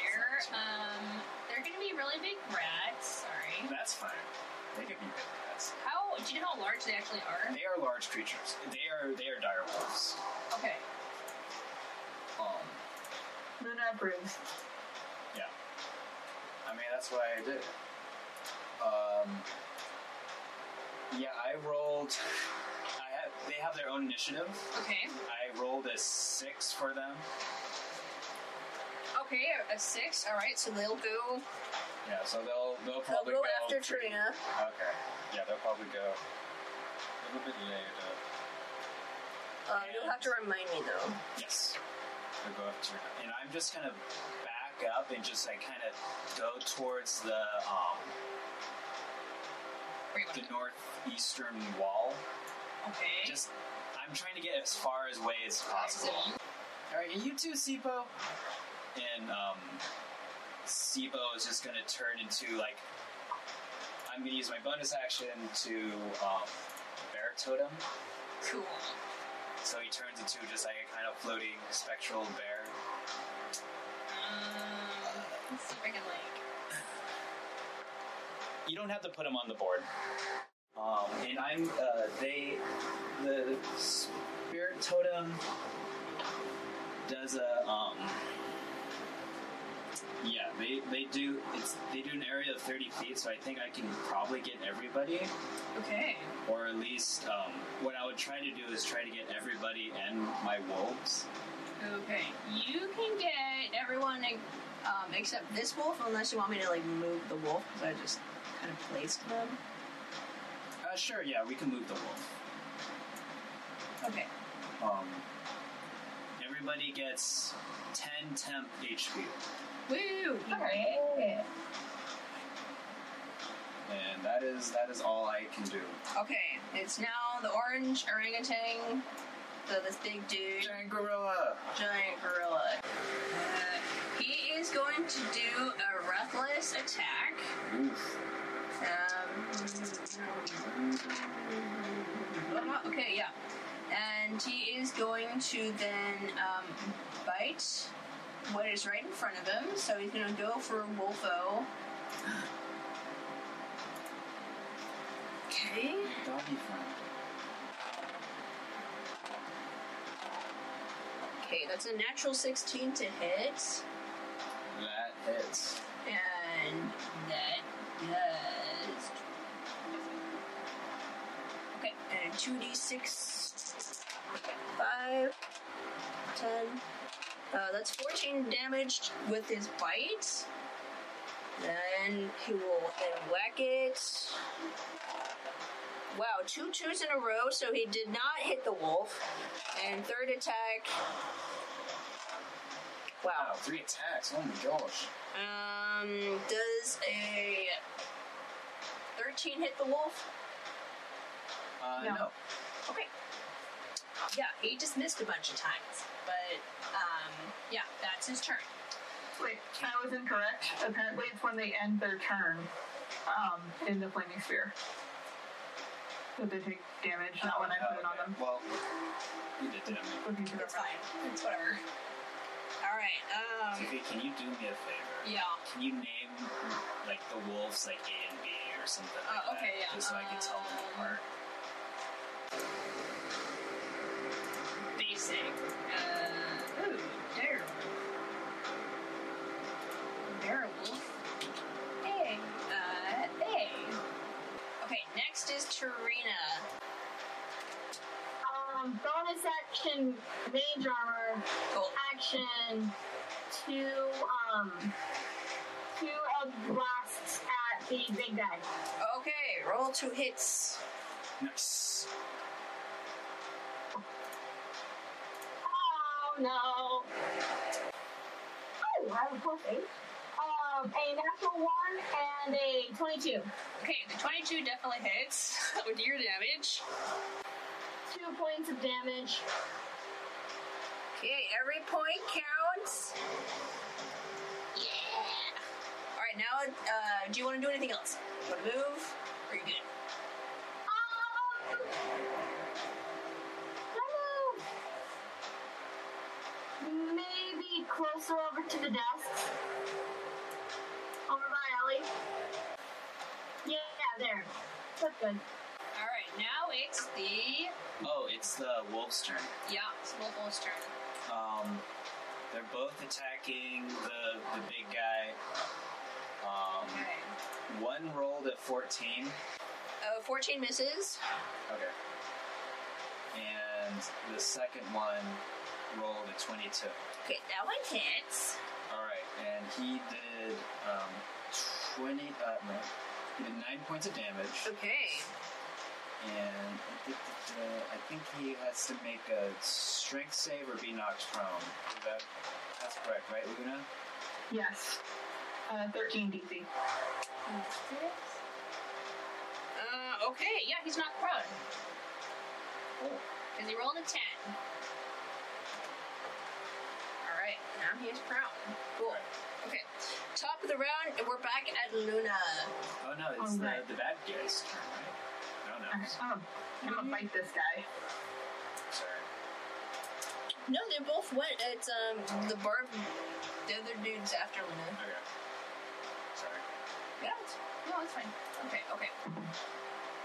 Speaker 2: they're
Speaker 3: not
Speaker 2: um, they're gonna be really big rats.
Speaker 3: two.
Speaker 2: Sorry.
Speaker 3: That's fine. They could be big cats.
Speaker 2: How do you know how large they actually are?
Speaker 3: They are large creatures. They are they are dire wolves.
Speaker 2: Okay.
Speaker 3: Um,
Speaker 5: Luna approves.
Speaker 3: I mean that's why I did. it. Um, yeah, I rolled. I have. They have their own initiative.
Speaker 2: Okay.
Speaker 3: I rolled a six for them.
Speaker 2: Okay. A six. All right. So they'll go.
Speaker 3: Yeah, so they'll they'll
Speaker 2: They'll
Speaker 3: probably
Speaker 2: go after
Speaker 3: pretty-
Speaker 2: Trina.
Speaker 3: Okay. Yeah, they'll probably go a little bit later.
Speaker 2: Um, you'll have to remind me though.
Speaker 3: Yes. They'll go after Trina. And I'm just gonna back up and just like kind of go towards the um
Speaker 2: Where you want
Speaker 3: the
Speaker 2: to go?
Speaker 3: northeastern wall.
Speaker 2: Okay.
Speaker 3: Just I'm trying to get as far as away as possible. All right, you too, Sipo. And um, Sipo is just gonna turn into like I'm gonna use my bonus action to um, Bear Totem.
Speaker 2: Cool.
Speaker 3: So he turns into just like a kind of floating spectral bear.
Speaker 2: Um, let's see if I can like.
Speaker 3: You don't have to put him on the board. Um, and I'm uh, they the spirit totem does a um yeah they they do it's they do an area of 30 feet so I think I can probably get everybody
Speaker 2: Okay.
Speaker 3: or at least um, what I would try to do is try to get everybody and my wolves.
Speaker 2: Okay. You can get everyone um, except this wolf, unless you want me to like move the wolf because I just kind of placed them.
Speaker 3: Uh, sure, yeah, we can move the wolf.
Speaker 2: Okay.
Speaker 3: Um, everybody gets 10 temp HP,
Speaker 2: Woo!
Speaker 4: Alright.
Speaker 3: and that is that is all I can do.
Speaker 2: Okay. It's now the orange orangutan. So this big dude,
Speaker 3: Giant gorilla.
Speaker 2: giant gorilla. Uh, he is going to do a reckless attack.
Speaker 3: Oof.
Speaker 2: Um, uh-huh, okay, yeah. And he is going to then um, bite what is right in front of him. So he's going to go for Wolfo. Okay.
Speaker 3: Doggy friend.
Speaker 2: Okay, that's a natural 16 to hit.
Speaker 3: That hits.
Speaker 2: And
Speaker 6: and that does. Okay, and 2d6.
Speaker 2: 5, 10. Uh, that's 14 damage with his bite. Then he will then whack it. Wow, two twos in a row, so he did not hit the wolf. And third attack.
Speaker 3: Wow,
Speaker 2: Wow.
Speaker 3: three attacks. Oh my gosh.
Speaker 2: Um, does a 13 hit the wolf?
Speaker 3: Uh,
Speaker 5: No.
Speaker 3: no.
Speaker 2: Okay. Yeah, he just missed a bunch of times. But, um, yeah, that's his turn.
Speaker 5: Wait, I was incorrect. Apparently, it's when they end their turn um, in the flaming sphere that they take damage, not when I put it on them.
Speaker 3: Uh, Well, you did damage.
Speaker 5: Looking for the
Speaker 2: It's fine. It's whatever. Alright, um,
Speaker 3: Okay, can you do me a favor?
Speaker 2: yeah.
Speaker 3: Can you name like the wolves like A and B or something? Like
Speaker 2: Oh, okay,
Speaker 3: that,
Speaker 2: yeah.
Speaker 3: Just so I can tell them
Speaker 2: Um,
Speaker 3: apart.
Speaker 2: Basic. Uh, ooh, Dare. Darewolf. Hey. Uh, hey. Okay, next is Tarina.
Speaker 6: Um, bonus action mage armor
Speaker 2: Cool.
Speaker 6: action two um two of blasts at the big guy.
Speaker 2: Okay, roll two hits.
Speaker 3: Nice.
Speaker 6: Oh no. Oh, I have a plus eight. Um, a natural one and a twenty-two.
Speaker 2: Okay, the 22 definitely hits with your damage.
Speaker 6: Two points of damage.
Speaker 2: Okay, every point counts.
Speaker 6: Yeah.
Speaker 2: Alright, now, uh, do you want to do anything else? You want to move? Or you good?
Speaker 6: Um, I move maybe closer over to the desk. Over by Ellie. Yeah, there. That's good.
Speaker 2: Alright, now it's the.
Speaker 3: Oh, it's the wolves' turn.
Speaker 2: Yeah, it's Wolf's turn.
Speaker 3: Um, they're both attacking the the big guy. Um,
Speaker 2: Okay.
Speaker 3: one rolled at fourteen.
Speaker 2: Uh, 14 misses.
Speaker 3: Okay. And the second one rolled a 22.
Speaker 2: Okay, that one hits.
Speaker 3: Alright, and he did um, 20, uh, no, he did 9 points of damage.
Speaker 2: Okay.
Speaker 3: And I think he has to make a strength save or be knocked prone. Is that, that's correct, right, Luna?
Speaker 5: Yes. Uh, 13 DC.
Speaker 2: Uh, okay, yeah, he's not prone.
Speaker 3: Oh.
Speaker 2: Because he rolled a 10. Alright, now he is prone. Cool. Okay, top of the round, and we're back at Luna.
Speaker 3: Oh no, it's
Speaker 5: Alright.
Speaker 3: the, the bad guy's turn, right? No, no,
Speaker 5: Oh, I'm gonna fight this guy.
Speaker 3: sorry.
Speaker 2: No, they both went. It's, um, the barb. The other dude's after Luna.
Speaker 3: Okay. Sorry.
Speaker 2: Yeah, it's, no, it's fine. Okay, okay.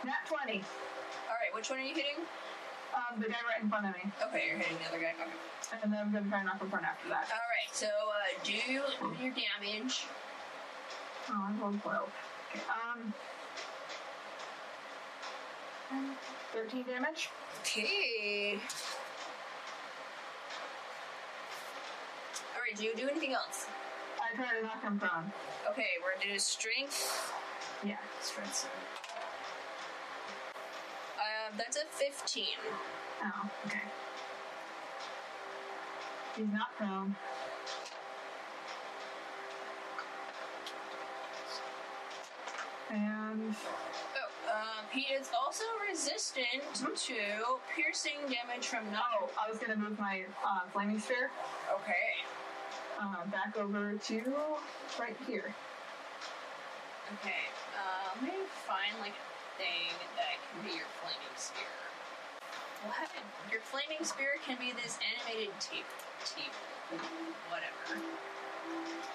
Speaker 5: Nat 20.
Speaker 2: Alright, which one are you hitting?
Speaker 5: Um, the guy right in front of me.
Speaker 2: Okay, you're hitting the other guy. Okay.
Speaker 5: And then I'm gonna try and knock him prone after that.
Speaker 2: Alright, so uh, do your damage.
Speaker 5: Oh, I rolled 12. Okay, um. 13 damage.
Speaker 2: Okay. Alright, do you do anything else?
Speaker 5: I try to knock him prone.
Speaker 2: Okay, we're gonna do strength.
Speaker 5: Yeah.
Speaker 3: Strength save.
Speaker 2: Um, that's a 15.
Speaker 5: Oh, okay. He's not prone. And
Speaker 2: Oh, um, he is also resistant to piercing damage from
Speaker 5: oh,
Speaker 2: knock.
Speaker 5: I was gonna move my uh, flaming sphere
Speaker 2: Okay.
Speaker 5: uh, back over to right here.
Speaker 2: Okay. Uh, let me find like a thing that can be your flaming spear. We'll have it. Your flaming spear can be this animated tape, tape, whatever.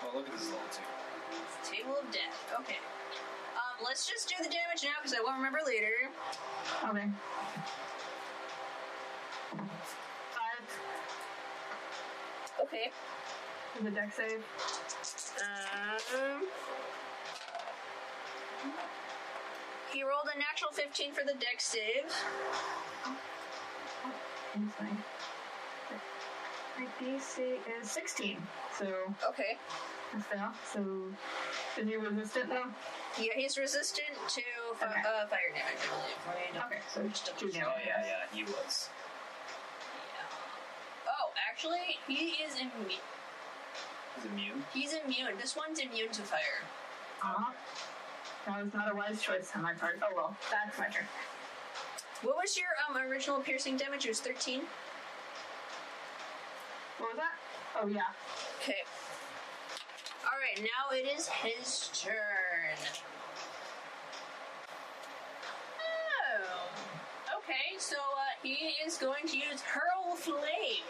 Speaker 3: Oh, look at this little table.
Speaker 2: It's table of death. Okay. Um, let's just do the damage now because I won't remember later.
Speaker 5: Okay. Five
Speaker 2: Okay.
Speaker 5: for the deck save.
Speaker 2: Um. He rolled a natural 15 for the deck save.
Speaker 4: Inside. My DC is 16, so
Speaker 2: Okay.
Speaker 4: that's fail. So, is he resistant though?
Speaker 2: Yeah, he's resistant to fi-
Speaker 4: Okay.
Speaker 2: uh, fire damage, I believe. Let me double-
Speaker 4: Okay, so
Speaker 2: just double
Speaker 4: two
Speaker 2: check.
Speaker 4: damage.
Speaker 3: Oh yeah, yeah, he was.
Speaker 2: Oh, actually, he is immune.
Speaker 3: He's immune.
Speaker 2: He's immune. This one's immune to fire.
Speaker 4: Uh-huh. That was not a wise choice on my part. Oh well, that's my turn.
Speaker 2: What was your um, original piercing damage? It was 13?
Speaker 4: What was that? Oh yeah.
Speaker 2: Okay. Alright, now it is his turn. Oh. Okay, so uh, he is going to use Hurl Flame.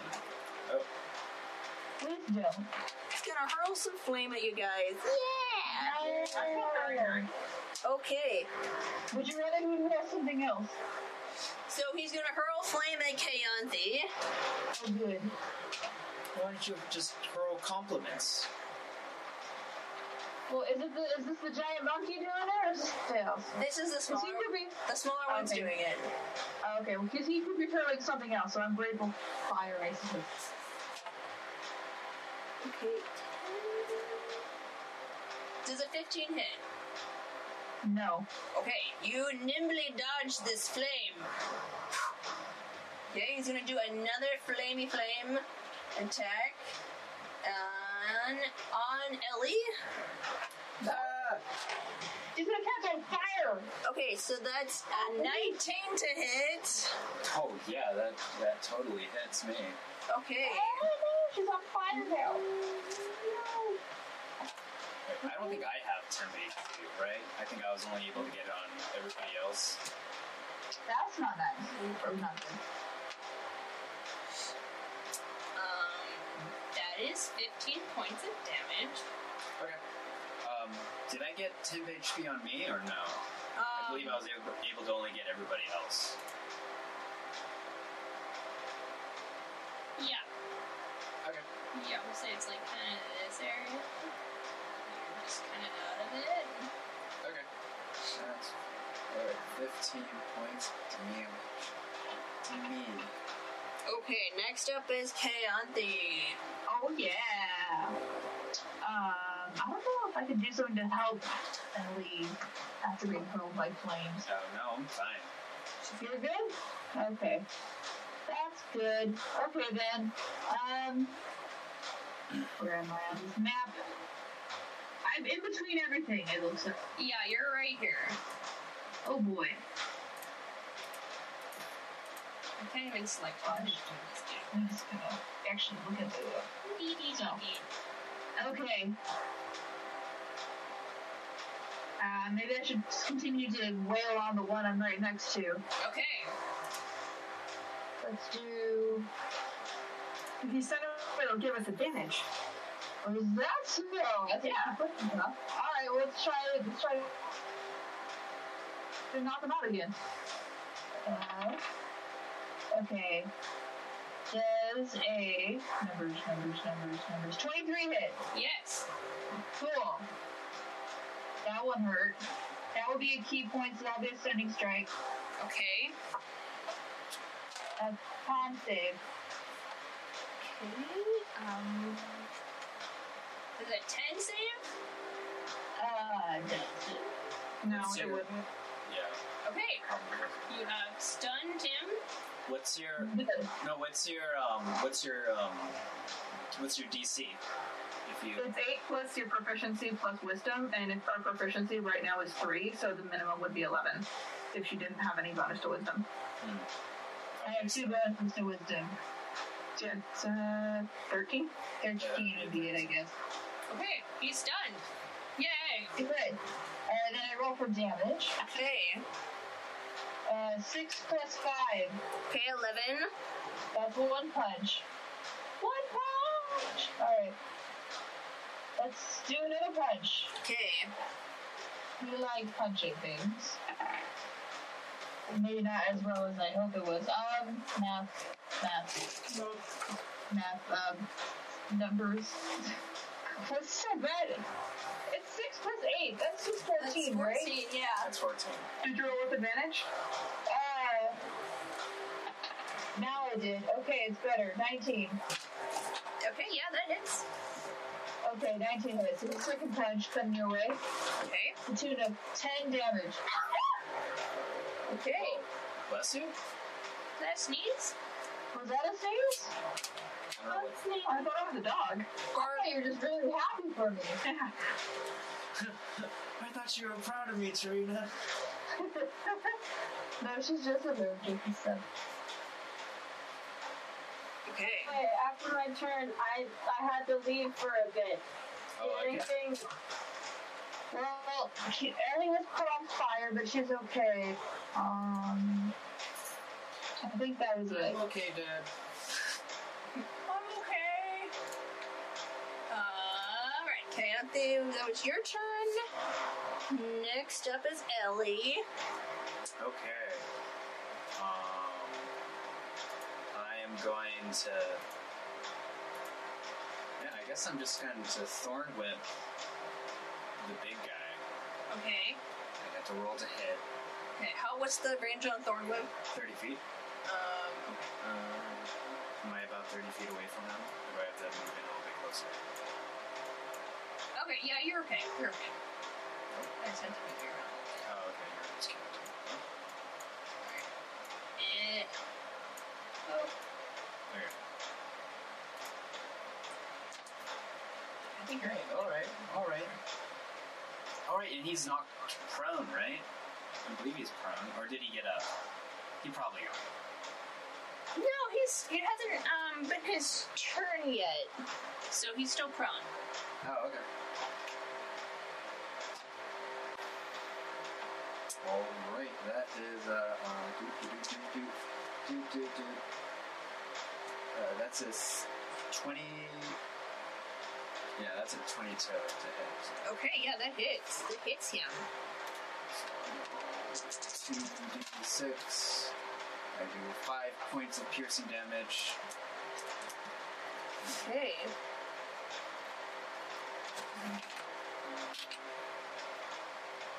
Speaker 4: Please do.
Speaker 2: He's gonna hurl some flame at you guys.
Speaker 4: That's not very nice.
Speaker 2: Okay,
Speaker 4: Would you rather we roll something else?
Speaker 2: so he's gonna hurl flame at Kayanthi.
Speaker 4: Oh good.
Speaker 3: Why don't you just hurl compliments?
Speaker 4: Well, is it the, is this the giant monkey doing it or is this Tails?
Speaker 2: This is the
Speaker 4: Because
Speaker 2: smaller.
Speaker 4: he could be.
Speaker 2: The smaller one's
Speaker 4: Okay.
Speaker 2: doing it.
Speaker 4: Oh, okay, because he could be hurling something else, so I'm grateful. Fire racism.
Speaker 2: Okay. Does a 15 hit?
Speaker 4: No.
Speaker 2: Okay, you nimbly dodge this flame. Okay, he's gonna do another flamey flame attack on on Ellie.
Speaker 4: He's gonna catch on fire!
Speaker 2: Okay, so that's a 19 to hit.
Speaker 3: Oh yeah, that that totally hits me.
Speaker 2: Okay,
Speaker 4: Oh no, she's on fire now! No!
Speaker 3: I don't think I have turn based right? I think I was only able to get it on everybody else.
Speaker 4: That's not nice. Or not good.
Speaker 2: um, that is 15 points of damage.
Speaker 3: Okay. Um, did I get 10 HP on me or no? I believe I
Speaker 2: Um,
Speaker 3: was able, able to only get everybody else.
Speaker 2: yeah,
Speaker 3: Okay.
Speaker 2: yeah, we'll say it's like kind of this area. You're just kind of out of it.
Speaker 3: Okay. That's alright. 15 points damage. Me.
Speaker 2: Okay, next up is Kayanthi.
Speaker 4: Oh yeah! Um, I don't know if I can do something to help Ellie after being hurled by flames.
Speaker 3: Oh no, I'm fine.
Speaker 4: You're good? Okay. That's good. Okay then. Um where am I on this map? I'm in between everything, it looks like.
Speaker 2: Yeah, you're right here.
Speaker 4: Oh boy.
Speaker 2: I can't even select what I'm doing this game.
Speaker 4: I'm just gonna actually look at the Okay. Uh, maybe I should just continue to wail on the one I'm right next to.
Speaker 2: Okay.
Speaker 4: Let's do. If you send him, it'll give us advantage. Or is that so? Yeah. All right. Well, let's try. Let's try. To knock him out again. Uh, okay. Does a numbers, numbers, numbers, numbers. Twenty-three hit.
Speaker 2: Yes.
Speaker 4: Cool. That one hurt. That would be a key point, so that'll be a sending strike.
Speaker 2: Okay.
Speaker 4: A con save.
Speaker 2: Okay. Um. Is it 10 save?
Speaker 4: Uh, does it? No,
Speaker 3: Let's
Speaker 4: it
Speaker 3: see.
Speaker 4: wouldn't.
Speaker 3: Yeah.
Speaker 2: Okay.
Speaker 3: probably.
Speaker 2: You have stunned him.
Speaker 3: What's your
Speaker 4: Because
Speaker 3: no? What's your um? What's your um? What's your DC? If you
Speaker 4: It's eight plus your proficiency plus wisdom, and if our proficiency right now is three, so the minimum would be eleven. If she didn't have any bonus to wisdom, I have two bonuses to wisdom. It's uh, thirteen. Thirteen would be it, I guess.
Speaker 2: Okay. He's stunned. Yay.
Speaker 4: Good. Uh, then I roll for damage.
Speaker 2: Okay.
Speaker 4: Uh, six plus five.
Speaker 2: Okay, 11.
Speaker 4: That's one punch. One punch. All right. Let's do another punch.
Speaker 2: Okay.
Speaker 4: We like punching things. Maybe not as well as I hope it was. Um, math, math, math, um, numbers.
Speaker 5: That's so bad. It's six plus eight. That's just
Speaker 2: That's
Speaker 5: fourteen,
Speaker 2: 14,
Speaker 5: right?
Speaker 2: yeah.
Speaker 3: That's 14.
Speaker 5: Did you roll with advantage?
Speaker 4: Uh, now I did. Okay, it's better. 19.
Speaker 2: Okay, yeah, that hits.
Speaker 4: Okay, 19 hits. It's a second punch coming your way.
Speaker 2: Okay.
Speaker 4: The tune of 10 damage.
Speaker 2: Okay.
Speaker 3: Bless you?
Speaker 2: That sneeze?
Speaker 4: Was that a sneeze?
Speaker 3: I don't know what-
Speaker 5: I thought I was a dog.
Speaker 2: Or
Speaker 4: Oh, you're just really happy for me.
Speaker 3: I thought you were proud of me, Tarina.
Speaker 4: No, she's just a little geeky stuff.
Speaker 2: okay.
Speaker 6: Wait, after my turn, I I had to leave for a bit.
Speaker 3: Oh, okay.
Speaker 6: Anything?
Speaker 4: Well, she, Ellie was put on fire, but she's okay. Um, I think that was it.
Speaker 3: I'm okay, Dad.
Speaker 2: I'm okay. Alright, Kayante, that was your turn. Next up is Ellie.
Speaker 3: Okay. Um, I am going to. Yeah, I guess I'm just going to thorn whip the big guy.
Speaker 2: Okay.
Speaker 3: I got to roll to hit
Speaker 2: Okay, how what's the range on Thornwood?
Speaker 3: 30 feet.
Speaker 2: Um
Speaker 3: Um, am I about 30 feet away from him? Or do I have to move in a little bit closer?
Speaker 2: okay, yeah, you're okay. You're okay. I sent it to you.
Speaker 3: Oh, okay. You're just kidding.
Speaker 2: Eh. Oh,
Speaker 3: Okay.
Speaker 2: I think you're
Speaker 3: Great. All right. All right. All right. And he's not prone, right? I believe he's prone. Or did he get up? He probably got up.
Speaker 2: No, he's it hasn't um been his turn yet. So he's still prone.
Speaker 3: Oh, okay. All right, that is uh, uh do, do, do, do, do, do, do, do. Uh, that's a s- twenty. Yeah, that's a twenty-two to hit.
Speaker 2: Okay, yeah, that hits. That hits him.
Speaker 3: Two D six. I do five points of piercing damage.
Speaker 2: Okay.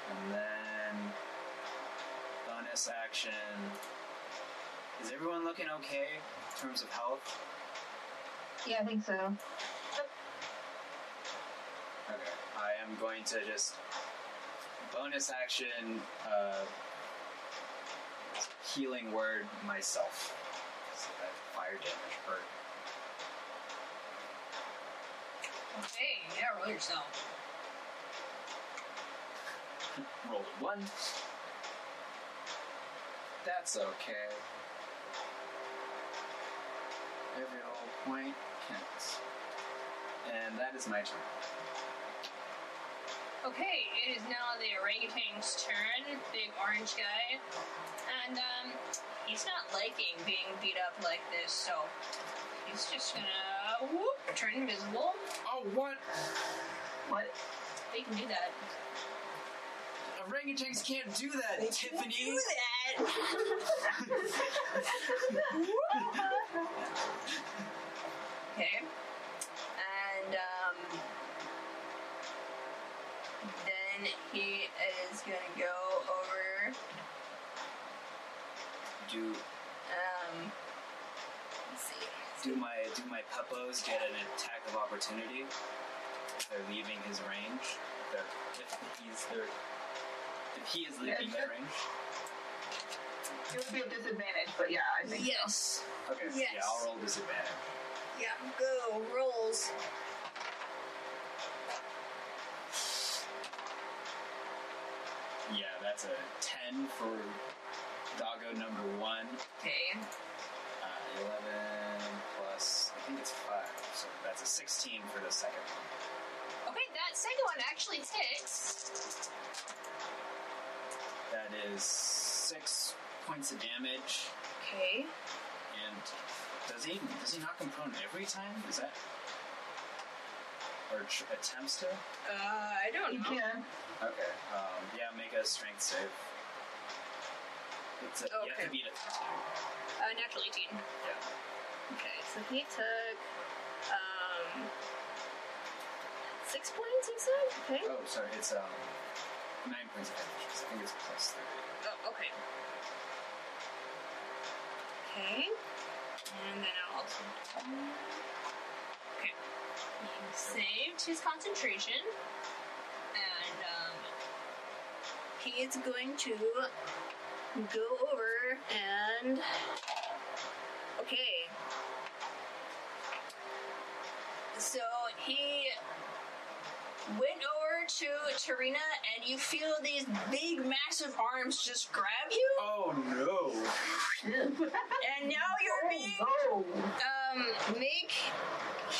Speaker 3: And then bonus action. Is everyone looking okay in terms of health?
Speaker 4: Yeah, I think so.
Speaker 3: Okay. I am going to just bonus action uh, healing word myself. So that fire damage hurt.
Speaker 2: Okay, yeah, roll yourself.
Speaker 3: Roll a one. That's okay. Every old point counts. And that is my turn.
Speaker 2: Okay, it is now the orangutan's turn, big orange guy. And um he's not liking being beat up like this, so he's just gonna whoop turn invisible.
Speaker 3: Oh, what?
Speaker 5: What?
Speaker 2: They can do that.
Speaker 3: Orangutans can't do that, Tiffany.
Speaker 2: Do that! okay. And um then he is gonna go over
Speaker 3: Do
Speaker 2: um let's see.
Speaker 3: do my do my puppos get an attack of opportunity if they're leaving his range? If, they're, if he's there, if he is leaving their range.
Speaker 5: It would be a disadvantage, but yeah, I think.
Speaker 2: Yes.
Speaker 3: Okay. Yeah,
Speaker 2: Yes.
Speaker 3: I'll roll disadvantage.
Speaker 2: Yeah, go rolls.
Speaker 3: Yeah, that's a ten for doggo number one.
Speaker 2: Okay.
Speaker 3: Uh, Eleven plus I think it's five, so that's a sixteen for the second one.
Speaker 2: Okay, that second one actually hits.
Speaker 3: That is six points of damage.
Speaker 2: Okay.
Speaker 3: And does he does he knock him prone every time? Is that or tr- attempts to?
Speaker 2: Uh, I don't
Speaker 5: You can.
Speaker 3: Okay. Um, yeah, make a strength save. It's a, You have
Speaker 2: Okay.
Speaker 3: to beat it. Yeah.
Speaker 2: Uh, natural 18. Okay, so he took um,
Speaker 6: Six points, you said? Okay.
Speaker 3: Oh, sorry, it's um, nine points of damage. I think it's plus three.
Speaker 2: Oh, okay. Okay. And then I'll also. Okay. He saved his concentration. And um, he is going to go over and. Okay. So he went over to Tarina, and you feel these big, massive arms just grab you.
Speaker 3: Oh no!
Speaker 2: And now you're being
Speaker 4: Oh,
Speaker 2: um Mick.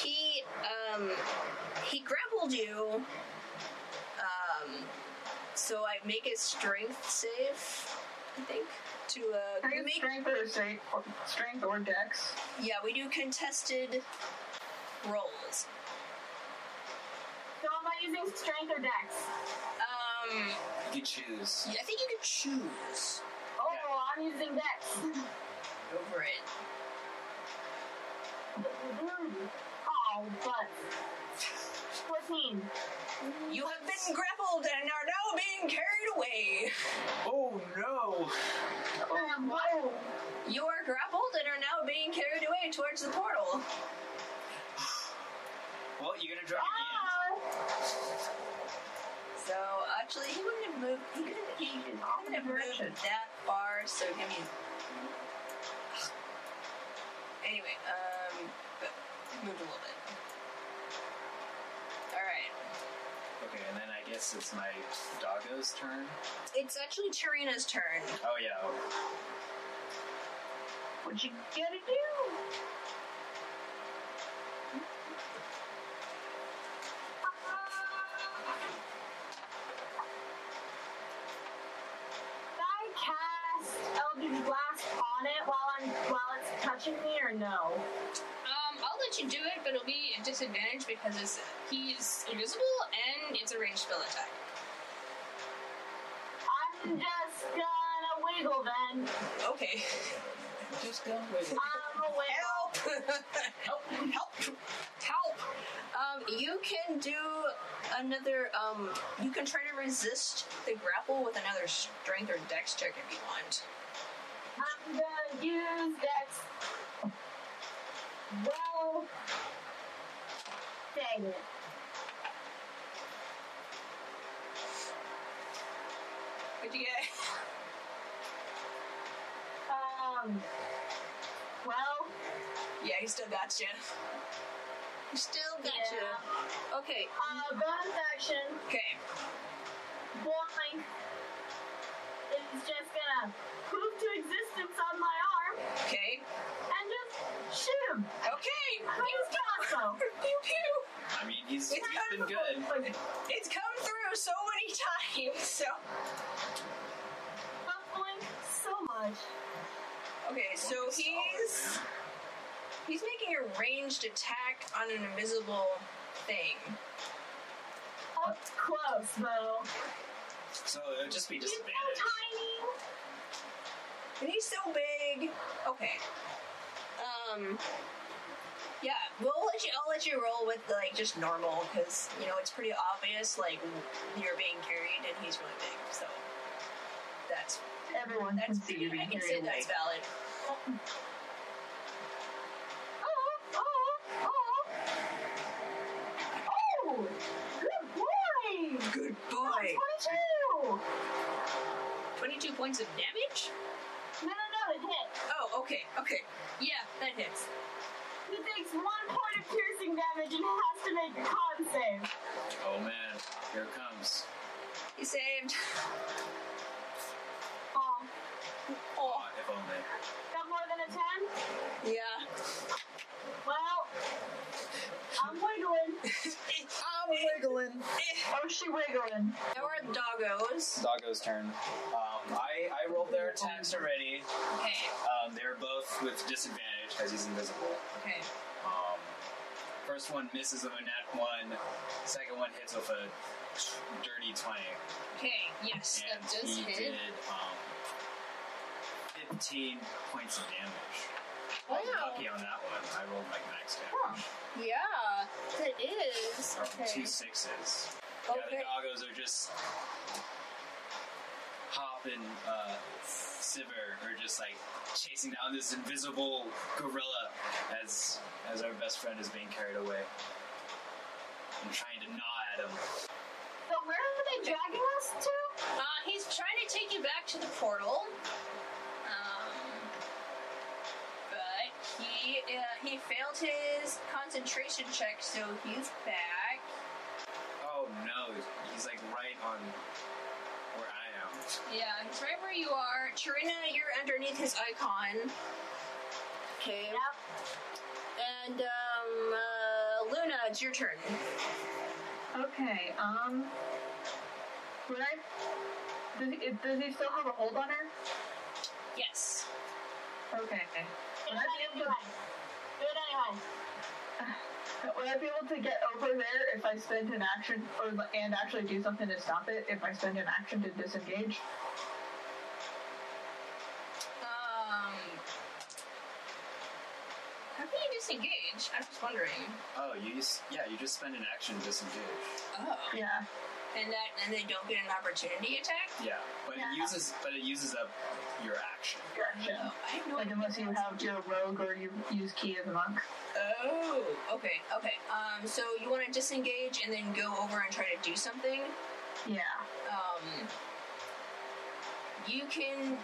Speaker 2: He um he grappled you. Um, so I make a strength save. I think to uh
Speaker 5: Can I
Speaker 2: you
Speaker 5: get
Speaker 2: make
Speaker 5: strength or, say, or strength or dex?
Speaker 2: yeah we do contested rolls.
Speaker 6: So am I using strength or dex?
Speaker 2: Um,
Speaker 3: You can choose.
Speaker 2: yeah, I think you can choose
Speaker 6: Oh, I'm using dex.
Speaker 2: over it.
Speaker 6: oh, but 14.
Speaker 2: You have been grappled and are now being carried away.
Speaker 3: Oh no!
Speaker 6: Oh, no.
Speaker 2: You are grappled and are now being carried away towards the portal.
Speaker 3: Well, you're gonna drop your
Speaker 6: Ah.
Speaker 2: So actually, he wouldn't have moved. He could have. He wouldn't have
Speaker 5: Direction.
Speaker 2: moved that far. So give me. Anyway, um, but he moved a little bit. All right.
Speaker 3: hand. Okay, and then I guess it's my doggo's turn.
Speaker 2: It's actually Tarina's turn.
Speaker 3: Oh yeah. okay.
Speaker 5: What you gonna do?
Speaker 6: I cast Eldritch Blast on it while I'm while it's touching me or no?
Speaker 2: Um, I'll let you do it, but it'll be a disadvantage because it's he's invisible and it's a ranged spell attack.
Speaker 6: I'm just gonna wiggle then.
Speaker 2: Okay.
Speaker 3: Just go with it.
Speaker 6: I'm a wiggle.
Speaker 2: Help! help! Help! Help! Um, you can do another. Um, you can try to resist the grapple with another strength or dex check if you want.
Speaker 6: I'm gonna use Dex. Well, dang it.
Speaker 2: But you get
Speaker 6: Um, well,
Speaker 2: yeah, he still got you. He still got you. Okay.
Speaker 6: uh, bonus action.
Speaker 2: Okay.
Speaker 6: Boing. It's just gonna prove to existence on my arm
Speaker 2: Okay.
Speaker 6: and just shoot him.
Speaker 2: Okay.
Speaker 6: He's awesome.
Speaker 2: Pew pew.
Speaker 3: I mean, he's, he's
Speaker 2: It's
Speaker 3: been good.
Speaker 2: It's come through so many times. So
Speaker 6: Boing so much.
Speaker 2: okay, so
Speaker 3: Oh,
Speaker 2: he's he's making a ranged attack on an invisible thing.
Speaker 6: Up close though.
Speaker 3: So it would just be
Speaker 6: He's so
Speaker 3: disadvantage.
Speaker 6: tiny.
Speaker 2: And he's so big. Okay. Um. Yeah, we'll let you. I'll let you roll with like just normal because you know it's pretty obvious. Like you're being carried, and he's really big. So that's
Speaker 5: Everyone
Speaker 2: that's
Speaker 5: can see you
Speaker 2: I
Speaker 5: being
Speaker 2: can say
Speaker 5: carried away.
Speaker 2: that's valid.
Speaker 6: Oh, oh, oh. Oh, good boy.
Speaker 2: Good boy.
Speaker 6: Twenty-two.
Speaker 2: Twenty-two points of damage.
Speaker 6: No, no, no, it hit.
Speaker 2: Oh, okay, okay. Yeah, that hits.
Speaker 6: He takes one point of piercing damage and has to make a con save.
Speaker 3: Oh man, here it comes.
Speaker 2: He saved.
Speaker 6: Oh,
Speaker 2: Oh,
Speaker 3: Aw, Uh, if only.
Speaker 6: got more than a ten.
Speaker 2: yeah.
Speaker 6: Well, I'm wiggling.
Speaker 2: I'm wiggling.
Speaker 5: Oh, she wiggling.
Speaker 2: Now we're at the doggos.
Speaker 3: Doggo's turn. Um, I, I rolled their attacks already.
Speaker 2: Okay,
Speaker 3: Um, they're both with disadvantage because he's invisible.
Speaker 2: okay.
Speaker 3: Um, first one misses with a nat one. Second one hits with a dirty 20.
Speaker 2: Okay, yes,
Speaker 3: And
Speaker 2: that does
Speaker 3: he
Speaker 2: hit.
Speaker 3: did um, 15 points of damage. I was
Speaker 2: Wow.
Speaker 3: lucky on that one. I rolled like max damage.
Speaker 2: Yeah.
Speaker 6: it is.
Speaker 3: Two sixes. Yeah, the
Speaker 7: Okay.
Speaker 3: doggos are just hopping uh, Sivir, or just like chasing down this invisible gorilla as as our best friend is being carried away and trying to gnaw at him.
Speaker 6: But where are they dragging us to?
Speaker 2: Uh, he's trying to take you back to the portal. Um, but he uh, he failed his concentration check, so he's back.
Speaker 3: Oh no, he's like right on where I am.
Speaker 2: Yeah, he's right where you are. Chirina, you're underneath his icon. Okay. And um, uh, Luna, it's your turn.
Speaker 4: Okay, um. Would I. Does he, does he still have a hold on her?
Speaker 2: Yes.
Speaker 4: Okay.
Speaker 6: Do it anyway. Do it anyway.
Speaker 4: Would I be able to get over there if I spend an action, or and actually do something to stop it? If I spend an action to disengage,
Speaker 2: Um, how can you disengage? I'm just wondering.
Speaker 3: Oh, you just, yeah, you just spend an action to disengage.
Speaker 2: Oh.
Speaker 4: yeah.
Speaker 2: And that, and they don't get an opportunity attack.
Speaker 3: Yeah, but it uses but it uses up your action.
Speaker 4: Gotcha.
Speaker 2: I have no
Speaker 4: Like unless you have your rogue or you use key as a monk.
Speaker 2: Oh, okay, okay. Um, so you want to disengage and then go over and try to do something.
Speaker 4: Yeah.
Speaker 2: Um, you can,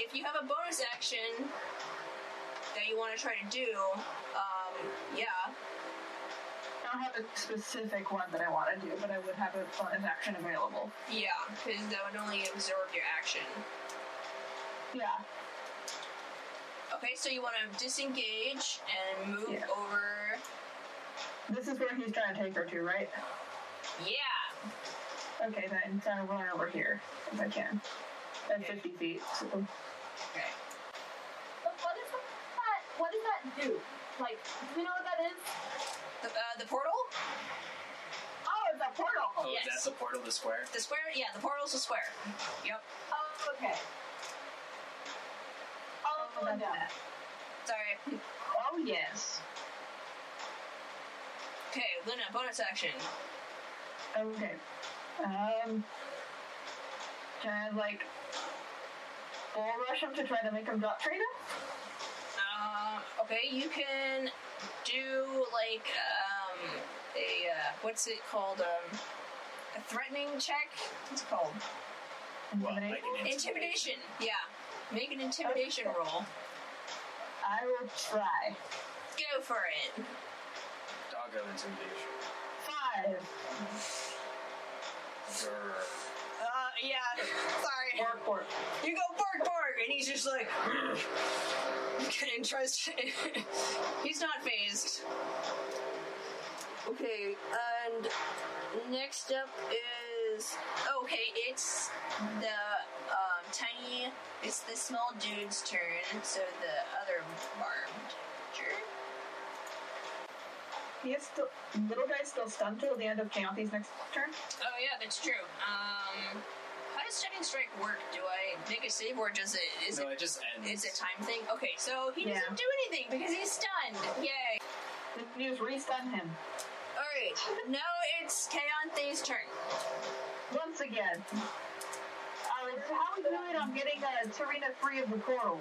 Speaker 2: if you have a bonus action that you want to try to do. Um, yeah,
Speaker 4: I don't have a specific one that I want to do, but I would have a bonus action available.
Speaker 2: yeah, because that would only absorb your action.
Speaker 4: Yeah.
Speaker 2: Okay, so you want to disengage and move
Speaker 4: Yeah.
Speaker 2: over.
Speaker 4: This is where he's trying to take her to, right?
Speaker 2: Yeah.
Speaker 4: Okay, then so I'm going over here if I can. At 50 feet. So.
Speaker 2: Okay.
Speaker 6: But what is that? What does that do? Like, do we know what that is?
Speaker 2: The, uh, the portal?
Speaker 6: Oh, it's a portal.
Speaker 3: Oh,
Speaker 2: Yes.
Speaker 3: that's the portal to square.
Speaker 2: The square? Yeah, the portal's a square. Yep.
Speaker 6: Oh, okay. Oh,
Speaker 4: that's
Speaker 6: no.
Speaker 4: that.
Speaker 2: Sorry.
Speaker 4: Oh, yes.
Speaker 2: Okay, Luna, bonus action.
Speaker 4: Okay. Um. Can I, like, bull rush him to try to make him drop trainer?
Speaker 2: Um, okay, you can do like um, a uh, what's it called? Um, a threatening check. What's it called?
Speaker 3: Well, like an
Speaker 4: Intimidate?
Speaker 3: intimidation.
Speaker 2: Intimidation. Yeah. Make an intimidation roll.
Speaker 4: I will try.
Speaker 2: Go for it.
Speaker 3: Doggo intimidation.
Speaker 4: Five.
Speaker 3: Grr.
Speaker 2: Uh, yeah. Sorry.
Speaker 4: Or four.
Speaker 2: You go bark bark, and he's just like, and tries. To, he's not phased. Okay, and next up is okay. It's the um, tiny. It's the small dude's turn. So the other barbed. jerk.
Speaker 4: He is still. Little guy's still stunned till the end of Chaothi's next turn.
Speaker 2: Oh yeah, that's true. Um, how does stunning strike work? Do I make a save or does it? Is
Speaker 3: No,
Speaker 2: it?
Speaker 3: it just ends.
Speaker 2: It's a time thing. Okay, so he
Speaker 4: Yeah.
Speaker 2: doesn't do anything because he's stunned. Yay!
Speaker 4: Then you just re-stun him.
Speaker 2: All right, now it's Kayanthe's turn.
Speaker 4: Once again. Uh, how good on getting uh, Serena free of the portal?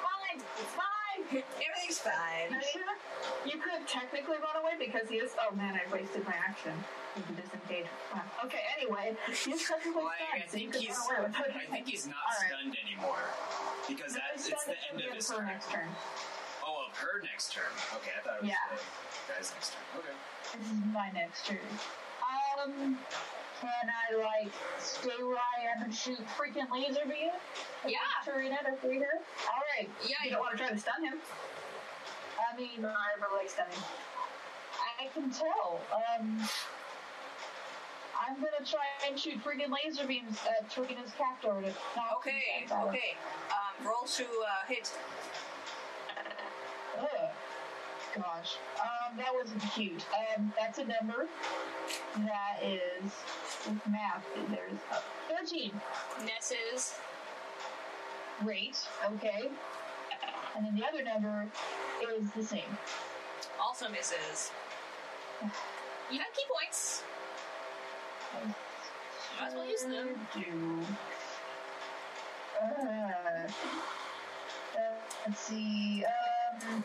Speaker 6: Fine. It's fine.
Speaker 2: Everything's fine.
Speaker 4: You could have technically run away because he is. Oh man, I wasted my action. You can disengage. Wow. Okay, anyway, he's technically
Speaker 3: Like, I
Speaker 4: stunned. so you
Speaker 3: think
Speaker 4: could
Speaker 3: he's.
Speaker 4: run away with it.
Speaker 3: I think he's not
Speaker 4: All right.
Speaker 3: stunned anymore because
Speaker 4: No,
Speaker 3: that
Speaker 4: he's
Speaker 3: it's
Speaker 4: stunned
Speaker 3: the end
Speaker 4: until the
Speaker 3: of his
Speaker 4: her
Speaker 3: turn.
Speaker 4: next turn.
Speaker 3: Oh, of her next turn. Okay, I thought it was
Speaker 4: Yeah.
Speaker 3: the guy's next turn. Okay.
Speaker 4: This is my next turn. Um, can I like stay where I am and shoot freaking laser beam?
Speaker 2: Yeah.
Speaker 4: Serena to free her. All right.
Speaker 2: Yeah, you-
Speaker 4: You don't want to try to stun him. I mean, I really like stunning. I can tell. Um, I'm gonna try and shoot freaking laser beams at Serina's captor. to knock
Speaker 2: Okay,
Speaker 4: him down.
Speaker 2: okay. Um, roll to uh, hit.
Speaker 4: Ugh. Gosh. Um, that wasn't cute. Um, that's a number. That is with math. There's uh, thirteen.
Speaker 2: Nesses.
Speaker 4: Great. Okay. And then the other number is the same.
Speaker 2: All swimmers is. You have key points. Might as well use them.
Speaker 4: Do. Uh, uh, let's see. Um,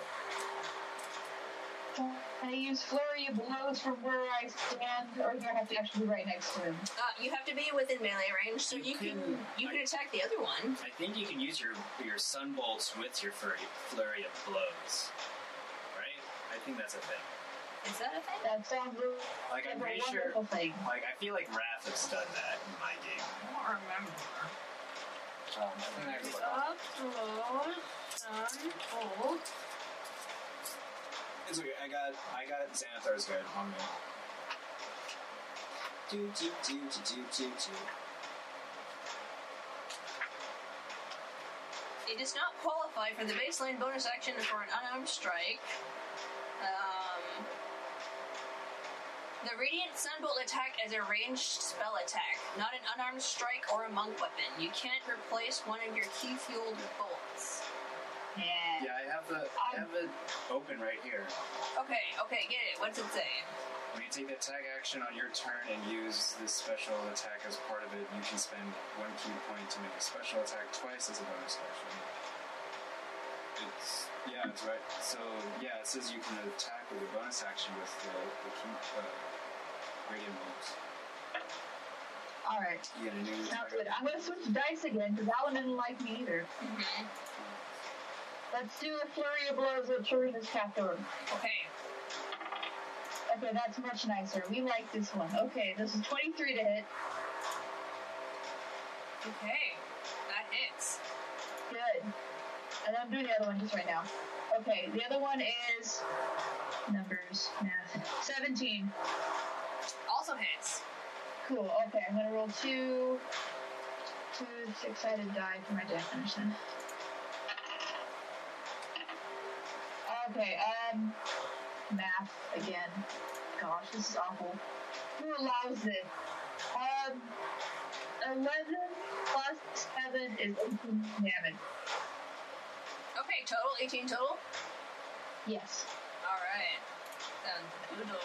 Speaker 4: can I use flurry of blows from where I stand, or do I have to actually be right next to him?
Speaker 2: Uh, you have to be within melee range, so you can you can attack the other one.
Speaker 3: I think you can use your your sun bolts with your flurry, flurry of blows, right? I think that's a thing.
Speaker 2: Is that a thing?
Speaker 4: That sounds
Speaker 3: Like
Speaker 4: like
Speaker 3: I'm
Speaker 4: a
Speaker 3: pretty sure.
Speaker 4: wonderful thing.
Speaker 3: Like I feel like Wrath has done that in my game.
Speaker 2: I don't remember.
Speaker 3: Um, I think I can look
Speaker 2: Up,
Speaker 3: up.
Speaker 2: roll, sun, hold.
Speaker 3: It's okay. I got I got Xanathar's good on me. Do do do do do do do.
Speaker 2: It does not qualify for the baseline bonus action for an unarmed strike. Um, the Radiant Sunbolt attack is a ranged spell attack, not an unarmed strike or a monk weapon. You can't replace one of your key fueled bolts.
Speaker 4: Yeah.
Speaker 3: Yeah, I have the I have it open right here.
Speaker 2: Okay, okay, get it. What's it say?
Speaker 3: When you take the attack action on your turn and use this special attack as part of it, you can spend one key point to make a special attack twice as a bonus action. It's yeah, it's right. So yeah, it says you can attack with a bonus action with the, the key uh, radiant bolts.
Speaker 4: All right.
Speaker 3: You get a new.
Speaker 4: Sounds good. I'm gonna switch dice again because that one didn't like me either.
Speaker 2: Mm-hmm.
Speaker 4: Let's do a flurry of blows with Tarina's Catherine.
Speaker 2: Okay,
Speaker 4: Okay, that's much nicer. We like this one. Okay, this is 23 to hit.
Speaker 2: okay. That hits.
Speaker 4: Good. And I'm doing the other one just right now. Okay, the other one is numbers, math. 17.
Speaker 2: Also hits.
Speaker 4: Cool. Okay, I'm gonna roll two, two six-sided die for my damage then. Okay. Um, math again. Gosh, this is awful. Who allows it? Um, eleven plus seven is eighteen damage.
Speaker 2: Okay, total 18 total.
Speaker 4: Yes.
Speaker 2: All right. Sounds good.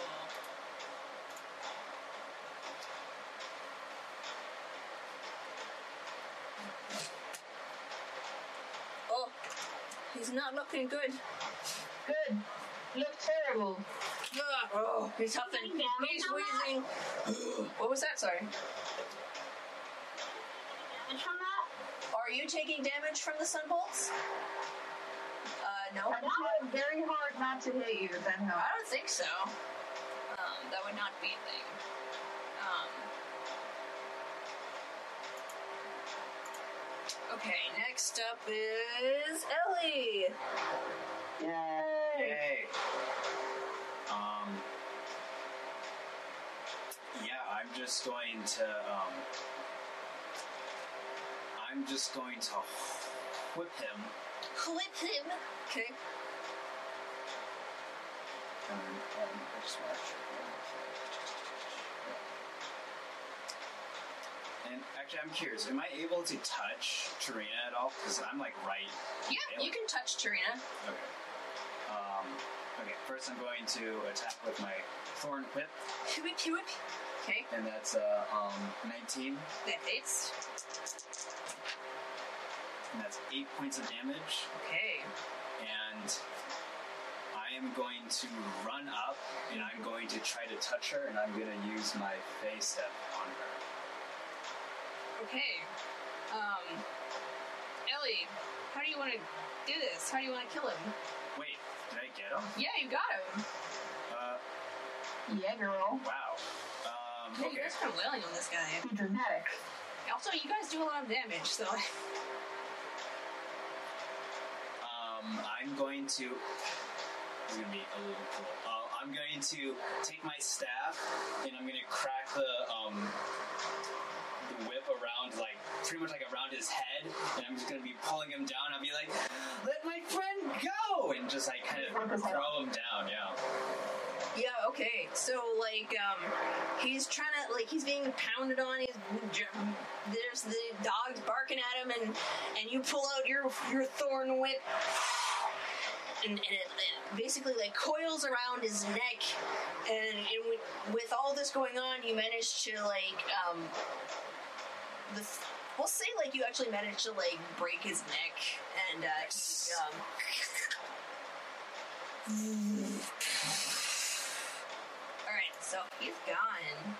Speaker 2: Oh, he's not looking good.
Speaker 4: Good. You look terrible.
Speaker 2: Ugh, Oh, he's huffing. He's wheezing. What was that? Sorry.
Speaker 6: Damage from that?
Speaker 2: Are you taking damage from the sun bolts? Uh, no.
Speaker 4: I'm trying very hard not to hit you. If that
Speaker 2: I
Speaker 4: helps.
Speaker 2: don't think so. Um, that would not be a thing. Um, Um, okay, next up is Ellie.
Speaker 4: Yay!
Speaker 3: Yay. Um. Yeah, I'm just going to. Um, I'm just going to whip him.
Speaker 2: Clip him. Okay.
Speaker 3: Um, And actually, I'm curious. Am I able to touch Tarina at all? Because I'm like right
Speaker 2: Yeah, you can touch Tarina.
Speaker 3: Okay. Um, okay, first I'm going to attack with my Thorn Whip,
Speaker 2: Whip, whip. Okay,
Speaker 3: and that's uh, um, 19,
Speaker 2: that hits.
Speaker 3: and that's 8 points of damage.
Speaker 2: Okay.
Speaker 3: And I am going to run up, and I'm going to try to touch her, and I'm going to use my face step on her.
Speaker 2: Okay. Um, Ellie, how do you want to do this? How do you want to kill him?
Speaker 3: Wait, did I get him?
Speaker 2: Yeah, you got him.
Speaker 3: Uh,
Speaker 4: Yeah, girl.
Speaker 3: wow. Um,
Speaker 2: Yeah, you
Speaker 3: okay.
Speaker 2: guys are wailing on this guy.
Speaker 4: Be dramatic.
Speaker 2: Also, you guys do a lot of damage, so.
Speaker 3: Um, I'm going to. It's gonna be a little cool. Uh, I'm going to take my staff and I'm gonna crack the um, the whip around like pretty much like around his head, and I'm just gonna be pulling him down. I'll be like, "Let my friend go!" and just like kind of throw him down. Yeah.
Speaker 2: Yeah, okay. So like um he's trying to like he's being pounded on, he's there's the dogs barking at him and and you pull out your your thorn whip and, and it, it basically like coils around his neck. And, and with, with all this going on, you manage to like um, the f- we'll say like you actually manage to like break his neck and uh, he, um, all right, so he's gone.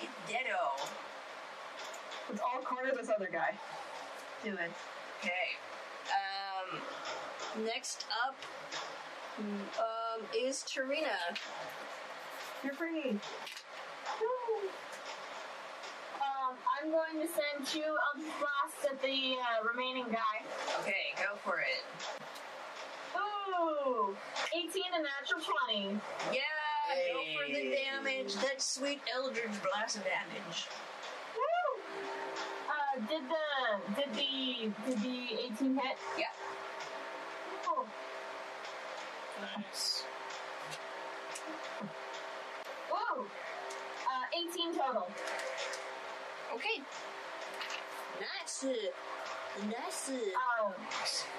Speaker 2: He's deado.
Speaker 5: Let's all corner this other guy.
Speaker 2: Do it. Okay. Um, next up um, is Tarina.
Speaker 5: You're free.
Speaker 6: Um, I'm going to send two of the blasts at the uh, remaining guy.
Speaker 2: Okay, go for it.
Speaker 6: Ooh, 18 and natural 20.
Speaker 2: Yeah, go for the damage. That sweet Eldritch Blast damage.
Speaker 6: Woo! Uh, did the did the did the 18 hit?
Speaker 2: Yeah.
Speaker 6: Oh,
Speaker 3: Nice.
Speaker 6: whoa. Uh, 18 total.
Speaker 2: Okay. Nice. Nice.
Speaker 6: Um,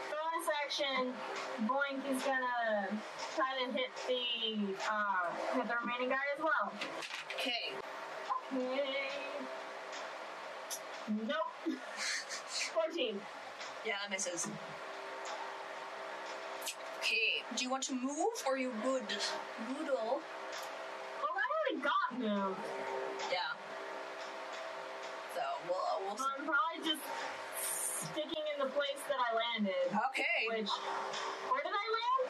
Speaker 6: bonus action, Boink is gonna try to hit the uh, hit the remaining guy as well.
Speaker 2: Okay.
Speaker 6: Okay. Nope. 14.
Speaker 2: Yeah, that misses. Okay. Do you want to move or you good? Goodle.
Speaker 6: Well, I already got moved.
Speaker 2: Yeah. So we'll uh, we'll.
Speaker 6: So I'm probably just sticking in the place that I landed.
Speaker 2: Okay.
Speaker 6: Which, where did I land?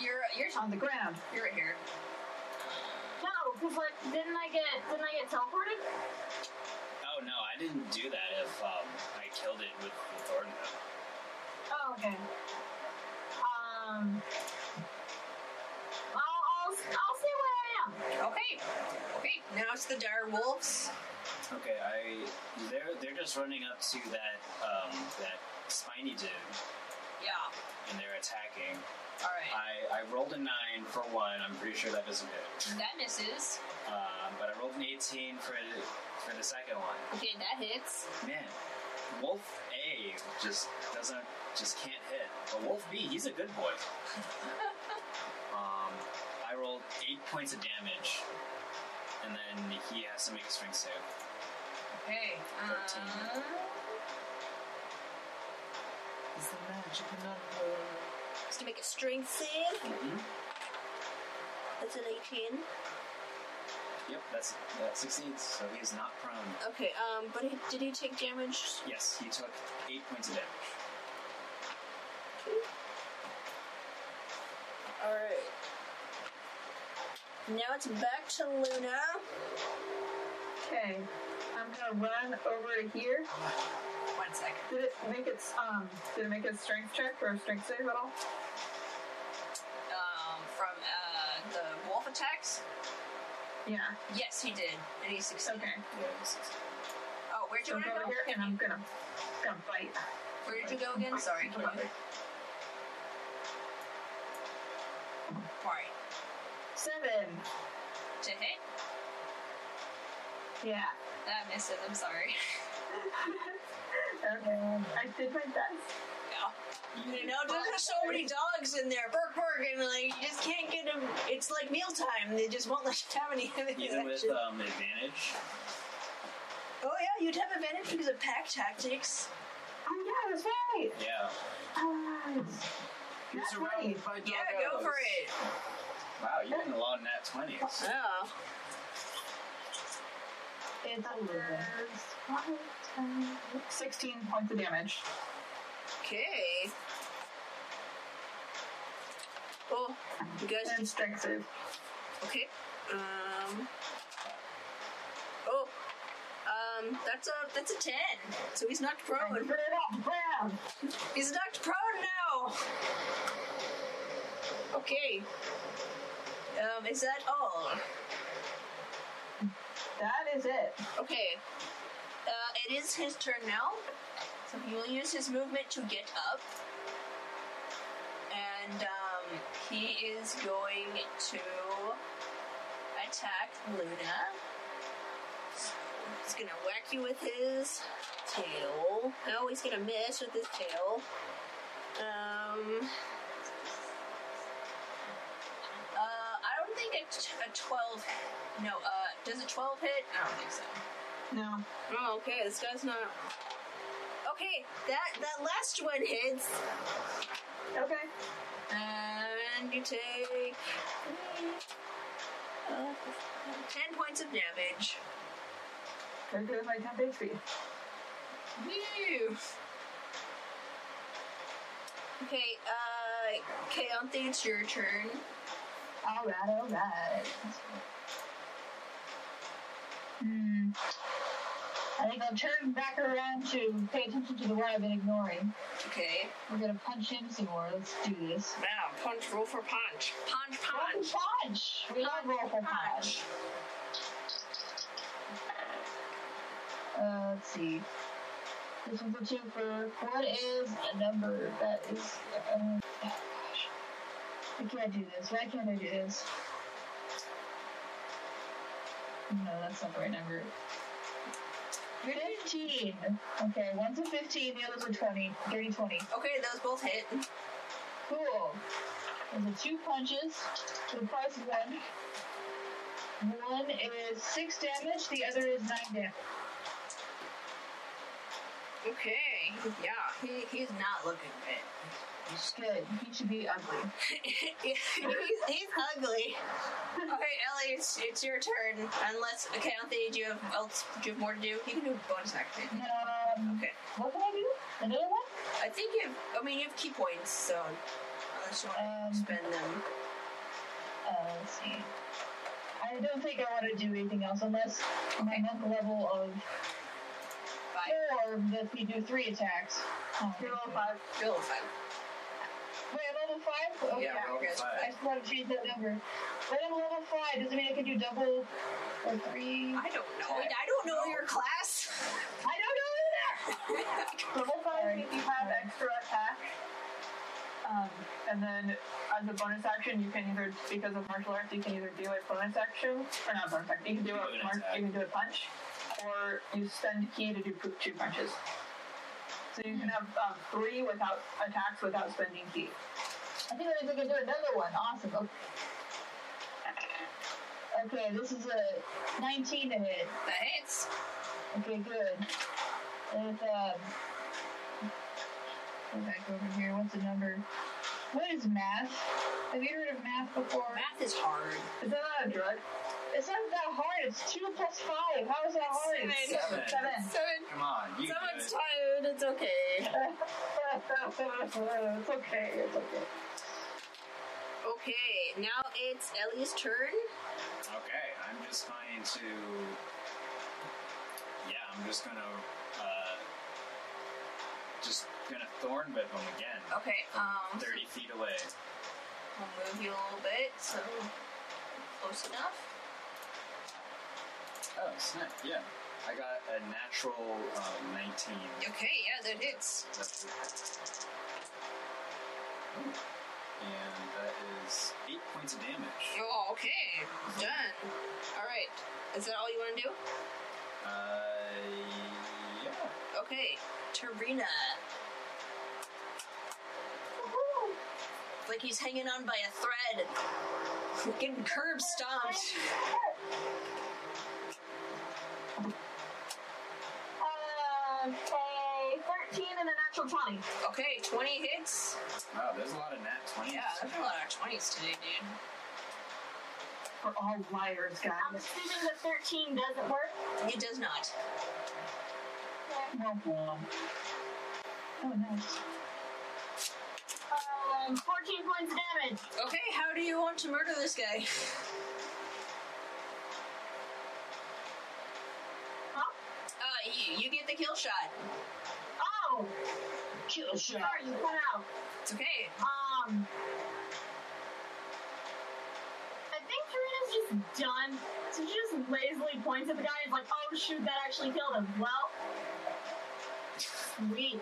Speaker 2: You're you're
Speaker 5: On the ground.
Speaker 2: you're right here.
Speaker 6: No, because like, didn't I get didn't I get teleported?
Speaker 3: Oh no, I didn't do that. If um, I killed it with the thorn though.
Speaker 6: Oh, okay. Um, I'll, I'll, I'll see where I am.
Speaker 2: Okay. Okay. Now it's the dire wolves.
Speaker 3: Okay, I they're they're just running up to that um that spiny dude
Speaker 2: Yeah.
Speaker 3: and they're attacking.
Speaker 2: All right.
Speaker 3: I I rolled a nine for one. I'm pretty sure that doesn't hit.
Speaker 2: That misses.
Speaker 3: Um, but I rolled an 18 for for the second one.
Speaker 2: Okay, that hits.
Speaker 3: Man, Wolf A just doesn't just can't hit. But Wolf B, he's a good boy. um, I rolled eight points of damage, and then he has to make a strength save.
Speaker 2: Okay. Uh,
Speaker 3: It's the magic
Speaker 2: just to make a strength save.
Speaker 3: number.
Speaker 2: That's an 18.
Speaker 3: Yep, that's that succeeds. So he is not prone.
Speaker 2: Okay, um, but he, did he take damage?
Speaker 3: Yes, he took eight points of damage.
Speaker 2: Alright. Now it's back to Luna.
Speaker 5: Okay. I'm gonna run over to here.
Speaker 2: One second.
Speaker 5: Did it make its um did it make its strength check or strength save at all?
Speaker 2: Um, from uh, the wolf attacks?
Speaker 5: Yeah.
Speaker 2: Yes, he did. And he succeeded.
Speaker 5: Okay.
Speaker 3: Yeah, this is-
Speaker 2: Oh, where'd you
Speaker 5: So I'm
Speaker 2: want to
Speaker 5: over
Speaker 2: go?
Speaker 5: here and I'm gonna gonna bite.
Speaker 2: Where did you go again? Sorry. can you- Alright.
Speaker 5: Seven.
Speaker 2: To hit? Ah,
Speaker 5: Yeah.
Speaker 2: That misses, I'm sorry.
Speaker 5: okay. I did my best.
Speaker 2: Yeah. You know, there's so many dogs in there, Burk Burk, and like, you just can't get them. It's like mealtime, they just won't let you have any of it.
Speaker 3: Even with um, advantage.
Speaker 2: Oh, yeah, you'd have advantage because of pack tactics.
Speaker 5: Oh yeah, that's right.
Speaker 3: Yeah.
Speaker 6: Uh,
Speaker 5: Alright.
Speaker 3: He was
Speaker 5: Nat
Speaker 3: surrounded
Speaker 5: 20.
Speaker 3: by
Speaker 2: Yeah, go
Speaker 3: doggos.
Speaker 2: for it. Oh,
Speaker 3: Wow, you're getting a lot of nat 20s.
Speaker 2: Yeah.
Speaker 5: It's over. Sixteen points of damage.
Speaker 2: Okay. Oh, you guys.
Speaker 5: And strength save.
Speaker 2: Okay. Um. Oh. Um. That's a that's a ten. So he's knocked
Speaker 5: Put
Speaker 2: prone.
Speaker 5: it on the ground.
Speaker 2: He's knocked prone now. Okay. Um. Is that all?
Speaker 5: That is it.
Speaker 2: Okay. Uh, it is his turn now. So he will use his movement to get up. And um, he is going to attack Luna. So he's gonna whack you with his Oh, tail. No, he's gonna miss with his tail. Um, uh, No, uh, does a 12 hit? I don't think so.
Speaker 5: No.
Speaker 2: Oh, okay, this guy's not. Okay, that, that last one hits.
Speaker 5: Okay.
Speaker 2: And you take. uh, 10 points of damage.
Speaker 5: Very good. My temp HP.
Speaker 2: Ew. Okay, uh, Kaonthi, it's your turn.
Speaker 4: All right, all right. Hmm. I think I'll turn back around to pay attention to the one I've been ignoring.
Speaker 2: Okay.
Speaker 4: We're gonna punch him some more. Let's do this.
Speaker 2: Wow, punch, roll for punch. Punch,
Speaker 4: Roll
Speaker 2: punch.
Speaker 4: for Punch! We love roll for punch. Uh, let's see. This one's a two for what is a number that is. Um, oh gosh. I can't do this. Why can't I do this? No, that's not the right number. 15. Okay, one's a 15, the other's a 20. Dirty 20.
Speaker 2: Okay, those both hit.
Speaker 4: Cool. Those are two punches for the price of one. One is six damage, the other is nine damage.
Speaker 2: Okay. Yeah, he, he's not looking
Speaker 4: It's good. He should be ugly.
Speaker 2: good. he's, he's ugly. Okay, Ellie, it's, it's your turn. Unless, okay, Anthony, do you have else? Do you have more to do? You can do a bonus action.
Speaker 4: Um,
Speaker 2: Okay.
Speaker 4: what can I do? Another one?
Speaker 2: I think you. Have, I mean, you have key points, so unless you want
Speaker 4: Um,
Speaker 2: to spend them.
Speaker 4: Uh, let's see. I don't think I want to do anything else unless my monk level of
Speaker 2: Five.
Speaker 4: four that we do three attacks. Oh,
Speaker 5: You're level five.
Speaker 2: Roll five.
Speaker 4: Wait, I'm level five? Okay.
Speaker 2: Yeah, roll
Speaker 3: okay.
Speaker 2: five.
Speaker 4: I just want to change that number. But I'm level five. Does it mean I can do double or three?
Speaker 2: I don't know. I don't know your class.
Speaker 4: I don't know either.
Speaker 5: Level five,
Speaker 4: Sorry.
Speaker 5: if you have extra attack. Um, and then as a bonus action, you can either, because of martial arts, you can either do a bonus action, or not bonus action, you can do
Speaker 3: Do
Speaker 5: a
Speaker 3: an
Speaker 5: march,
Speaker 3: attack.
Speaker 5: you can do a punch, or you spend key to do p- two punches. So you can have um, three without attacks without spending key.
Speaker 4: I think I think I can do another one. Awesome. Okay. Okay, this is a 19 to hit.
Speaker 2: That hits.
Speaker 4: Okay, good. With, um, go back over here. What's the number? What is math? Have you heard of math before?
Speaker 2: Math is hard.
Speaker 5: Is that not a drug?
Speaker 4: It's not that hard. It's 2 plus 5. How is that hard?
Speaker 2: Seven.
Speaker 3: Seven.
Speaker 5: Seven.
Speaker 2: Seven.
Speaker 3: Come on, you do
Speaker 2: Someone's
Speaker 3: it.
Speaker 2: tired. It's okay.
Speaker 4: it's okay. It's okay.
Speaker 2: Okay, now it's Ellie's turn.
Speaker 3: Okay, I'm just going to. Yeah, I'm just gonna. Uh, just gonna thorn whip him again.
Speaker 2: Okay, um,
Speaker 3: 30 feet away.
Speaker 2: we'll move you a little bit, so close enough.
Speaker 3: Oh, snap, yeah. I got a natural uh, 19.
Speaker 2: Okay, yeah, that hits.
Speaker 3: And that is 8 points of damage.
Speaker 2: Oh, okay, done. All right, is that all you want to do?
Speaker 3: Uh, yeah.
Speaker 2: Okay, Tarina. Like he's hanging on by a thread, getting curb stomped.
Speaker 6: Okay, 13 and a natural 20.
Speaker 2: Okay, twenty hits.
Speaker 3: Wow, there's a lot of nat 20s.
Speaker 2: Yeah, that's a lot of twenties today, dude.
Speaker 5: We're all liars,
Speaker 6: I'm
Speaker 5: guys.
Speaker 6: assuming the 13 doesn't work.
Speaker 2: It does not.
Speaker 4: Womp womp. Oh, nice.
Speaker 6: Um, 14 points of damage.
Speaker 2: Okay, how do you want to murder this guy?
Speaker 6: Huh?
Speaker 2: Uh, you, you get the kill shot.
Speaker 6: Oh,
Speaker 4: Kill shot.
Speaker 6: sorry, you cut out.
Speaker 2: It's okay.
Speaker 6: Um, I think Karina's just done. So she just lazily points at the guy and is like, oh shoot, that actually killed him. Well, sweet.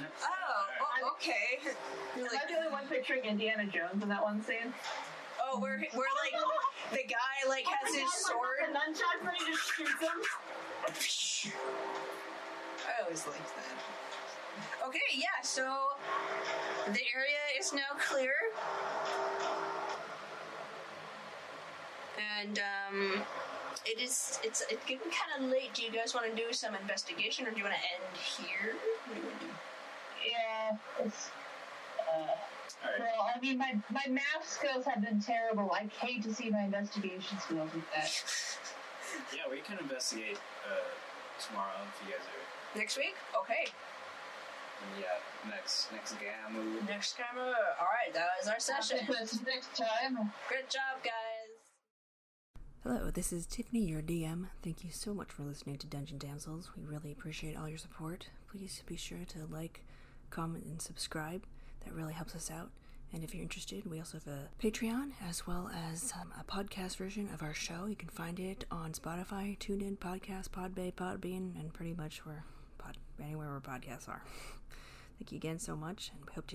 Speaker 2: Oh, oh okay. You're
Speaker 5: Am I the
Speaker 2: like,
Speaker 5: only one picturing Indiana Jones in that one scene?
Speaker 2: oh, we're, we're like, the guy like
Speaker 6: Oh
Speaker 2: has
Speaker 6: my
Speaker 2: his
Speaker 6: God,
Speaker 2: sword.
Speaker 6: Like, the nunchucks and he just shoots him.
Speaker 2: I always liked that. Okay, yeah, so the area is now clear. and um, it is it's it's getting kind of late. Do you guys want to do some investigation, or do you want to end here? What do you wanna do?
Speaker 4: Yeah, it's. Uh,
Speaker 3: Alright.
Speaker 4: well, I mean, my, my math skills have been terrible. I hate to see my investigation skills with that.
Speaker 3: Yeah, we can investigate uh, tomorrow if you guys are.
Speaker 2: Next week, okay.
Speaker 3: Yeah, next next gamu.
Speaker 2: Next time, uh, all right. That was our session.
Speaker 4: But next time.
Speaker 2: Good job, guys.
Speaker 1: Hello, this is Tiffany, your DM. Thank you so much for listening to Dungeon Damsels. We really appreciate all your support. Please be sure to like, comment, and subscribe. That really helps us out. And if you're interested, we also have a Patreon as well as um, a podcast version of our show. You can find it on Spotify, TuneIn, Podcast, Podbay, Podbean, and pretty much where pod, anywhere where podcasts are. Thank you again so much, and we hope to.